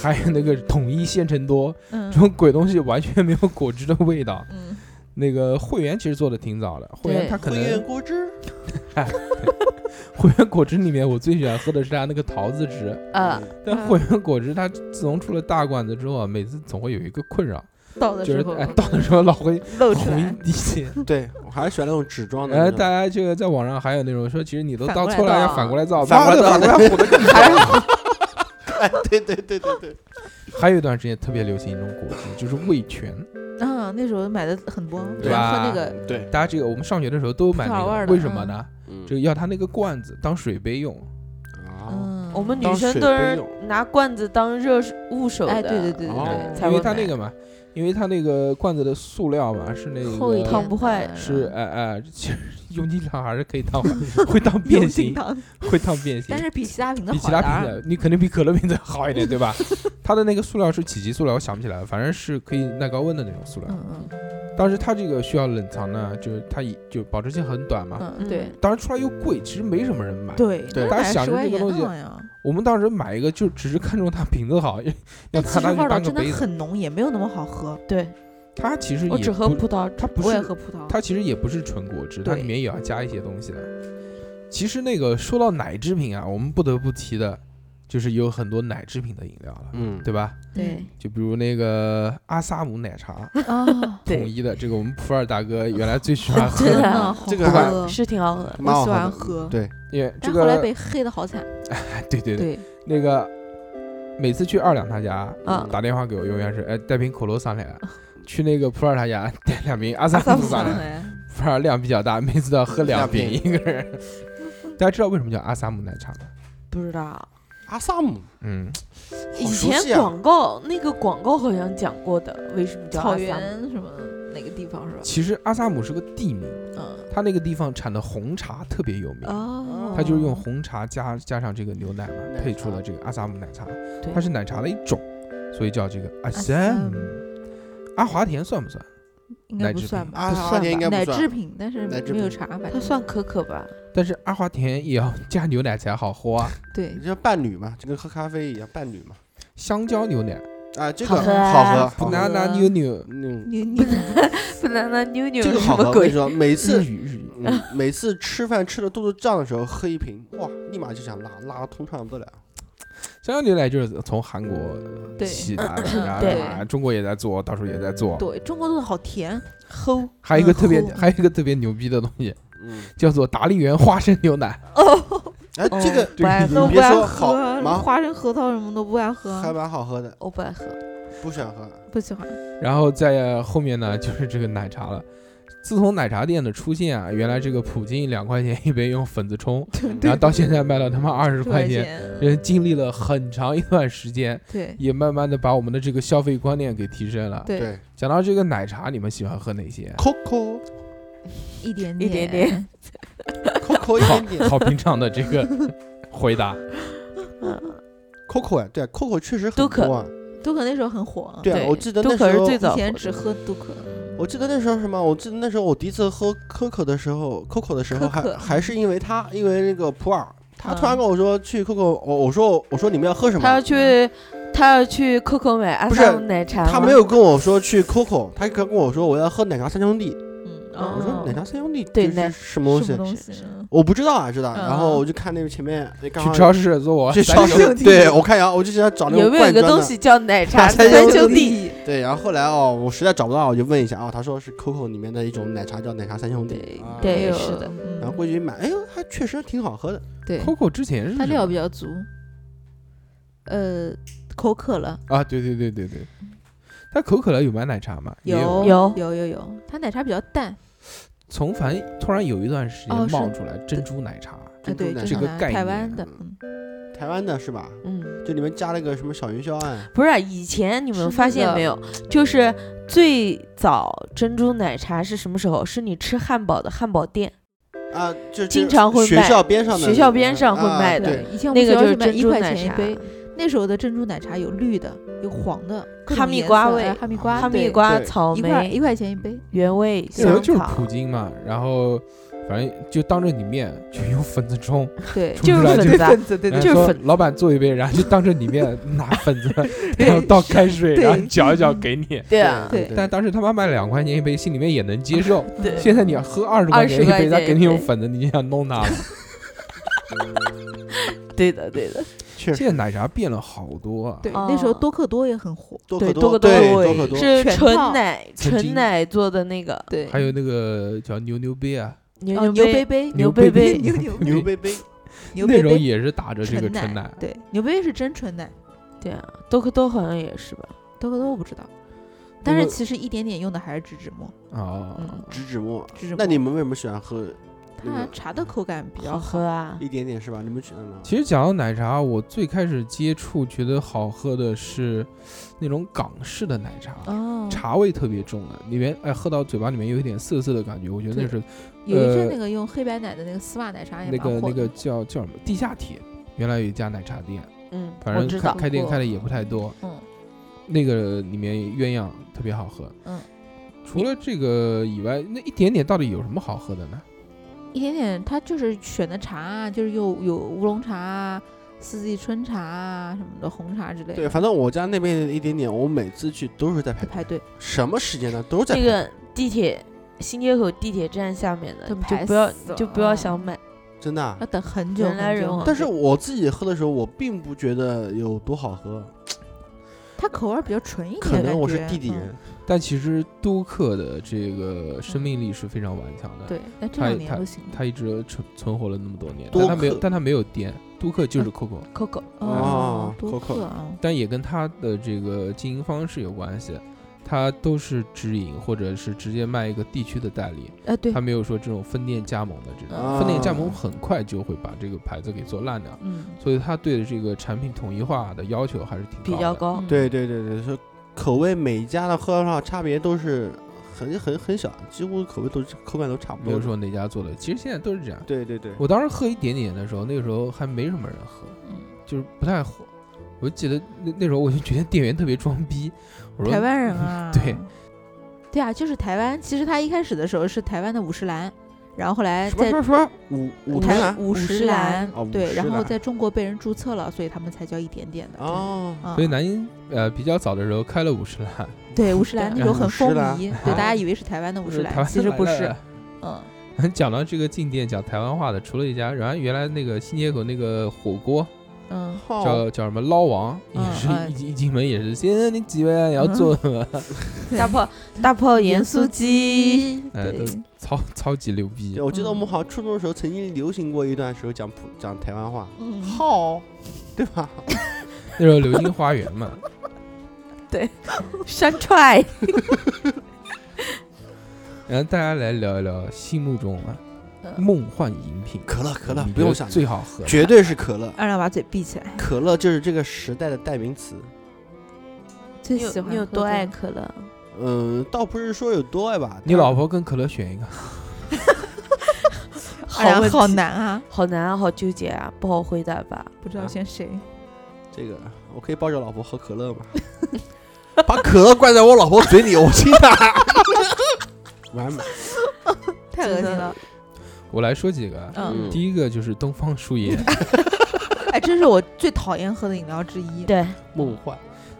Speaker 2: 还有那个统一鲜橙多，
Speaker 6: 嗯
Speaker 2: 这种鬼东西完全没有果汁的味道。
Speaker 6: 嗯，
Speaker 2: 那个汇源其实做的挺早的，汇源
Speaker 6: 对
Speaker 2: 它可
Speaker 3: 婚
Speaker 2: 能
Speaker 3: 宴果汁，
Speaker 2: 汇源果汁里面我最喜欢喝的是它那个桃子汁，
Speaker 4: 呃，
Speaker 2: 但
Speaker 6: 嗯
Speaker 2: 啊汇源果汁它自从出了大罐子之后啊，每次总会有一个困扰，
Speaker 4: 到的
Speaker 2: 就
Speaker 4: 时
Speaker 2: 是
Speaker 4: 候
Speaker 2: 哎，到的时候老会
Speaker 4: 露出
Speaker 2: 红
Speaker 4: 来
Speaker 2: 一，地。
Speaker 3: 嗯对我还是选那种纸装的
Speaker 2: 然后
Speaker 3: 那
Speaker 2: 哎大
Speaker 3: 种。
Speaker 2: 家这个在网上还有那种说，其实你都
Speaker 5: 反
Speaker 2: 倒
Speaker 5: 过来
Speaker 2: 错了，
Speaker 5: 倒
Speaker 2: 要反过来造，
Speaker 3: 反过来
Speaker 2: 妈的反
Speaker 3: 倒
Speaker 2: 过来混的
Speaker 3: 哎，对对对对 对，
Speaker 2: 还有一段时间特别流行一种果汁，就是味全。
Speaker 5: 啊，那时候买的很多，
Speaker 3: 对
Speaker 5: 然
Speaker 2: 吧
Speaker 5: 后喝那个
Speaker 3: 对，
Speaker 2: 大家这个我们上学的时候都买
Speaker 6: 少味
Speaker 2: 那
Speaker 6: 儿
Speaker 2: 个，
Speaker 6: 的
Speaker 2: 为什么呢？
Speaker 3: 嗯
Speaker 2: 就要它那个罐子当水杯用。
Speaker 3: 啊，
Speaker 2: 哦
Speaker 5: 嗯，
Speaker 4: 我们女
Speaker 3: 当
Speaker 4: 生
Speaker 3: 水
Speaker 4: 都
Speaker 3: 杯
Speaker 4: 是
Speaker 3: 用
Speaker 4: 拿罐子当热水捂手的，
Speaker 5: 哎，对对对对
Speaker 3: 哦
Speaker 5: 对，
Speaker 4: 才
Speaker 2: 因为
Speaker 4: 会
Speaker 2: 它
Speaker 4: 买
Speaker 2: 那个嘛，因为它那个罐子的塑料嘛是那
Speaker 6: 厚一
Speaker 2: 个
Speaker 6: 点
Speaker 4: 烫不坏
Speaker 6: 的
Speaker 5: 嗯
Speaker 2: 是哎哎，其实 用金糖还是可以烫坏，会烫变
Speaker 5: 有
Speaker 2: 形
Speaker 5: 叮，当
Speaker 2: 会烫变形
Speaker 5: 但。是比其他瓶子
Speaker 2: 比
Speaker 5: 好
Speaker 2: 其
Speaker 5: 点
Speaker 2: 他
Speaker 5: 儿
Speaker 2: 瓶子，你肯定比可乐瓶子好一点，对 吧？它的那个塑料是几级塑料，我想不起来了，反正是可以耐高温的那种塑料。
Speaker 5: 嗯嗯
Speaker 2: 当时它这个需要冷藏呢，就是它以就保质期很短嘛。
Speaker 6: 嗯，对，
Speaker 2: 当时出来又贵，其实没什么人买。
Speaker 5: 对
Speaker 3: 对
Speaker 2: 大家
Speaker 5: 买
Speaker 2: 想
Speaker 5: 十
Speaker 2: 着
Speaker 5: 块
Speaker 2: 这个
Speaker 5: 钱
Speaker 2: 东西
Speaker 5: 呢呀，
Speaker 2: 我们当时买一个就只是看中它瓶子好，要
Speaker 5: 但其
Speaker 2: 拿它
Speaker 5: 实味
Speaker 2: 去
Speaker 5: 儿道
Speaker 2: 当个
Speaker 5: 真的
Speaker 2: 杯子。
Speaker 5: 很浓，也没有那么好喝。
Speaker 4: 对
Speaker 2: 它其实
Speaker 4: 我
Speaker 2: 也
Speaker 4: 只喝
Speaker 2: 不
Speaker 4: 葡萄，
Speaker 2: 它不
Speaker 6: 我也
Speaker 2: 是
Speaker 6: 喝葡萄，
Speaker 2: 它其实也不是纯果汁，它
Speaker 5: 对
Speaker 2: 里面也要加一些东西的。其实那个说到奶制品啊，我们不得不提的，就是有很多奶制品的饮料了，
Speaker 3: 嗯，
Speaker 2: 对吧？
Speaker 6: 对
Speaker 2: 就比如那个阿萨姆奶茶，
Speaker 6: 啊，
Speaker 4: 对
Speaker 2: 统一的，这个我们普洱大哥原来最喜欢喝
Speaker 5: 真
Speaker 6: 真
Speaker 5: 的
Speaker 2: 的，
Speaker 6: 的
Speaker 5: 好
Speaker 3: 这个还
Speaker 5: 喝，
Speaker 4: 呃是挺好喝的。
Speaker 3: 蛮
Speaker 5: 我
Speaker 3: 好
Speaker 5: 喜
Speaker 3: 喝的。
Speaker 5: 欢喝。
Speaker 3: 对，
Speaker 2: 因为这
Speaker 6: 但后来
Speaker 2: 个
Speaker 6: 被黑的好惨，
Speaker 2: 哎对对对，
Speaker 6: 对，
Speaker 2: 那个每次去二两他家
Speaker 4: 嗯
Speaker 2: 打电话给我，永远是哎带瓶可乐上来，去那个普洱他家带两瓶阿萨
Speaker 5: 萨
Speaker 2: 姆
Speaker 5: 姆
Speaker 2: 上
Speaker 5: 上
Speaker 2: 来，
Speaker 5: 来，
Speaker 2: 普洱量比较大，每次都要喝两瓶
Speaker 3: 两
Speaker 2: 一个人。 大家知道为什么叫阿萨姆奶茶吗？
Speaker 4: 不知道，
Speaker 3: 阿萨姆，
Speaker 2: 嗯，
Speaker 4: 以
Speaker 3: 好熟悉
Speaker 4: 前
Speaker 3: 啊
Speaker 4: 广告那个广告好像讲过的，为什么叫
Speaker 6: 草
Speaker 4: 阿萨姆
Speaker 6: 原什么哪个地方是吧？
Speaker 2: 其实阿萨姆是个地名，
Speaker 6: 嗯，
Speaker 2: 它那个地方产的红茶特别有名。
Speaker 6: 哦，
Speaker 2: 它就是用红茶加加上这个牛奶嘛，
Speaker 3: 奶
Speaker 2: 配出
Speaker 3: 茶
Speaker 2: 了这个阿萨姆奶茶，
Speaker 4: 对
Speaker 2: 它是奶茶的一种，所以叫这个阿
Speaker 5: 萨
Speaker 2: 萨
Speaker 5: 姆
Speaker 2: 姆。阿华田算不算？
Speaker 5: 应
Speaker 2: 奶
Speaker 5: 该不
Speaker 2: 制
Speaker 5: 算
Speaker 2: 品
Speaker 5: 吧？
Speaker 3: 阿
Speaker 5: 不
Speaker 3: 阿
Speaker 5: 算
Speaker 3: 姐应
Speaker 5: 吧
Speaker 3: 该不
Speaker 6: 奶
Speaker 3: 算
Speaker 6: 制品，但是
Speaker 3: 奶制
Speaker 6: 没有
Speaker 3: 品
Speaker 6: 茶，反
Speaker 4: 它
Speaker 6: 正
Speaker 4: 算可可吧？
Speaker 2: 但是阿华田也要加牛奶才好喝啊，
Speaker 6: 对，
Speaker 3: 就像伴侣嘛，就跟喝咖啡一样，伴侣嘛。
Speaker 2: 香蕉牛奶
Speaker 3: 啊，这
Speaker 4: 好
Speaker 3: 个
Speaker 4: 喝啊
Speaker 3: 好喝，好喝。
Speaker 2: ，banana 牛牛，
Speaker 3: 嗯，
Speaker 5: 你你
Speaker 4: 不能那妞妞
Speaker 3: 这个好
Speaker 4: 什么
Speaker 3: 喝，我跟你
Speaker 4: 鬼？
Speaker 3: 说，每
Speaker 2: 日
Speaker 3: 次
Speaker 2: 语日语。
Speaker 3: 嗯每次吃饭吃的肚子胀的时候，喝一瓶，哇，立马就想拉，拉得通畅不得了。
Speaker 2: 香蕉牛奶就是从韩国
Speaker 6: 对
Speaker 2: 起来的，然
Speaker 4: 对
Speaker 2: 后啊中国也在做，到处也在做。
Speaker 5: 对中国豆好甜，齁，
Speaker 2: 还有一个
Speaker 5: 嗯
Speaker 2: 特别，
Speaker 5: 齁
Speaker 2: 还有一个特别牛逼的东西，
Speaker 3: 嗯，
Speaker 2: 叫做达利园花生牛奶。
Speaker 3: 哎，这个
Speaker 4: 不爱
Speaker 3: 你
Speaker 5: 都
Speaker 4: 喝，
Speaker 5: 不
Speaker 3: 别
Speaker 5: 爱
Speaker 3: 说好
Speaker 5: 喝，
Speaker 3: 蛮
Speaker 5: 花生、核桃什么都不爱
Speaker 3: 还
Speaker 5: 喝，
Speaker 3: 蛮好喝的，
Speaker 4: 我不爱喝。
Speaker 3: 不喜欢喝。
Speaker 5: 不喜欢。
Speaker 2: 然后在后面呢，就是这个奶茶了。自从奶茶店的出现啊，原来这个普京两块钱一杯用粉子冲，
Speaker 3: 嗯
Speaker 2: 然后到现在卖到他妈二十块钱，
Speaker 5: 钱，
Speaker 2: 人经历了很长一段时间，
Speaker 5: 对
Speaker 2: 也慢慢的把我们的这个消费观念给提升了。
Speaker 5: 对，
Speaker 3: 对
Speaker 2: 讲到这个奶茶，你们喜欢喝哪些？
Speaker 3: ，Coco
Speaker 5: 一点
Speaker 4: 一点点，
Speaker 3: Coco 一点点
Speaker 2: 好平常的这个 回答，
Speaker 4: 嗯，
Speaker 3: Coco 哎，对啊，Coco 确实很
Speaker 4: 都可
Speaker 3: 多啊。
Speaker 5: 都可那时候很火，
Speaker 3: 对啊，
Speaker 4: 对
Speaker 3: 我记得
Speaker 4: 都
Speaker 3: 那
Speaker 4: 可
Speaker 3: 时
Speaker 4: 是
Speaker 3: 候
Speaker 4: 最早
Speaker 5: 以前
Speaker 4: 火
Speaker 5: 只
Speaker 4: 的
Speaker 5: 喝杜克，
Speaker 3: 我记得那时候什么？我记得那时候我第一次喝 Coco 的时候，Coco 的时候还
Speaker 5: Coco
Speaker 3: 还是因为他，因为那个普洱，他突然
Speaker 5: 嗯
Speaker 3: 跟我说去 Coco，我我说我说你们要喝什么？
Speaker 4: 啊他要去，他要去 Coco 买阿
Speaker 3: 不
Speaker 4: 萨
Speaker 3: 是
Speaker 4: 姆奶茶吗。
Speaker 3: 他没有跟我说去 Coco，他跟我说我要喝奶茶三兄弟。
Speaker 5: 嗯，
Speaker 3: 我
Speaker 5: 哦
Speaker 3: 说奶茶三兄弟
Speaker 4: 对
Speaker 3: 这
Speaker 4: 奶
Speaker 3: 是什么东
Speaker 5: 什么
Speaker 3: 西？
Speaker 5: 东
Speaker 4: 是
Speaker 5: 西
Speaker 4: 是？
Speaker 3: 我不知道啊，知道。然后
Speaker 5: 嗯
Speaker 3: 我就看那个前面，那刚
Speaker 2: 去
Speaker 3: 好
Speaker 2: 超市做我
Speaker 3: 去超
Speaker 2: 啊三兄
Speaker 3: 市，
Speaker 2: 弟
Speaker 3: 对我看一下，我就想找那
Speaker 4: 有
Speaker 3: 种
Speaker 4: 没有一
Speaker 3: 罐
Speaker 4: 个
Speaker 3: 装
Speaker 4: 东
Speaker 3: 的。
Speaker 4: 西叫奶 茶
Speaker 3: 三
Speaker 4: 三
Speaker 3: 兄
Speaker 4: 兄弟？
Speaker 5: 弟，
Speaker 3: 对，然后后来哦，我实在找不到，我就问一下啊，他说是 Coco 里面的一种奶茶，叫奶茶三兄弟。
Speaker 6: 对
Speaker 3: 啊
Speaker 4: 对
Speaker 6: 对，
Speaker 4: 有
Speaker 6: 是的，
Speaker 5: 嗯
Speaker 3: 然后过去买，哎呦，还确实挺好喝的。
Speaker 6: 对，
Speaker 2: Coco 之前是
Speaker 6: 它
Speaker 2: 什
Speaker 6: 料
Speaker 2: 么
Speaker 6: 比较足，
Speaker 5: 呃，口渴了，
Speaker 2: 啊，对对对对对。但可口可乐有卖奶茶吗？也
Speaker 5: 有
Speaker 4: 有
Speaker 5: 有有有，
Speaker 6: 它奶茶比较淡，
Speaker 2: 从反正突然有一段时间
Speaker 6: 哦是
Speaker 2: 冒出来珍珠奶茶，
Speaker 5: 啊
Speaker 3: 珍珠
Speaker 5: 对，
Speaker 3: 奶
Speaker 5: 珍
Speaker 2: 这
Speaker 5: 珠
Speaker 2: 个
Speaker 5: 奶
Speaker 2: 概
Speaker 5: 台
Speaker 2: 念
Speaker 5: 湾的，
Speaker 3: 嗯
Speaker 5: 嗯
Speaker 3: 台湾的是吧？
Speaker 4: 嗯，
Speaker 3: 就里面加了个什么小云霄案，
Speaker 4: 不是啊，以前你
Speaker 6: 是
Speaker 4: 们
Speaker 6: 那
Speaker 4: 发现
Speaker 6: 个
Speaker 4: 没有，就是最早珍珠奶茶是什么时候？是你吃汉堡的汉堡店，
Speaker 3: 啊，就就
Speaker 4: 经常会
Speaker 3: 学
Speaker 4: 卖
Speaker 3: 校边上的
Speaker 4: 学校边上会
Speaker 3: 啊
Speaker 4: 卖的
Speaker 3: 对，
Speaker 5: 以前我
Speaker 4: 那个
Speaker 5: 们学校
Speaker 4: 就是
Speaker 5: 卖
Speaker 4: 珍
Speaker 5: 一
Speaker 4: 珠
Speaker 5: 块
Speaker 4: 奶
Speaker 5: 钱一
Speaker 4: 茶。
Speaker 5: 杯，啊那时候的珍珠奶茶有绿的，有黄的，各
Speaker 4: 哈
Speaker 5: 种
Speaker 4: 密
Speaker 5: 颜
Speaker 4: 瓜
Speaker 5: 色
Speaker 4: 味
Speaker 5: 哎哈密瓜，
Speaker 4: 哈密
Speaker 5: 对
Speaker 4: 瓜、
Speaker 3: 对
Speaker 4: 草
Speaker 5: 一块一
Speaker 4: 莓、
Speaker 5: 块钱一杯，
Speaker 4: 原味、
Speaker 2: 那时候
Speaker 4: 香
Speaker 2: 就是
Speaker 4: 草
Speaker 2: 普，京嘛，然后反正就当着你面就用粉子冲，
Speaker 5: 对，
Speaker 2: 就
Speaker 4: 就是是
Speaker 2: 来
Speaker 4: 粉子啊，
Speaker 5: 子，对
Speaker 2: 然
Speaker 4: 就是
Speaker 2: 后说
Speaker 4: 粉
Speaker 2: 老板做一杯，然后就当着你面拿粉子，
Speaker 5: 对
Speaker 2: 然后倒开水，
Speaker 5: 对
Speaker 2: 然后搅一搅给你。
Speaker 4: 对啊，
Speaker 5: 对
Speaker 2: 但当时他妈卖两块钱一杯，心里面也能接受。
Speaker 4: 对
Speaker 2: 现在你要喝二十块钱
Speaker 4: 20
Speaker 2: 一
Speaker 4: 块
Speaker 2: 杯，他
Speaker 4: 钱
Speaker 2: 给你
Speaker 4: 一
Speaker 2: 用
Speaker 4: 杯
Speaker 2: 粉子，你就想弄他了。
Speaker 4: 对的对的，
Speaker 3: 确实
Speaker 2: 现在奶茶变了好多啊。
Speaker 5: 对，
Speaker 4: 哦
Speaker 5: 那时候多克多也很火，
Speaker 3: 多
Speaker 4: 对
Speaker 3: 可
Speaker 4: 多可多
Speaker 3: 对
Speaker 5: 对
Speaker 3: 多可多，
Speaker 4: 是
Speaker 5: 全
Speaker 4: 纯
Speaker 5: 套
Speaker 4: 奶
Speaker 2: 曾经
Speaker 4: 纯奶做的那个
Speaker 6: 对，
Speaker 2: 还有那个叫牛牛杯啊，
Speaker 4: 牛
Speaker 5: 哦，
Speaker 4: 哦牛
Speaker 5: 牛贝贝，
Speaker 2: 牛
Speaker 4: 贝
Speaker 2: 贝
Speaker 4: 贝
Speaker 5: 牛 牛
Speaker 3: 牛杯杯，
Speaker 5: 牛
Speaker 2: 那
Speaker 5: 贝
Speaker 2: 种
Speaker 5: 贝
Speaker 2: 也是打着这个纯奶，
Speaker 5: 对，牛贝贝是真纯奶，
Speaker 4: 对啊，多可多好像也是吧？
Speaker 5: 多克多我不知道，
Speaker 2: 但
Speaker 5: 但
Speaker 2: 是
Speaker 5: 是
Speaker 2: 不过
Speaker 5: 其实一点点用的还是植脂末，
Speaker 2: 啊，
Speaker 5: 嗯，
Speaker 3: 植脂末。
Speaker 5: 植脂末。
Speaker 3: 那你们嗯为什么喜欢喝那
Speaker 5: 它
Speaker 3: 个
Speaker 5: 茶的口感比较
Speaker 4: 好喝啊！
Speaker 3: 一点点是吧？你们喜欢哪？
Speaker 2: 其实讲到奶茶，我最开始接触觉得好喝的是那种港式的奶茶，
Speaker 5: 哦，
Speaker 2: 茶味特别重的，里面哎喝到嘴巴里面有一点涩涩的感觉，我觉得那是
Speaker 6: 有一阵
Speaker 2: 呃
Speaker 6: 那个用黑白奶的那个丝袜奶
Speaker 5: 哎
Speaker 6: 茶也
Speaker 2: 那
Speaker 6: 蛮
Speaker 2: 个
Speaker 6: 火
Speaker 2: 那个
Speaker 6: 的，
Speaker 2: 叫叫什么地下铁，原来有一家奶茶店，
Speaker 4: 嗯，
Speaker 2: 反
Speaker 4: 我
Speaker 2: 正
Speaker 4: 知
Speaker 2: 开
Speaker 4: 道。
Speaker 2: 开店开的也不太多，
Speaker 6: 嗯，
Speaker 2: 那个里面鸳鸯特别好喝，
Speaker 6: 嗯。
Speaker 2: 除了这个以外，那一点点到底有什么好喝的呢？
Speaker 6: 一点点，它就是选的茶啊，就是有有乌龙茶啊、四季春茶啊什么的，红茶之类
Speaker 3: 对，
Speaker 6: 的。
Speaker 3: 反正我家那边的一点点，我每次去都是在排
Speaker 6: 在
Speaker 3: 队，
Speaker 6: 排 队，
Speaker 3: 什么时间段都是在
Speaker 4: 那
Speaker 3: 排队，
Speaker 4: 个地铁新街口地铁站下面的，啊
Speaker 6: 他们
Speaker 4: 就
Speaker 6: 排
Speaker 4: 不要
Speaker 6: 死
Speaker 4: 就不要
Speaker 6: 了
Speaker 4: 想买。
Speaker 3: 真的
Speaker 4: 呃
Speaker 3: 啊。
Speaker 6: 要等很久
Speaker 4: 人来
Speaker 6: 很
Speaker 4: 人
Speaker 5: 啊
Speaker 6: 久
Speaker 4: 往。
Speaker 3: 但是我自己喝的时候，我并不觉得有多好喝，
Speaker 5: 它口味儿比较纯一点，
Speaker 3: 可能我是
Speaker 5: 感觉嗯
Speaker 3: 地底
Speaker 6: 嗯
Speaker 3: 人，
Speaker 2: 但其实都克的这个生命力是非常顽强的，
Speaker 6: 对，但这
Speaker 2: 它
Speaker 6: 两
Speaker 2: 它
Speaker 6: 年不行。
Speaker 2: 它一直存存活了那么多年，
Speaker 3: 多
Speaker 2: 但
Speaker 3: 克
Speaker 2: 它没有，但它没有店，都克就是 Coco，、
Speaker 4: Coco，
Speaker 3: 哦
Speaker 6: 多
Speaker 3: 可口
Speaker 6: 克啊，
Speaker 2: 但也跟它的这个经营方式有关系，它都是直营或者是直接卖一个地区的代理，
Speaker 4: 啊
Speaker 6: 哎对
Speaker 2: 它，没有说这种分店加盟的这种，
Speaker 3: 啊
Speaker 2: 分店加盟很快就会把这个牌子给做烂掉，
Speaker 6: 嗯，
Speaker 2: 所以它对这个产品统一化的要求还是挺高的
Speaker 4: 比较。高。
Speaker 6: 嗯
Speaker 3: 对对对对，说口味每一家的喝的话差别都是很很很小，几乎口味都是口感都差不
Speaker 2: 比
Speaker 3: 多
Speaker 2: 如
Speaker 3: 的。
Speaker 2: 说哪家做的，其实现在都是这样。
Speaker 3: 对对对，
Speaker 2: 我当时喝一点点的时候，那个时候还没什么人喝，
Speaker 6: 嗯
Speaker 2: 就是不太火。我记得那那时候我就觉得店员特别装逼，我说，
Speaker 5: 台湾人啊
Speaker 2: 对，
Speaker 5: 对啊，就是台湾。其实它一开始的时候是台湾的五十岚，然后后来
Speaker 3: 什么
Speaker 5: 在
Speaker 3: 什么什么五五啊台
Speaker 5: 台
Speaker 3: 南
Speaker 5: 五十岚
Speaker 3: 哦五，
Speaker 5: 对，
Speaker 3: 十
Speaker 5: 然后
Speaker 3: 岚
Speaker 5: 在中国被人注册了，所以他们才叫一点点的。
Speaker 3: 哦，
Speaker 5: 啊
Speaker 2: 所以南京呃比较早的时候开了五十岚，
Speaker 5: 对五十岚那时候很风
Speaker 3: 五十
Speaker 5: 靡，对，
Speaker 2: 啊
Speaker 5: 大家以为是台湾的五十
Speaker 2: 呃台湾
Speaker 5: 岚，其实不是
Speaker 2: 来。
Speaker 5: 嗯，
Speaker 2: 的。讲到这个进店讲台湾话的，除了一家，然后原来那个新街口那个火锅
Speaker 6: 嗯，
Speaker 5: 哦
Speaker 2: 叫叫什么捞王，也
Speaker 6: 嗯
Speaker 2: 是
Speaker 6: 哎
Speaker 2: 一进一进门也是先生你几位啊，你要做什么？
Speaker 4: 大 炮大炮盐酥鸡，
Speaker 5: 嗯
Speaker 2: 哎，都
Speaker 6: 对，
Speaker 2: 超超级牛逼
Speaker 3: 对，。我记得我们好像初中的时候曾经流行过一段时候讲普讲台湾话，
Speaker 5: 嗯
Speaker 3: 好，对吧？
Speaker 2: 那时候流星花园嘛，
Speaker 4: 山踹。
Speaker 2: 然后大家来聊一聊心目中啊
Speaker 6: 嗯
Speaker 2: 梦幻饮品，
Speaker 3: 可乐可乐
Speaker 2: 嗯你觉
Speaker 3: 不用
Speaker 2: 得
Speaker 3: 想，
Speaker 2: 最好喝的，
Speaker 3: 绝对是可乐，
Speaker 5: 二亮把嘴闭起来。
Speaker 3: 可乐就是这个时代的代名词。
Speaker 6: 最
Speaker 4: 你有
Speaker 6: 喜欢
Speaker 4: 你有
Speaker 6: 喝
Speaker 4: 多
Speaker 6: 的
Speaker 4: 爱可乐？
Speaker 3: 嗯，倒不是说有多爱吧，
Speaker 2: 你老婆跟可乐选一个，
Speaker 5: 二亮
Speaker 4: 问
Speaker 5: 好
Speaker 4: 题，
Speaker 5: 难啊，
Speaker 4: 好难啊，好纠结啊，不好回答吧？
Speaker 5: 不知道选谁。
Speaker 3: 这个，我可以抱着老婆喝可乐吗？ 把可乐灌在我老婆嘴里，我亲她。 完美，
Speaker 5: 太恶心了！
Speaker 2: 我来说几个啊。
Speaker 5: 嗯，
Speaker 2: 第一个就是东方树叶，
Speaker 5: 哎，这是我最讨厌喝的饮料之一。
Speaker 4: 对，
Speaker 3: 梦幻，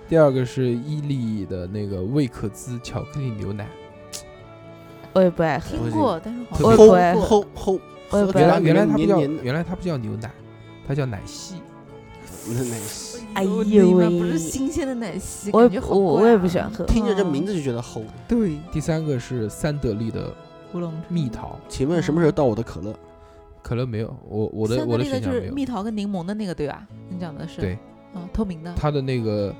Speaker 2: 第二个是伊利的那个味可滋巧克力牛奶，
Speaker 4: 我也不爱喝。
Speaker 3: 不
Speaker 6: 听
Speaker 3: 是
Speaker 6: 过，但是好
Speaker 2: 我
Speaker 6: 像
Speaker 4: 也不爱
Speaker 3: 齁
Speaker 4: 喝
Speaker 3: 齁齁，
Speaker 4: 我也
Speaker 3: 喝
Speaker 4: 不
Speaker 3: 起
Speaker 2: 原
Speaker 4: 爱
Speaker 2: 来
Speaker 3: 来
Speaker 2: 原来它不
Speaker 3: 黏
Speaker 2: 叫
Speaker 3: 黏的，
Speaker 2: 原来它不叫牛奶，它叫奶昔。
Speaker 3: 奶昔
Speaker 4: 哎
Speaker 6: 我的
Speaker 4: 呦
Speaker 6: 妈
Speaker 4: 喂
Speaker 6: 不是新鲜的奶昔，
Speaker 4: 我
Speaker 6: 感觉
Speaker 4: 也不
Speaker 6: 好
Speaker 4: 我
Speaker 6: 怪
Speaker 4: 我也
Speaker 6: 啊
Speaker 4: 不喜欢。喝。
Speaker 3: 听着这名字就觉得齁。
Speaker 5: 对，
Speaker 2: 第三个是三得利的
Speaker 5: 乌龙茶
Speaker 3: 嗯
Speaker 2: 蜜桃，
Speaker 3: 请问什么时候到我的可乐？
Speaker 2: 可乐没有，我我的
Speaker 6: 三
Speaker 2: 我
Speaker 6: 得
Speaker 2: 的
Speaker 6: 利的
Speaker 2: 选
Speaker 6: 就
Speaker 2: 项
Speaker 6: 是
Speaker 2: 没有
Speaker 6: 蜜。桃跟柠檬的那个对吧？你讲的是
Speaker 2: 对，
Speaker 6: 嗯，透明的，
Speaker 2: 它的那个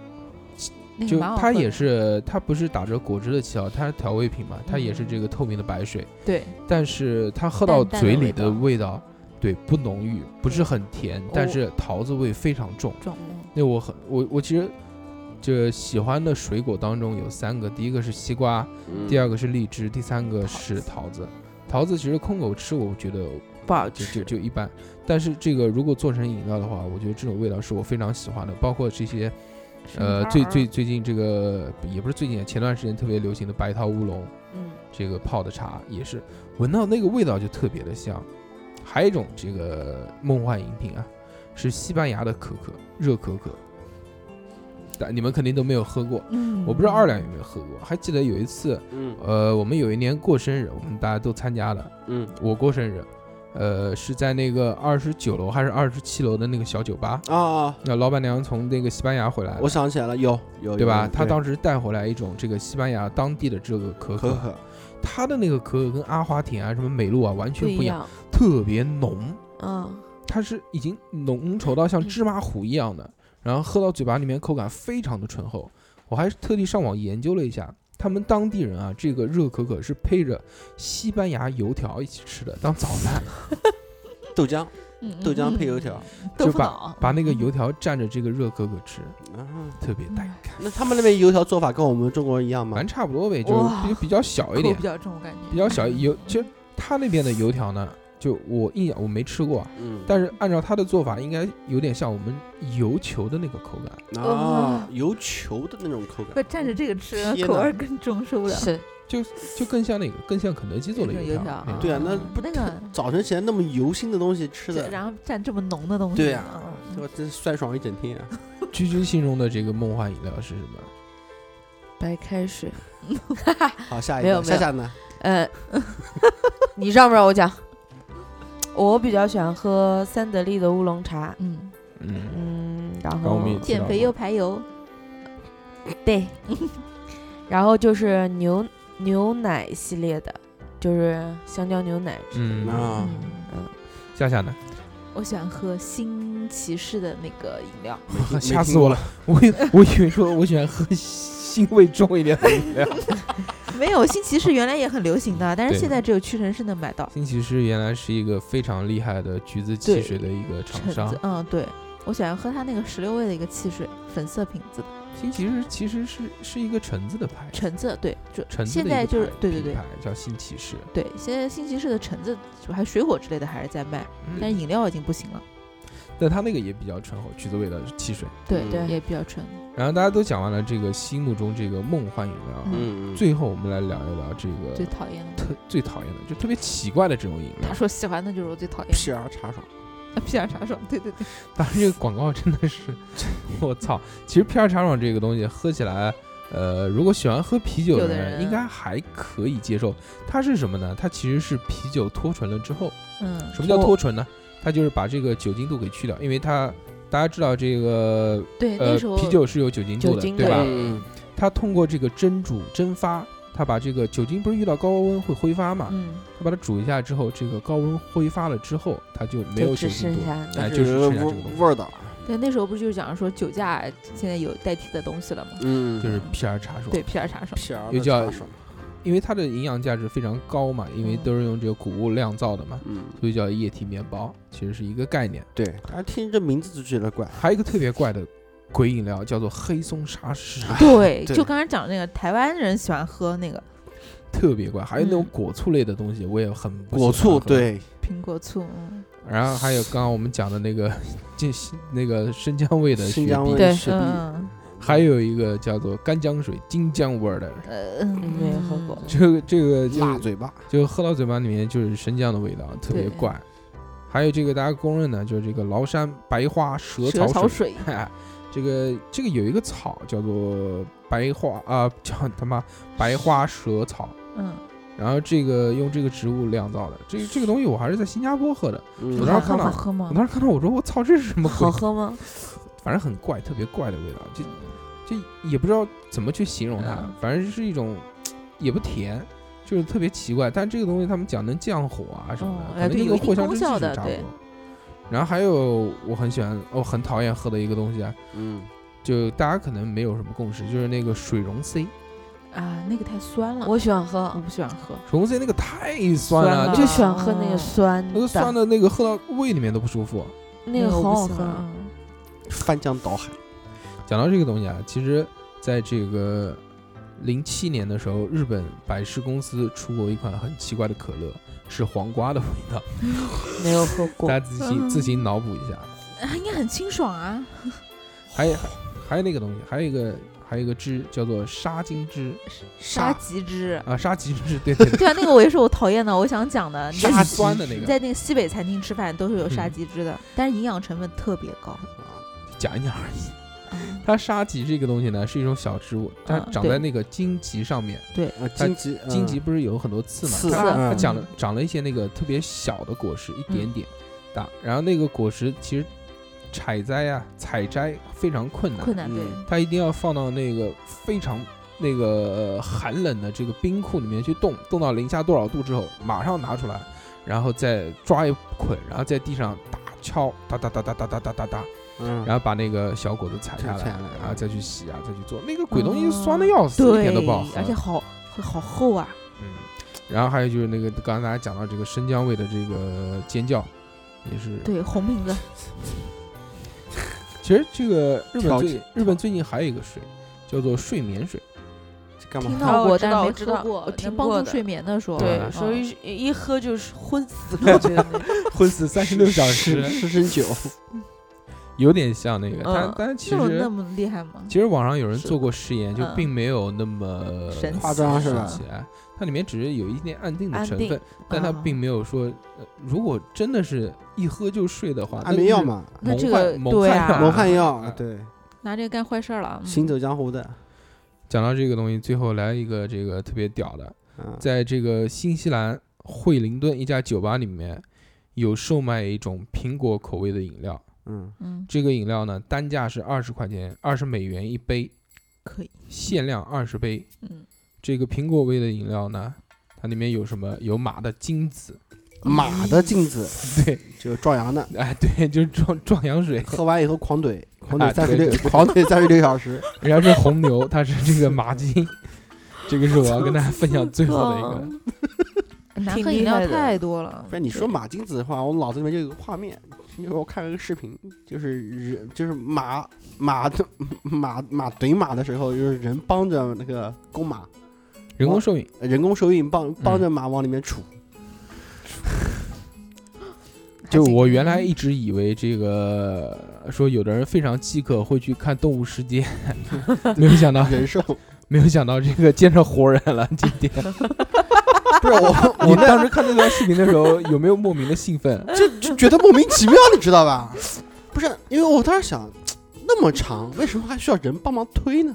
Speaker 6: 那个
Speaker 2: 就
Speaker 6: 嗯蛮好
Speaker 2: 它
Speaker 6: 喝
Speaker 2: 也
Speaker 6: 的
Speaker 2: 是它不是打着果汁的旗号，它是调味品嘛，它也
Speaker 6: 嗯
Speaker 2: 是这个透明的白水，
Speaker 6: 对，
Speaker 2: 但是它喝到
Speaker 6: 淡淡的
Speaker 2: 嘴里
Speaker 6: 味
Speaker 2: 的
Speaker 6: 道
Speaker 2: 味道，对不浓郁，不是很甜，但
Speaker 6: 哦
Speaker 2: 是桃子味非常重。
Speaker 6: 重
Speaker 2: 那我很我我其实这喜欢的水果当中有三个，第一个是西瓜，第二个是荔枝，第三个是桃子。桃子其实空口吃，我觉得
Speaker 4: 不好
Speaker 2: 就
Speaker 4: 吃
Speaker 2: 就。就一般。但是这个如果做成饮料的话，我觉得这种味道是我非常喜欢的。包括这些，呃，最最最近这个也不是最近，前段时间特别流行的白桃乌龙，
Speaker 4: 嗯，
Speaker 2: 这个泡的茶也是，闻到那个味道就特别的香。还有一种这个梦幻饮品啊，是西班牙的可可，热可可，但你们肯定都没有喝过。
Speaker 5: 嗯
Speaker 2: 我不知道二两有没有喝过，还记得有一次，
Speaker 3: 嗯
Speaker 2: 呃，我们有一年过生日，我们大家都参加了，
Speaker 3: 嗯
Speaker 2: 我过生日，呃，是在那个二十九楼还是二十七楼的那个小酒吧。
Speaker 3: 啊啊！
Speaker 2: 那老板娘从那个西班牙回来的
Speaker 3: 我想起来了，有有
Speaker 2: 对吧
Speaker 3: 有？
Speaker 2: 她
Speaker 3: 对
Speaker 2: 当时带回来一种这个西班牙当地的这个可可，
Speaker 3: 可可
Speaker 2: 它的那个可可跟阿华田啊、什么美露啊完
Speaker 4: 不
Speaker 2: 全
Speaker 4: 一
Speaker 2: 不一样，
Speaker 4: 样，
Speaker 2: 特别浓，
Speaker 4: 嗯，
Speaker 2: 它是已经浓稠到像芝麻糊一样的，然后喝到嘴巴里面口感非常的醇厚。我还特地上网研究了一下，他们当地人啊，这个热可可是配着西班牙油条一起吃的，当早饭。
Speaker 3: 豆浆，
Speaker 6: 嗯
Speaker 3: 豆浆配油条，
Speaker 6: 豆
Speaker 2: 就
Speaker 6: 腐脑，嗯
Speaker 2: 把那个油条蘸着这个热可可吃，
Speaker 3: 啊
Speaker 2: 特别带感，
Speaker 3: 那他们那边油条做法跟我们中国人一样吗
Speaker 2: 反正？差不多呗，就
Speaker 4: 哇
Speaker 2: 比比较小一
Speaker 6: 口
Speaker 2: 点
Speaker 6: 比，较重，我感觉
Speaker 2: 比较 小油。其实他那边的油条呢，就我印象我没吃过啊，
Speaker 3: 嗯，
Speaker 2: 但是按照他的做法，应该有点像我们油球的那个口感，
Speaker 3: 啊，
Speaker 4: 嗯
Speaker 3: 油球的那种口
Speaker 5: 不
Speaker 3: 感，
Speaker 5: 蘸着这个吃
Speaker 3: 天，
Speaker 5: 口
Speaker 3: 哪
Speaker 5: 味更重，受不了。
Speaker 4: 是
Speaker 2: 就就更像那个，更像肯德基做的
Speaker 6: 那种
Speaker 2: 油
Speaker 6: 油条
Speaker 2: 那
Speaker 6: 啊
Speaker 2: 种
Speaker 3: 对啊，那
Speaker 6: 嗯
Speaker 3: 不
Speaker 6: 那个
Speaker 3: 早晨起来那么油腥的东西吃
Speaker 6: 这
Speaker 3: 的，
Speaker 6: 然后蘸这么浓的东西，
Speaker 3: 对呀
Speaker 6: 嗯
Speaker 3: 这个真酸爽一整天啊！
Speaker 2: 居居心中的这个梦幻饮料是什么？
Speaker 4: 白开水。
Speaker 3: 好，下一
Speaker 4: 没有
Speaker 3: 个，
Speaker 4: 没
Speaker 3: 夏
Speaker 4: 有
Speaker 3: 夏呢？
Speaker 4: 呃，你让不让我讲？我比较喜欢喝三得利的乌龙茶，
Speaker 6: 嗯，
Speaker 2: 嗯，
Speaker 4: 嗯，然
Speaker 2: 刚
Speaker 4: 后
Speaker 2: 我们也提
Speaker 5: 减
Speaker 2: 到
Speaker 5: 肥
Speaker 2: 过
Speaker 5: 又排油，
Speaker 4: 对， 然后就是牛牛奶系列的，就是香蕉牛奶之类的。
Speaker 2: 嗯
Speaker 3: 啊，
Speaker 2: 夏夏呢？
Speaker 6: 我喜欢喝新骑士的那个饮料，
Speaker 3: 没
Speaker 2: 吓死
Speaker 3: 听
Speaker 2: 我
Speaker 3: 过
Speaker 2: 了！我以我以为说我喜欢喝腥味重一点的饮料。
Speaker 5: 没有新骑士原来也很流行的，但
Speaker 2: 嗯
Speaker 5: 是
Speaker 2: 对
Speaker 5: 现在只有屈臣氏能买到。
Speaker 2: 新奇士原来是一个非常厉害的橘子汽
Speaker 6: 对
Speaker 2: 水的一个厂
Speaker 6: 橙
Speaker 2: 商
Speaker 6: 子，。
Speaker 5: 嗯，对，我喜欢喝它那个十六味的一个汽水，粉色瓶子的
Speaker 2: 新奇士其实是是一个橙子的牌子，
Speaker 5: 橙子，对，就
Speaker 2: 橙子
Speaker 5: 现
Speaker 2: 的
Speaker 5: 在
Speaker 2: 一个
Speaker 5: 就是
Speaker 2: 牌
Speaker 5: 对对
Speaker 2: 品
Speaker 5: 对
Speaker 2: 牌叫新奇士。
Speaker 5: 对，现在新骑士的橙子就还有水果之类的还是在卖，但是
Speaker 2: 嗯，
Speaker 5: 饮料已经不行了。
Speaker 2: 但它那个也比较醇厚，橘子味的汽水。
Speaker 6: 对
Speaker 3: 对
Speaker 6: 也比较纯，
Speaker 2: 然后大家都讲完了这个心目中这个梦幻饮料啊，
Speaker 3: 嗯，嗯
Speaker 2: 最后我们来聊一聊这
Speaker 6: 最
Speaker 2: 个
Speaker 6: 讨厌的。
Speaker 2: 特最讨厌的，就特别奇怪的这种饮料
Speaker 6: 他。说喜欢的就是我最讨厌的
Speaker 3: 屁儿啊茶爽，
Speaker 6: 屁眼茶爽，对对对，
Speaker 2: 当时这个广告真的是，我操！其实 PR 茶爽这个东西喝起来，呃，如果喜欢喝啤酒
Speaker 6: 有
Speaker 2: 的
Speaker 6: 的
Speaker 2: 人
Speaker 6: 人
Speaker 2: 应该还可以接受。它是什么呢？它其实是啤酒脱醇了之后，
Speaker 6: 嗯，
Speaker 2: 什么叫脱醇呢？它就是把这个酒精度给去掉，因为它大家知道这个
Speaker 6: 对，
Speaker 2: 呃
Speaker 6: 那时候
Speaker 2: 啤酒是有酒精度
Speaker 4: 酒
Speaker 2: 的，
Speaker 4: 精
Speaker 2: 对
Speaker 4: 的
Speaker 2: 吧？
Speaker 3: 嗯，
Speaker 2: 它通过这个蒸煮蒸发，它把这个酒精不是遇到高温会挥发嘛？
Speaker 6: 嗯，
Speaker 2: 它把它煮一下之后，这个高温挥发了之后，它就没有
Speaker 4: 就
Speaker 2: 酒
Speaker 4: 只
Speaker 2: 精
Speaker 4: 剩
Speaker 2: 度，
Speaker 4: 下
Speaker 2: 哎，
Speaker 3: 但
Speaker 2: 就是
Speaker 3: 有
Speaker 2: 剩
Speaker 3: 味
Speaker 2: 下这个东西
Speaker 3: 味儿的，啊
Speaker 6: 对，那时候不是就是讲说酒驾现在有代替的东西了吗？
Speaker 3: 嗯，
Speaker 2: 就是 PR 茶爽。
Speaker 6: 对，屁眼茶爽，
Speaker 3: 屁儿
Speaker 2: 又
Speaker 3: 的
Speaker 2: 叫
Speaker 3: 茶爽，啊
Speaker 2: 因为它的营养价值非常高嘛，因为都是用这个谷物酿造的嘛，
Speaker 3: 嗯，
Speaker 2: 所以叫液体面包，其实是一个概念。
Speaker 3: 对，大家听这名字就觉得怪，
Speaker 2: 还有一个特别怪的鬼饮料叫做黑松沙士，
Speaker 5: 对，
Speaker 3: 对
Speaker 5: 就刚才讲的那个台湾人喜欢喝那个，
Speaker 2: 特别怪。还有那种
Speaker 6: 嗯
Speaker 2: 果醋类的东西，我也很不喜欢
Speaker 3: 果醋，
Speaker 2: 喝。
Speaker 3: 对，
Speaker 6: 苹果醋，嗯，
Speaker 2: 然后还有刚刚我们讲的那个这那个生姜味的
Speaker 3: 新
Speaker 2: 雪
Speaker 3: 疆味
Speaker 2: 碧，
Speaker 4: 对
Speaker 3: 雪碧，
Speaker 5: 嗯，
Speaker 2: 还有一个叫做干姜水金姜味儿的，
Speaker 6: 嗯
Speaker 5: 呃，
Speaker 4: 没有喝过
Speaker 2: 这个这个就
Speaker 3: 辣嘴巴，
Speaker 2: 就喝到嘴巴里面就是生姜的味道，特别
Speaker 6: 对
Speaker 2: 怪。还有这个大家公认的，就是这个崂山白花蛇
Speaker 6: 蛇
Speaker 2: 草
Speaker 6: 草
Speaker 2: 水。
Speaker 6: 水，
Speaker 2: 这个这个有一个草叫做白花啊、叫他妈白花蛇草，
Speaker 5: 嗯，
Speaker 2: 然后这个用这个植物酿造的。这个这个东西我还是在新加坡喝的，
Speaker 3: 嗯
Speaker 2: 我当时
Speaker 6: 好
Speaker 2: 看到
Speaker 6: 好喝
Speaker 2: 我
Speaker 6: 吗？
Speaker 2: 当时看到我说我操，这是什么鬼
Speaker 4: 好？喝吗？
Speaker 2: 反正很怪，特别怪的味道，就就也不知道怎么去形容它
Speaker 6: 嗯，
Speaker 2: 反正是一种也不甜。就是特别奇怪，但这个东西他们讲能降火啊什么的
Speaker 6: 哦，哎
Speaker 2: 可能
Speaker 6: 对
Speaker 2: 就
Speaker 6: 有
Speaker 2: 跟
Speaker 6: 一定
Speaker 2: 藿香
Speaker 6: 功
Speaker 2: 正气
Speaker 6: 效
Speaker 2: 水
Speaker 6: 的
Speaker 2: 差不
Speaker 6: 对
Speaker 2: 多。然后还有我很喜欢，我、很讨厌喝的一个东西啊，
Speaker 3: 嗯，
Speaker 2: 就大家可能没有什么共识，就是那个水溶 C，水
Speaker 6: 啊，那个太酸了，
Speaker 4: 我喜欢
Speaker 6: 我
Speaker 5: 啊
Speaker 4: 喝，
Speaker 6: 不喜欢喝，
Speaker 2: 溶 C 那个太
Speaker 6: 酸
Speaker 2: 酸了，
Speaker 6: 了
Speaker 4: 我
Speaker 2: 就
Speaker 4: 就喜欢喝那个酸
Speaker 2: 那个酸的
Speaker 4: 的，
Speaker 2: 那个喝到胃里面都不舒服。
Speaker 4: 那个
Speaker 6: 我
Speaker 4: 好
Speaker 6: 不
Speaker 4: 好
Speaker 6: 喜欢
Speaker 4: 喝。
Speaker 6: 嗯
Speaker 3: 翻江倒海，
Speaker 2: 讲到这个东西啊，其实在这个零七年的时候，日本百事公司出过一款很奇怪的可乐，是黄瓜的味道，
Speaker 4: 没有喝
Speaker 2: 大
Speaker 4: 过，
Speaker 2: 家自行自行脑补一下。
Speaker 6: 啊，应该很清爽啊，
Speaker 2: 还有还有那个东西，还有一个还有一个汁叫做沙金汁
Speaker 5: 沙棘汁，
Speaker 2: 啊，沙棘汁，对对对，
Speaker 5: 对啊，那个我也是我讨厌的，我想讲 的，你在
Speaker 2: 沙酸的那
Speaker 5: 你
Speaker 2: 个，
Speaker 5: 在那个西北
Speaker 6: 嗯
Speaker 3: 啊
Speaker 5: 餐厅吃饭都是有沙棘汁的，但是营养成分特别高。
Speaker 2: 讲一讲而已。 它沙棘这个东西呢是一种小植物，它
Speaker 6: 嗯
Speaker 2: 长
Speaker 6: 对
Speaker 2: 在那个荆棘上面，
Speaker 3: 啊，荆棘，嗯
Speaker 2: 荆棘不是有很多刺
Speaker 3: 刺，
Speaker 2: 嘛，它
Speaker 6: 啊
Speaker 2: 它
Speaker 3: 嗯
Speaker 2: 长了长了一些那个特别小的果实，一点点大，然后那个果实其实采摘啊采摘非常困难，
Speaker 6: 困难对，
Speaker 3: 嗯
Speaker 2: 它一定要放到那个非常那个呃寒冷的这个冰库里面去冻，冻到零下多少度之后，马上拿出来，然后再抓一捆，然后在地上打敲，哒哒哒哒哒哒哒哒哒，
Speaker 3: 嗯，
Speaker 2: 然后把那个小果子采下来
Speaker 3: 采下来，
Speaker 2: 然后再去洗啊，再去做。那个鬼东西酸的要死，一
Speaker 5: 对
Speaker 2: 点都不好，喝。
Speaker 5: 而且好好厚啊，
Speaker 2: 嗯，然后还有就是那个刚才大家讲到这个生姜味的这个尖叫，也是
Speaker 5: 对，红瓶子，
Speaker 2: 其实这个日本
Speaker 3: 调
Speaker 2: 最
Speaker 3: 节
Speaker 2: 日本最近还有一个水叫做睡眠 水，
Speaker 3: 这干
Speaker 6: 听
Speaker 3: 嘛？
Speaker 4: 啊
Speaker 6: 到
Speaker 4: 我
Speaker 6: 过，
Speaker 4: 知
Speaker 6: 但
Speaker 4: 道
Speaker 6: 是
Speaker 4: 我
Speaker 6: 没
Speaker 4: 知
Speaker 6: 喝
Speaker 4: 道
Speaker 6: 过
Speaker 4: 我，
Speaker 6: 能
Speaker 4: 听过
Speaker 6: 帮
Speaker 4: 的
Speaker 6: 助睡眠的啊说，
Speaker 4: 对，
Speaker 2: 嗯
Speaker 4: 所
Speaker 6: 以
Speaker 4: 以一喝就是昏死了，我觉得那个
Speaker 2: 昏死三十六小时，啊
Speaker 3: 失身酒，
Speaker 2: 有点像那个，
Speaker 4: 嗯
Speaker 2: 但但其
Speaker 6: 那有那
Speaker 2: 实
Speaker 6: 么厉害吗？
Speaker 2: 其实网上有人
Speaker 6: 是
Speaker 2: 做过实验，就
Speaker 6: 嗯
Speaker 2: 并没有那么
Speaker 6: 神奇
Speaker 3: 夸张是吧
Speaker 2: 神奇啊它里面只是有一点安定的
Speaker 4: 安
Speaker 2: 成
Speaker 4: 定
Speaker 2: 分，但它
Speaker 6: 啊
Speaker 2: 并没有说，呃如果真的是一喝就睡的话，
Speaker 3: 安眠药，嘛，
Speaker 6: 那
Speaker 2: 蒙
Speaker 6: 这
Speaker 2: 汗
Speaker 6: 个
Speaker 2: 蒙
Speaker 6: 对
Speaker 2: 汗
Speaker 6: 啊
Speaker 2: 药
Speaker 3: 蒙汗药，
Speaker 2: 啊
Speaker 3: 对，
Speaker 6: 拿这个干坏事儿了，嗯
Speaker 3: 行走江湖的，
Speaker 2: 讲到这个东西，最后来一个这个特别屌的，
Speaker 3: 嗯，
Speaker 2: 在这个新西兰惠灵顿一家酒吧里面，有售卖一种苹果口味的饮料。
Speaker 3: 嗯，
Speaker 6: 嗯，
Speaker 2: 这个饮料呢，单价是二十块钱，二十美元一杯，
Speaker 6: 可以，
Speaker 2: 限量二十杯。
Speaker 6: 嗯，
Speaker 2: 这个苹果味的饮料呢，它里面有什么？有马的精子，
Speaker 3: 马的镜子
Speaker 2: 对，
Speaker 3: 就壮阳的，
Speaker 2: 哎，对，就是壮壮阳水。
Speaker 3: 喝完以后狂怼，狂
Speaker 2: 啊
Speaker 3: 怼三十
Speaker 2: 对
Speaker 3: 六
Speaker 2: 对，
Speaker 3: 狂怼三十六小时，
Speaker 2: 人家是红牛，它是这个马精。这个是我要跟大家分享最后的一个。
Speaker 6: 难
Speaker 4: 挺
Speaker 6: 喝
Speaker 4: 厉
Speaker 6: 饮料
Speaker 4: 害的
Speaker 6: 太多了
Speaker 3: 不。是你说马精子的话，我脑子里面就有个画面，因为我看了个视频，就是人就是马马的马马怼马的时候，就是人帮着那个公马，
Speaker 2: 人工受孕，
Speaker 3: 呃人工受孕帮帮着马往里面杵，
Speaker 2: 就我原来一直以为这个说有的人非常饥渴会去看《动物世界》，没有想到
Speaker 3: 人兽
Speaker 2: 没有想到这个见着活人了。今天
Speaker 3: 不是我
Speaker 2: 你
Speaker 3: 我
Speaker 2: 当时看那段视频的时候，有没有莫名的兴奋？
Speaker 3: 就就觉得莫名其妙，你知道吧？不是，因为我当时想，那么长，为什么还需要人帮忙推呢？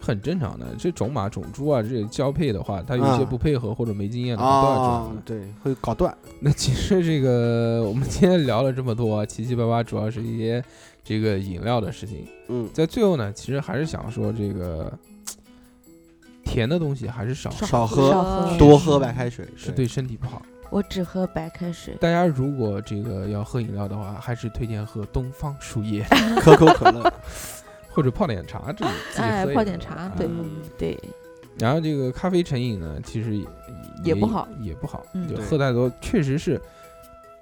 Speaker 2: 很正常的，这种马种猪啊，这交配的话，它有一些
Speaker 3: 啊
Speaker 2: 不配合或者没经验的，都要这
Speaker 3: 啊
Speaker 2: 样的，。
Speaker 3: 对，会搞断。
Speaker 2: 那其实这个我们今天聊了这么多啊，七七八八主要是一些这个饮料的事情。
Speaker 3: 嗯，
Speaker 2: 在最后呢，其实还是想说这个甜的东西还是少吃，
Speaker 3: 少
Speaker 4: 少
Speaker 3: 喝，
Speaker 4: 喝
Speaker 3: 多喝白开水
Speaker 2: 是对。身体不好。
Speaker 4: 我只喝白开水，
Speaker 2: 大家如果这个要喝饮料的话，还是推荐喝东方树叶
Speaker 3: 可口可乐，
Speaker 2: 或者泡点茶，这自己
Speaker 6: 哎
Speaker 2: 喝也
Speaker 6: 泡
Speaker 2: 可
Speaker 6: 点
Speaker 2: 以
Speaker 6: 茶
Speaker 2: 啊
Speaker 6: 对
Speaker 4: 嗯，对，
Speaker 2: 然后这个咖啡成瘾呢，其实也
Speaker 6: 也不好，
Speaker 2: 也不好，
Speaker 6: 嗯
Speaker 2: 就
Speaker 3: 对
Speaker 2: 喝太多确实是。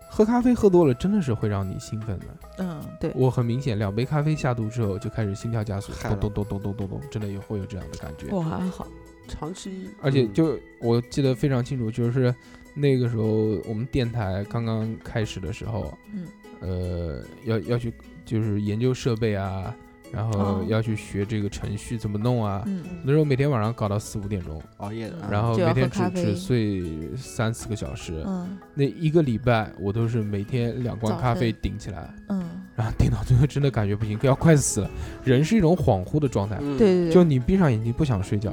Speaker 2: 喝咖啡喝多了真的是会让你兴奋的，
Speaker 6: 嗯，对，
Speaker 2: 我很明显，两杯咖啡下肚之后就开始心跳加速，
Speaker 3: 嗨
Speaker 2: 咚
Speaker 3: 了
Speaker 2: 咚咚咚咚咚咚，真的也会有这样的感觉。
Speaker 4: 我还好，
Speaker 3: 长期
Speaker 2: 而且
Speaker 3: 嗯
Speaker 2: 就我记得非常清楚，就是那个时候我们电台刚刚开始的时候，
Speaker 6: 嗯，
Speaker 2: 呃，要要去就是研究设备啊，然后
Speaker 6: 哦
Speaker 2: 要去学这个程序怎么弄啊。
Speaker 6: 嗯，
Speaker 2: 那时候每天晚上搞到四五点钟，
Speaker 3: 熬夜的，
Speaker 2: 然后
Speaker 6: 就要
Speaker 2: 每天
Speaker 6: 喝
Speaker 2: 只
Speaker 6: 咖
Speaker 2: 只
Speaker 6: 啡
Speaker 2: 睡三四个小时，
Speaker 6: 嗯
Speaker 2: 那一个礼拜我都是每天两罐
Speaker 6: 早
Speaker 2: 咖啡
Speaker 6: 晨
Speaker 2: 顶起来，
Speaker 6: 嗯，
Speaker 2: 然后顶到最后真的感觉不行，要快死了。人是一种恍惚的状态，
Speaker 3: 嗯
Speaker 6: 对，对对，
Speaker 2: 就你闭上眼睛不想睡觉，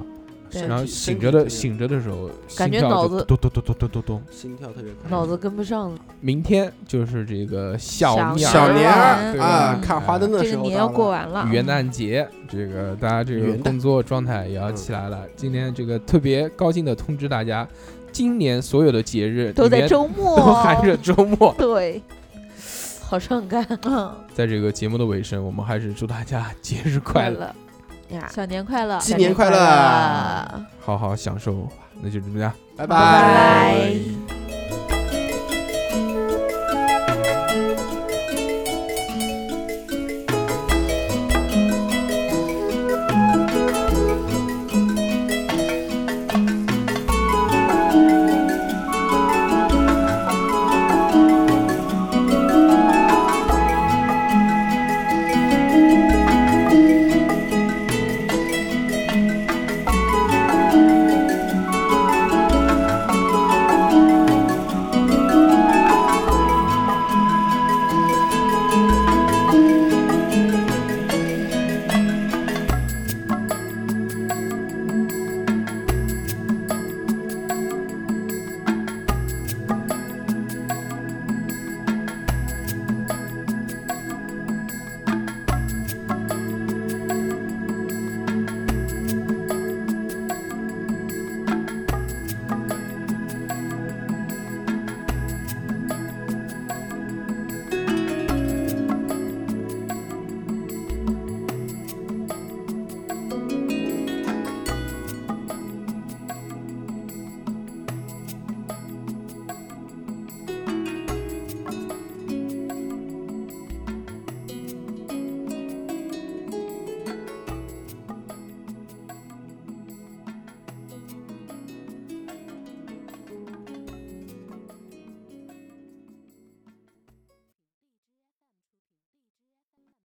Speaker 6: 对
Speaker 2: 然后醒着的醒着的时候，
Speaker 6: 感觉
Speaker 2: 心跳就
Speaker 6: 脑子
Speaker 2: 咚咚咚咚咚咚咚。
Speaker 3: 心跳特别快，
Speaker 4: 脑子跟不上了，
Speaker 2: 明天就是这个小
Speaker 4: 小
Speaker 2: 年儿
Speaker 3: 小年
Speaker 6: 小
Speaker 3: 儿
Speaker 2: 年儿
Speaker 3: 啊，
Speaker 6: 嗯
Speaker 3: 看花灯的
Speaker 6: 这
Speaker 3: 时
Speaker 6: 个
Speaker 3: 候
Speaker 6: 年要
Speaker 3: 到
Speaker 6: 过
Speaker 3: 了，
Speaker 6: 完了，嗯
Speaker 2: 元旦节，这个大家这个
Speaker 3: 元旦嗯
Speaker 2: 工作状态也要起来了。今天这个特别高兴的通知大家，今年所有的节日
Speaker 6: 都
Speaker 2: 里
Speaker 6: 在
Speaker 2: 面
Speaker 6: 周末，
Speaker 2: 都含着周 末。
Speaker 6: 对，
Speaker 4: 好上干，
Speaker 6: 嗯，
Speaker 2: 在这个节目的尾声，我们还是祝大家节日快
Speaker 4: 快
Speaker 2: 乐，
Speaker 4: 乐呀，
Speaker 6: 小年快乐，
Speaker 3: 新年快乐，
Speaker 2: 好好享受吧。那就这么样，
Speaker 3: 拜
Speaker 6: 拜
Speaker 4: 拜
Speaker 2: 拜。